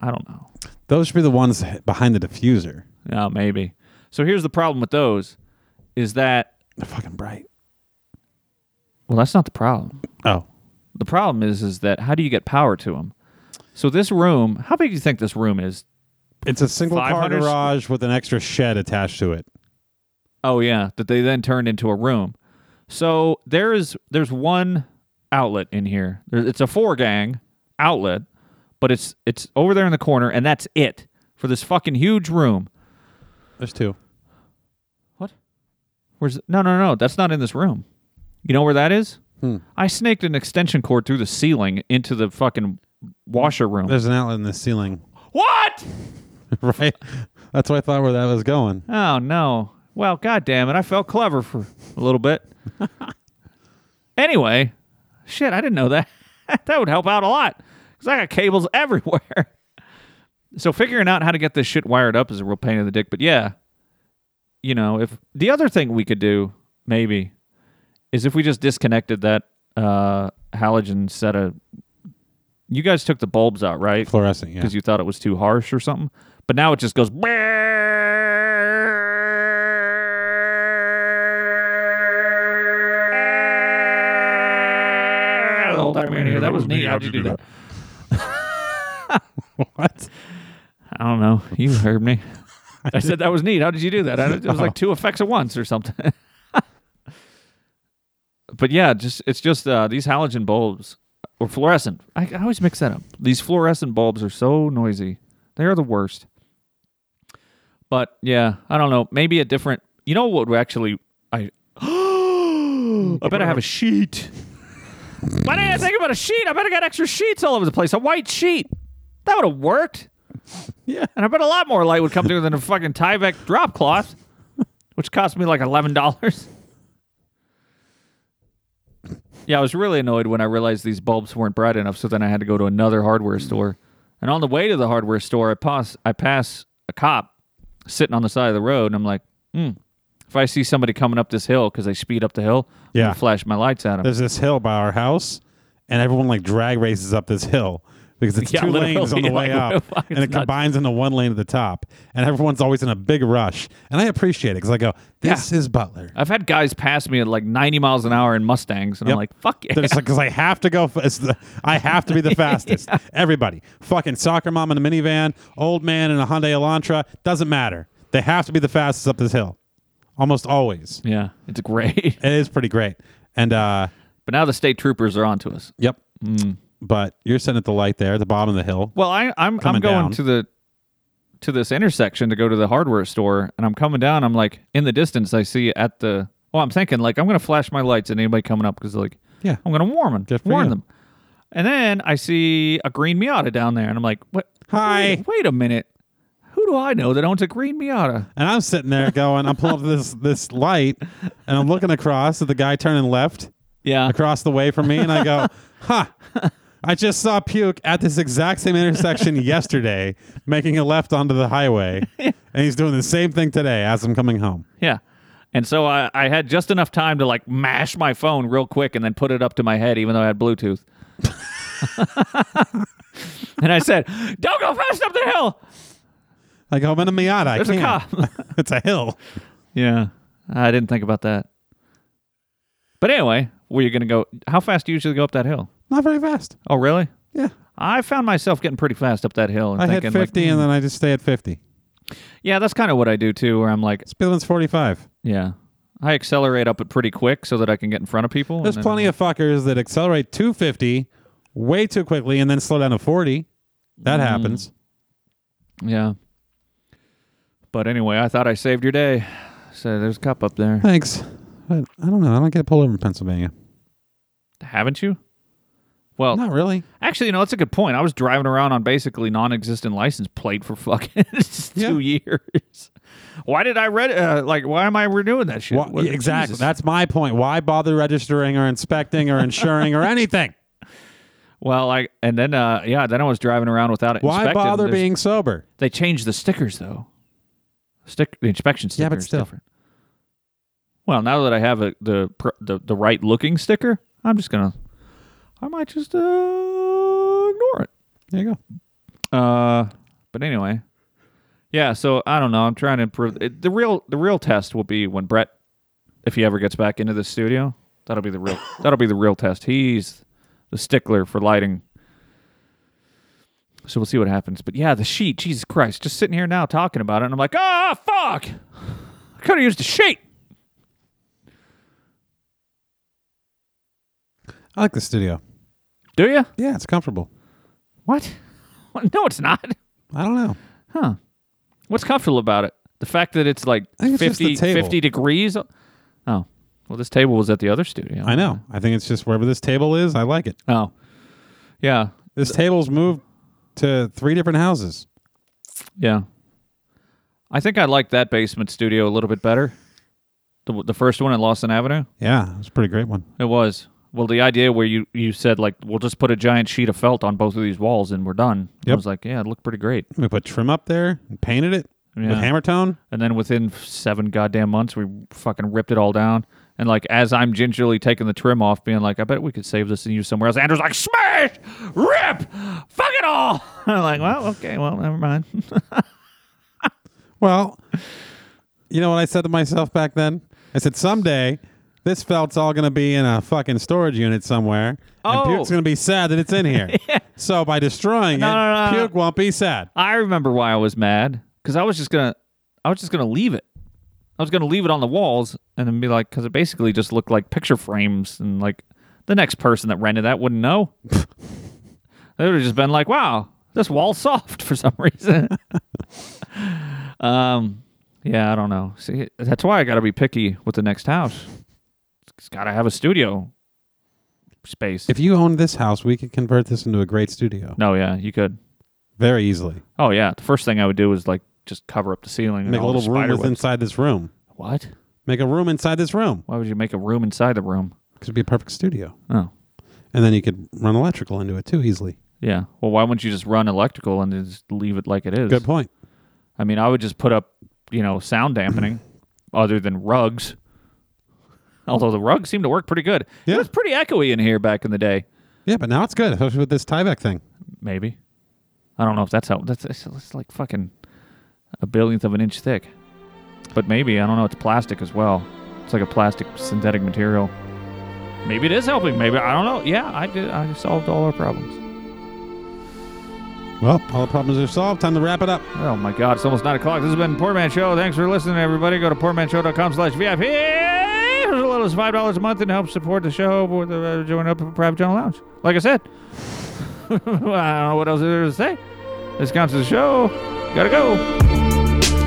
[SPEAKER 1] I don't know.
[SPEAKER 2] Those should be the ones behind the diffuser.
[SPEAKER 1] Yeah, maybe. So here's the problem with those is that,
[SPEAKER 2] They're fucking bright.
[SPEAKER 1] well, that's not the problem.
[SPEAKER 2] Oh.
[SPEAKER 1] The problem is, is that how do you get power to them? So this room, how big do you think this room is?
[SPEAKER 2] It's a single car
[SPEAKER 1] 500 squ-
[SPEAKER 2] garage with an extra shed attached to it.
[SPEAKER 1] Oh yeah, that they then turned into a room. So there is there's one outlet in here. There, it's a four gang outlet, but it's it's over there in the corner, and that's it for this fucking huge room.
[SPEAKER 2] There's two.
[SPEAKER 1] Where's no no no? That's not in this room. You know where that is? I snaked an extension cord through the ceiling into the fucking washer room.
[SPEAKER 2] There's an outlet in the ceiling. *laughs*
[SPEAKER 1] what?
[SPEAKER 2] right? That's why I thought where that was going.
[SPEAKER 1] Oh no. Well, god damn it, I felt clever for a little bit. anyway, shit, I didn't know that. *laughs* that would help out a lot. Because I got cables *laughs* everywhere. so figuring out how to get this shit wired up is a real pain in the dick. But yeah. You know, if the other thing we could do, maybe, is if we just disconnected that uh, halogen set of. You guys took the bulbs out, right?
[SPEAKER 2] Fluorescent, yeah.
[SPEAKER 1] Because you thought it was too harsh or something. But now it just goes. The whole time we were in here. That was neat. How'd you do that? *laughs*
[SPEAKER 2] what?
[SPEAKER 1] I don't know. You heard me. I said that was neat. How did you do that? I, it was like two effects at once or something. *laughs* but yeah, just it's just uh, these halogen bulbs or fluorescent. I, I always mix that up. These fluorescent bulbs are so noisy. They are the worst. But yeah, I don't know. Maybe a different. You know what? would Actually, I. *gasps* I better have a sheet. Why didn't I think about a sheet? I better got extra sheets all over the place. A white sheet. That would have worked.
[SPEAKER 2] Yeah.
[SPEAKER 1] And I bet a lot more light would come through than a fucking Tyvek drop cloth, which cost me like eleven dollars. Yeah, I was really annoyed when I realized these bulbs weren't bright enough, so then I had to go to another hardware store. And on the way to the hardware store, I pass I pass a cop sitting on the side of the road, and I'm like, hmm. If I see somebody coming up this hill because they speed up the hill, I'm gonna
[SPEAKER 2] Yeah.
[SPEAKER 1] flash my lights at them.
[SPEAKER 2] There's this hill by our house, and everyone like drag races up this hill because it's
[SPEAKER 1] Yeah,
[SPEAKER 2] two lanes on
[SPEAKER 1] *laughs* literally,
[SPEAKER 2] the way
[SPEAKER 1] like,
[SPEAKER 2] up,
[SPEAKER 1] it's
[SPEAKER 2] and it
[SPEAKER 1] nuts.
[SPEAKER 2] combines into one lane at the top. And everyone's always in a big rush, and I appreciate it because I go, "This is Butler."
[SPEAKER 1] *laughs* I've had guys pass me at like 90 miles an hour in Mustangs, and I'm
[SPEAKER 2] Yep.
[SPEAKER 1] like, fuck yeah.
[SPEAKER 2] They're just like, because I have to go. f- It's the, I have to be the fastest. Everybody, fucking soccer mom in a minivan, old man in a Hyundai Elantra, doesn't matter. They have to be the fastest up this hill, almost always.
[SPEAKER 1] *laughs* yeah, it's great. *laughs*
[SPEAKER 2] It is pretty great. And uh,
[SPEAKER 1] But now the state troopers are onto us.
[SPEAKER 2] yep. But you're sitting at the light there, at the bottom of the hill.
[SPEAKER 1] Well, I, I'm I'm
[SPEAKER 2] Coming
[SPEAKER 1] going
[SPEAKER 2] down.
[SPEAKER 1] to the to this intersection to go to the hardware store, and I'm coming down. I'm like in the distance, I see at the. Well, I'm thinking like I'm gonna flash my lights at anybody coming up because like
[SPEAKER 2] Yeah.
[SPEAKER 1] I'm gonna warn them,
[SPEAKER 2] Good for
[SPEAKER 1] warn
[SPEAKER 2] you.
[SPEAKER 1] them. And then I see a green Miata down there, and I'm like, what?
[SPEAKER 2] Hi.
[SPEAKER 1] Wait, wait a minute. Who do I know that owns a green Miata?
[SPEAKER 2] And I'm sitting there going, I'm pulling up this this light, and I'm looking across at the guy turning left
[SPEAKER 1] Yeah.
[SPEAKER 2] across the way from me, and I
[SPEAKER 1] *laughs*
[SPEAKER 2] go, "Huh." I just saw puke at this exact same
[SPEAKER 1] *laughs*
[SPEAKER 2] intersection yesterday, making a left onto the highway, and he's doing the same thing today as I'm coming home.
[SPEAKER 1] Yeah. And so I, I had just enough time to like mash my phone real quick and then put it up to my head, even though I had Bluetooth. *laughs* and I said, Don't go fast up the hill.
[SPEAKER 2] I go, I'm in a Miata. I
[SPEAKER 1] There's a
[SPEAKER 2] can't." *laughs* it's a hill.
[SPEAKER 1] Yeah. I didn't think about that. But anyway, were you going to go? How fast do you usually go up that hill?
[SPEAKER 2] Not very fast.
[SPEAKER 1] Oh, really?
[SPEAKER 2] Yeah,
[SPEAKER 1] I found myself getting pretty fast up that hill. And
[SPEAKER 2] I hit
[SPEAKER 1] thinking,
[SPEAKER 2] 50,
[SPEAKER 1] like, hmm.
[SPEAKER 2] and then I just stay at 50.
[SPEAKER 1] yeah, that's kind of what I do too, where I'm like,
[SPEAKER 2] Speed limit's 45.
[SPEAKER 1] yeah, I accelerate up it pretty quick so that I can get in front of people. and
[SPEAKER 2] There's
[SPEAKER 1] then-
[SPEAKER 2] plenty of fuckers that accelerate 250 way too quickly and then slow down to 40. That
[SPEAKER 1] Hmm.
[SPEAKER 2] happens.
[SPEAKER 1] Yeah. But anyway, I thought I saved your day. So there's a cop up there.
[SPEAKER 2] Thanks. But I don't know. I don't get pulled over in Pennsylvania.
[SPEAKER 1] *laughs* Haven't you? Well,
[SPEAKER 2] Not really.
[SPEAKER 1] actually, you know, that's a good point. I was driving around on basically non existent license plate for fucking *laughs* two years. Why did I read, uh, like, why am I renewing that shit?
[SPEAKER 2] Why-
[SPEAKER 1] What-
[SPEAKER 2] exactly.
[SPEAKER 1] Jesus.
[SPEAKER 2] That's my point. Why bother registering or inspecting or insuring
[SPEAKER 1] *laughs*
[SPEAKER 2] or anything?
[SPEAKER 1] well, I, and then, uh, yeah, then I was driving around without it.
[SPEAKER 2] Why
[SPEAKER 1] inspected.
[SPEAKER 2] bother
[SPEAKER 1] There's-
[SPEAKER 2] being sober?
[SPEAKER 1] They changed the stickers, though. Stick The inspection sticker
[SPEAKER 2] Yeah, but
[SPEAKER 1] is
[SPEAKER 2] still.
[SPEAKER 1] different. Well, now that I have a, the, pr- the the right looking sticker, I'm just gonna, I might just uh, ignore it.
[SPEAKER 2] There you go.
[SPEAKER 1] Uh, but anyway, yeah. So I don't know. I'm trying to improve. It, the real the real test will be when Brett, if he ever gets back into the studio, that'll be the
[SPEAKER 2] *laughs*
[SPEAKER 1] real that'll be the real test. He's the stickler for lighting. So we'll see what happens. But yeah, the sheet. Jesus Christ! Just sitting here now talking about it, and I'm like, ah, fuck! I could have used a sheet.
[SPEAKER 2] I like the studio.
[SPEAKER 1] Do you?
[SPEAKER 2] Yeah, it's comfortable.
[SPEAKER 1] What? What? No, it's not.
[SPEAKER 2] I don't know.
[SPEAKER 1] Huh. What's comfortable about it? The fact that it's like
[SPEAKER 2] I think it's just the
[SPEAKER 1] 50,
[SPEAKER 2] table.
[SPEAKER 1] 50 degrees? Oh. Well, this table was at the other studio.
[SPEAKER 2] I know. I think it's just wherever this table is, I like it.
[SPEAKER 1] Oh. Yeah.
[SPEAKER 2] This table's moved to three different houses.
[SPEAKER 1] Yeah. I think I like that basement studio a little bit better. The, the first one in Lawson Avenue?
[SPEAKER 2] Yeah, it's a pretty great one.
[SPEAKER 1] It was. Well, the idea where you, you said, like, we'll just put a giant sheet of felt on both of these walls and we're done. I
[SPEAKER 2] Yep.
[SPEAKER 1] was like, yeah, it looked pretty great.
[SPEAKER 2] We put trim up there and painted it
[SPEAKER 1] Yeah.
[SPEAKER 2] with hammer tone.
[SPEAKER 1] And then within seven goddamn months, we fucking ripped it all down. And like as I'm gingerly taking the trim off, being like, I bet we could save this and use somewhere else. Andrew's like, smash, rip, fuck it all. *laughs* I'm like, well, okay, well, never mind.
[SPEAKER 2] Well, you know what I said to myself back then? I said, someday this felt's all going to be in a fucking storage unit somewhere.
[SPEAKER 1] Oh.
[SPEAKER 2] And Puke's going to be sad that it's in
[SPEAKER 1] *laughs*
[SPEAKER 2] here. So by destroying it,
[SPEAKER 1] no, no, no.
[SPEAKER 2] Puke won't be sad.
[SPEAKER 1] I remember why I was mad because I was just gonna, I was just gonna leave it. I was gonna leave it on the walls and then be like, because it basically just looked like picture frames and like the next person that rented that wouldn't know. *laughs* they would have just been like, wow, this wall's *laughs* soft for some reason. *laughs* um, yeah, I don't know. See, that's why I got to be picky with the next house. It's got to have a studio space.
[SPEAKER 2] If you owned this house, we could convert this into a great studio
[SPEAKER 1] no, yeah, you could.
[SPEAKER 2] very easily.
[SPEAKER 1] Oh yeah, the first thing I would do is like just cover up the ceiling. and
[SPEAKER 2] Make a
[SPEAKER 1] all the
[SPEAKER 2] little room
[SPEAKER 1] spider
[SPEAKER 2] with
[SPEAKER 1] webs.
[SPEAKER 2] inside this room.
[SPEAKER 1] What?
[SPEAKER 2] Make a room inside this room.
[SPEAKER 1] Why would you make a room inside the room?
[SPEAKER 2] 'Cause it'd be a perfect studio.
[SPEAKER 1] Oh,
[SPEAKER 2] And then you could run electrical into it too easily.
[SPEAKER 1] yeah. Well, why wouldn't you just run electrical and just leave it like it is?
[SPEAKER 2] Good point.
[SPEAKER 1] I mean, I would just put up, you know, sound
[SPEAKER 2] *clears throat*
[SPEAKER 1] dampening other than rugs. Although the rugs seem to work pretty good.
[SPEAKER 2] Yeah.
[SPEAKER 1] It was pretty echoey in here back in the day.
[SPEAKER 2] Yeah, but now it's good, especially with this tieback thing.
[SPEAKER 1] Maybe. I don't know if that's how. That's it's, it's like fucking a billionth of an inch thick. But maybe I don't know. It's plastic as well. It's like a plastic synthetic material. Maybe it is helping. Maybe I don't know. Yeah, I did. I solved all our problems.
[SPEAKER 2] Well, all the problems are solved. Time to wrap it up.
[SPEAKER 1] Oh my God! It's almost nine o'clock. This has been Poor Man Show. Thanks for listening, everybody. Go to poormanshow.com/vip. For As little as five dollars a month and help support the show. With uh, join up at Private Channel Lounge. Like I said, *laughs* I don't know what else there is to say. This counts as a show. Gotta go.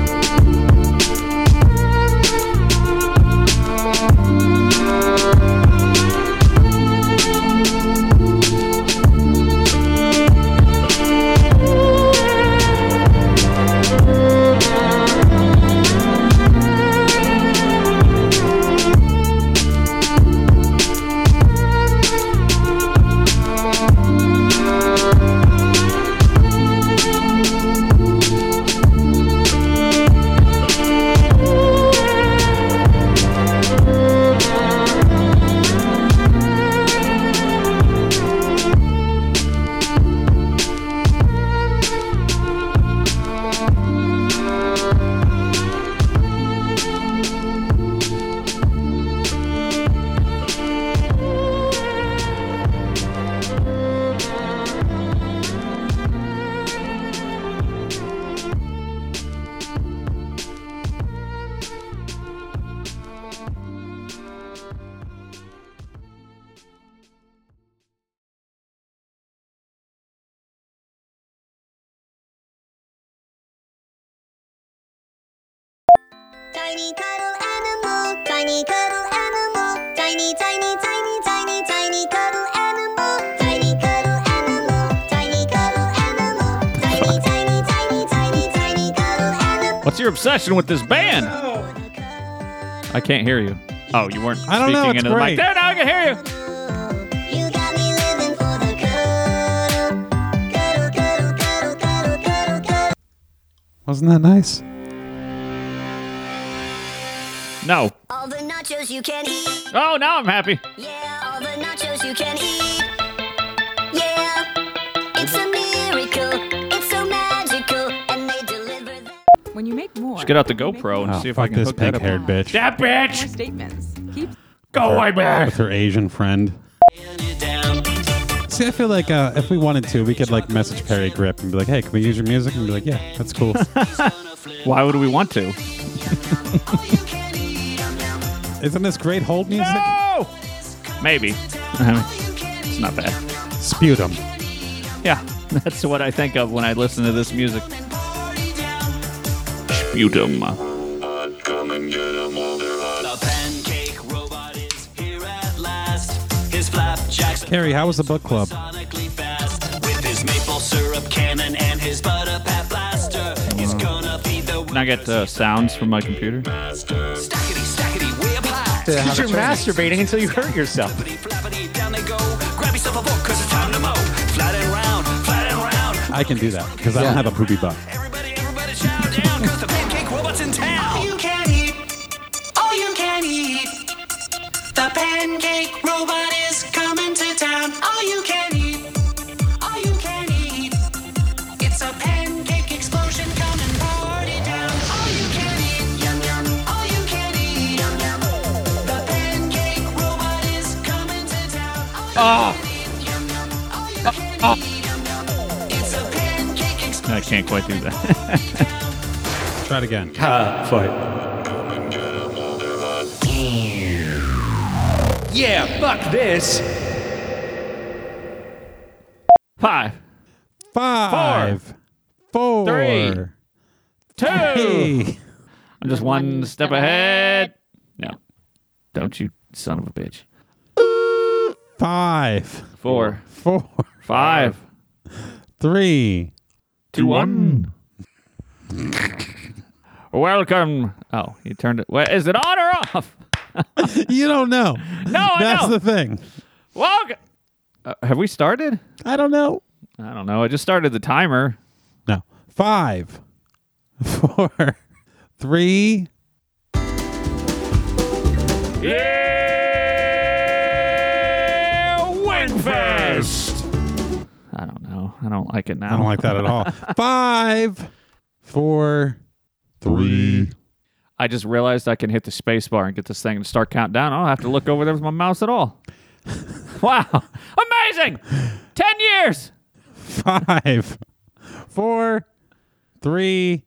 [SPEAKER 8] Tiny cuddle animal, tiny cuddle animal, tiny, tiny, tiny, tiny, tiny cuddle animal, tiny cuddle animal, tiny cuddle animal, tiny, tiny, tiny, tiny, tiny cuddle animal.
[SPEAKER 1] What's your obsession with this band? I can't hear you. Oh, you weren't
[SPEAKER 2] I don't
[SPEAKER 1] speaking
[SPEAKER 2] know, it's
[SPEAKER 1] into the mic.
[SPEAKER 2] great.
[SPEAKER 1] There, now I can hear you.
[SPEAKER 8] You got me living for the cuddle, cuddle, cuddle, cuddle, cuddle, cuddle, cuddle.
[SPEAKER 2] Wasn't that nice?
[SPEAKER 1] No.
[SPEAKER 8] All the nachos you can eat.
[SPEAKER 1] Oh, now I'm happy.
[SPEAKER 8] Yeah, all the nachos you can eat. Yeah, it's a miracle. It's so magical, and they deliver that.
[SPEAKER 7] When you make more,
[SPEAKER 1] Let's get out the GoPro and
[SPEAKER 2] Oh,
[SPEAKER 1] see if I
[SPEAKER 2] fuck
[SPEAKER 1] can
[SPEAKER 2] this
[SPEAKER 1] hook that
[SPEAKER 2] pink
[SPEAKER 1] up.
[SPEAKER 2] haired bitch.
[SPEAKER 1] That bitch.
[SPEAKER 7] more statements. Keep
[SPEAKER 1] Go away, man.
[SPEAKER 2] with her Asian friend. See, I feel like uh, if we wanted to, we could like message Perry Grip and be like, "Hey, can we use your music?" And be like, "Yeah, that's cool." *laughs*
[SPEAKER 1] Why would we want to?
[SPEAKER 2] Isn't this great hold music?
[SPEAKER 1] No.
[SPEAKER 2] *laughs*
[SPEAKER 1] Maybe. it's not bad.
[SPEAKER 2] Sputum.
[SPEAKER 1] Yeah, that's what I think of when I listen to this music. Sputum.
[SPEAKER 2] Carrie, how was the book club?
[SPEAKER 1] Can I get uh, sounds from my computer?
[SPEAKER 4] Because you're masturbating until you hurt yourself.
[SPEAKER 2] I can do that because I don't have a poopy butt.
[SPEAKER 1] No, I can't quite do that.
[SPEAKER 2] Try it again.
[SPEAKER 4] Yeah, fuck this.
[SPEAKER 1] Five,
[SPEAKER 2] Five, four,
[SPEAKER 1] Three. two.
[SPEAKER 2] Hey.
[SPEAKER 1] I'm just one step ahead. No, don't you son of a bitch.
[SPEAKER 2] Five,
[SPEAKER 1] Four,
[SPEAKER 2] four,
[SPEAKER 1] five,
[SPEAKER 2] three.
[SPEAKER 1] two, one. Welcome. Oh, you turned it. Wait, is it on or off?
[SPEAKER 2] You don't know.
[SPEAKER 1] No, I
[SPEAKER 2] That's
[SPEAKER 1] know.
[SPEAKER 2] the thing.
[SPEAKER 1] Welcome. Uh, have we started?
[SPEAKER 2] I don't know.
[SPEAKER 1] I don't know. I just started the timer.
[SPEAKER 2] No. Five, four, three.
[SPEAKER 1] Yeah, Wingfest. I don't know. I don't like it now.
[SPEAKER 2] I don't like that at all. Five, four, three.
[SPEAKER 1] I just realized I can hit the space bar and get this thing to start counting down. I don't have to look over there with my mouse at all. *laughs* wow. Amazing. 10 years.
[SPEAKER 2] Five, four, three.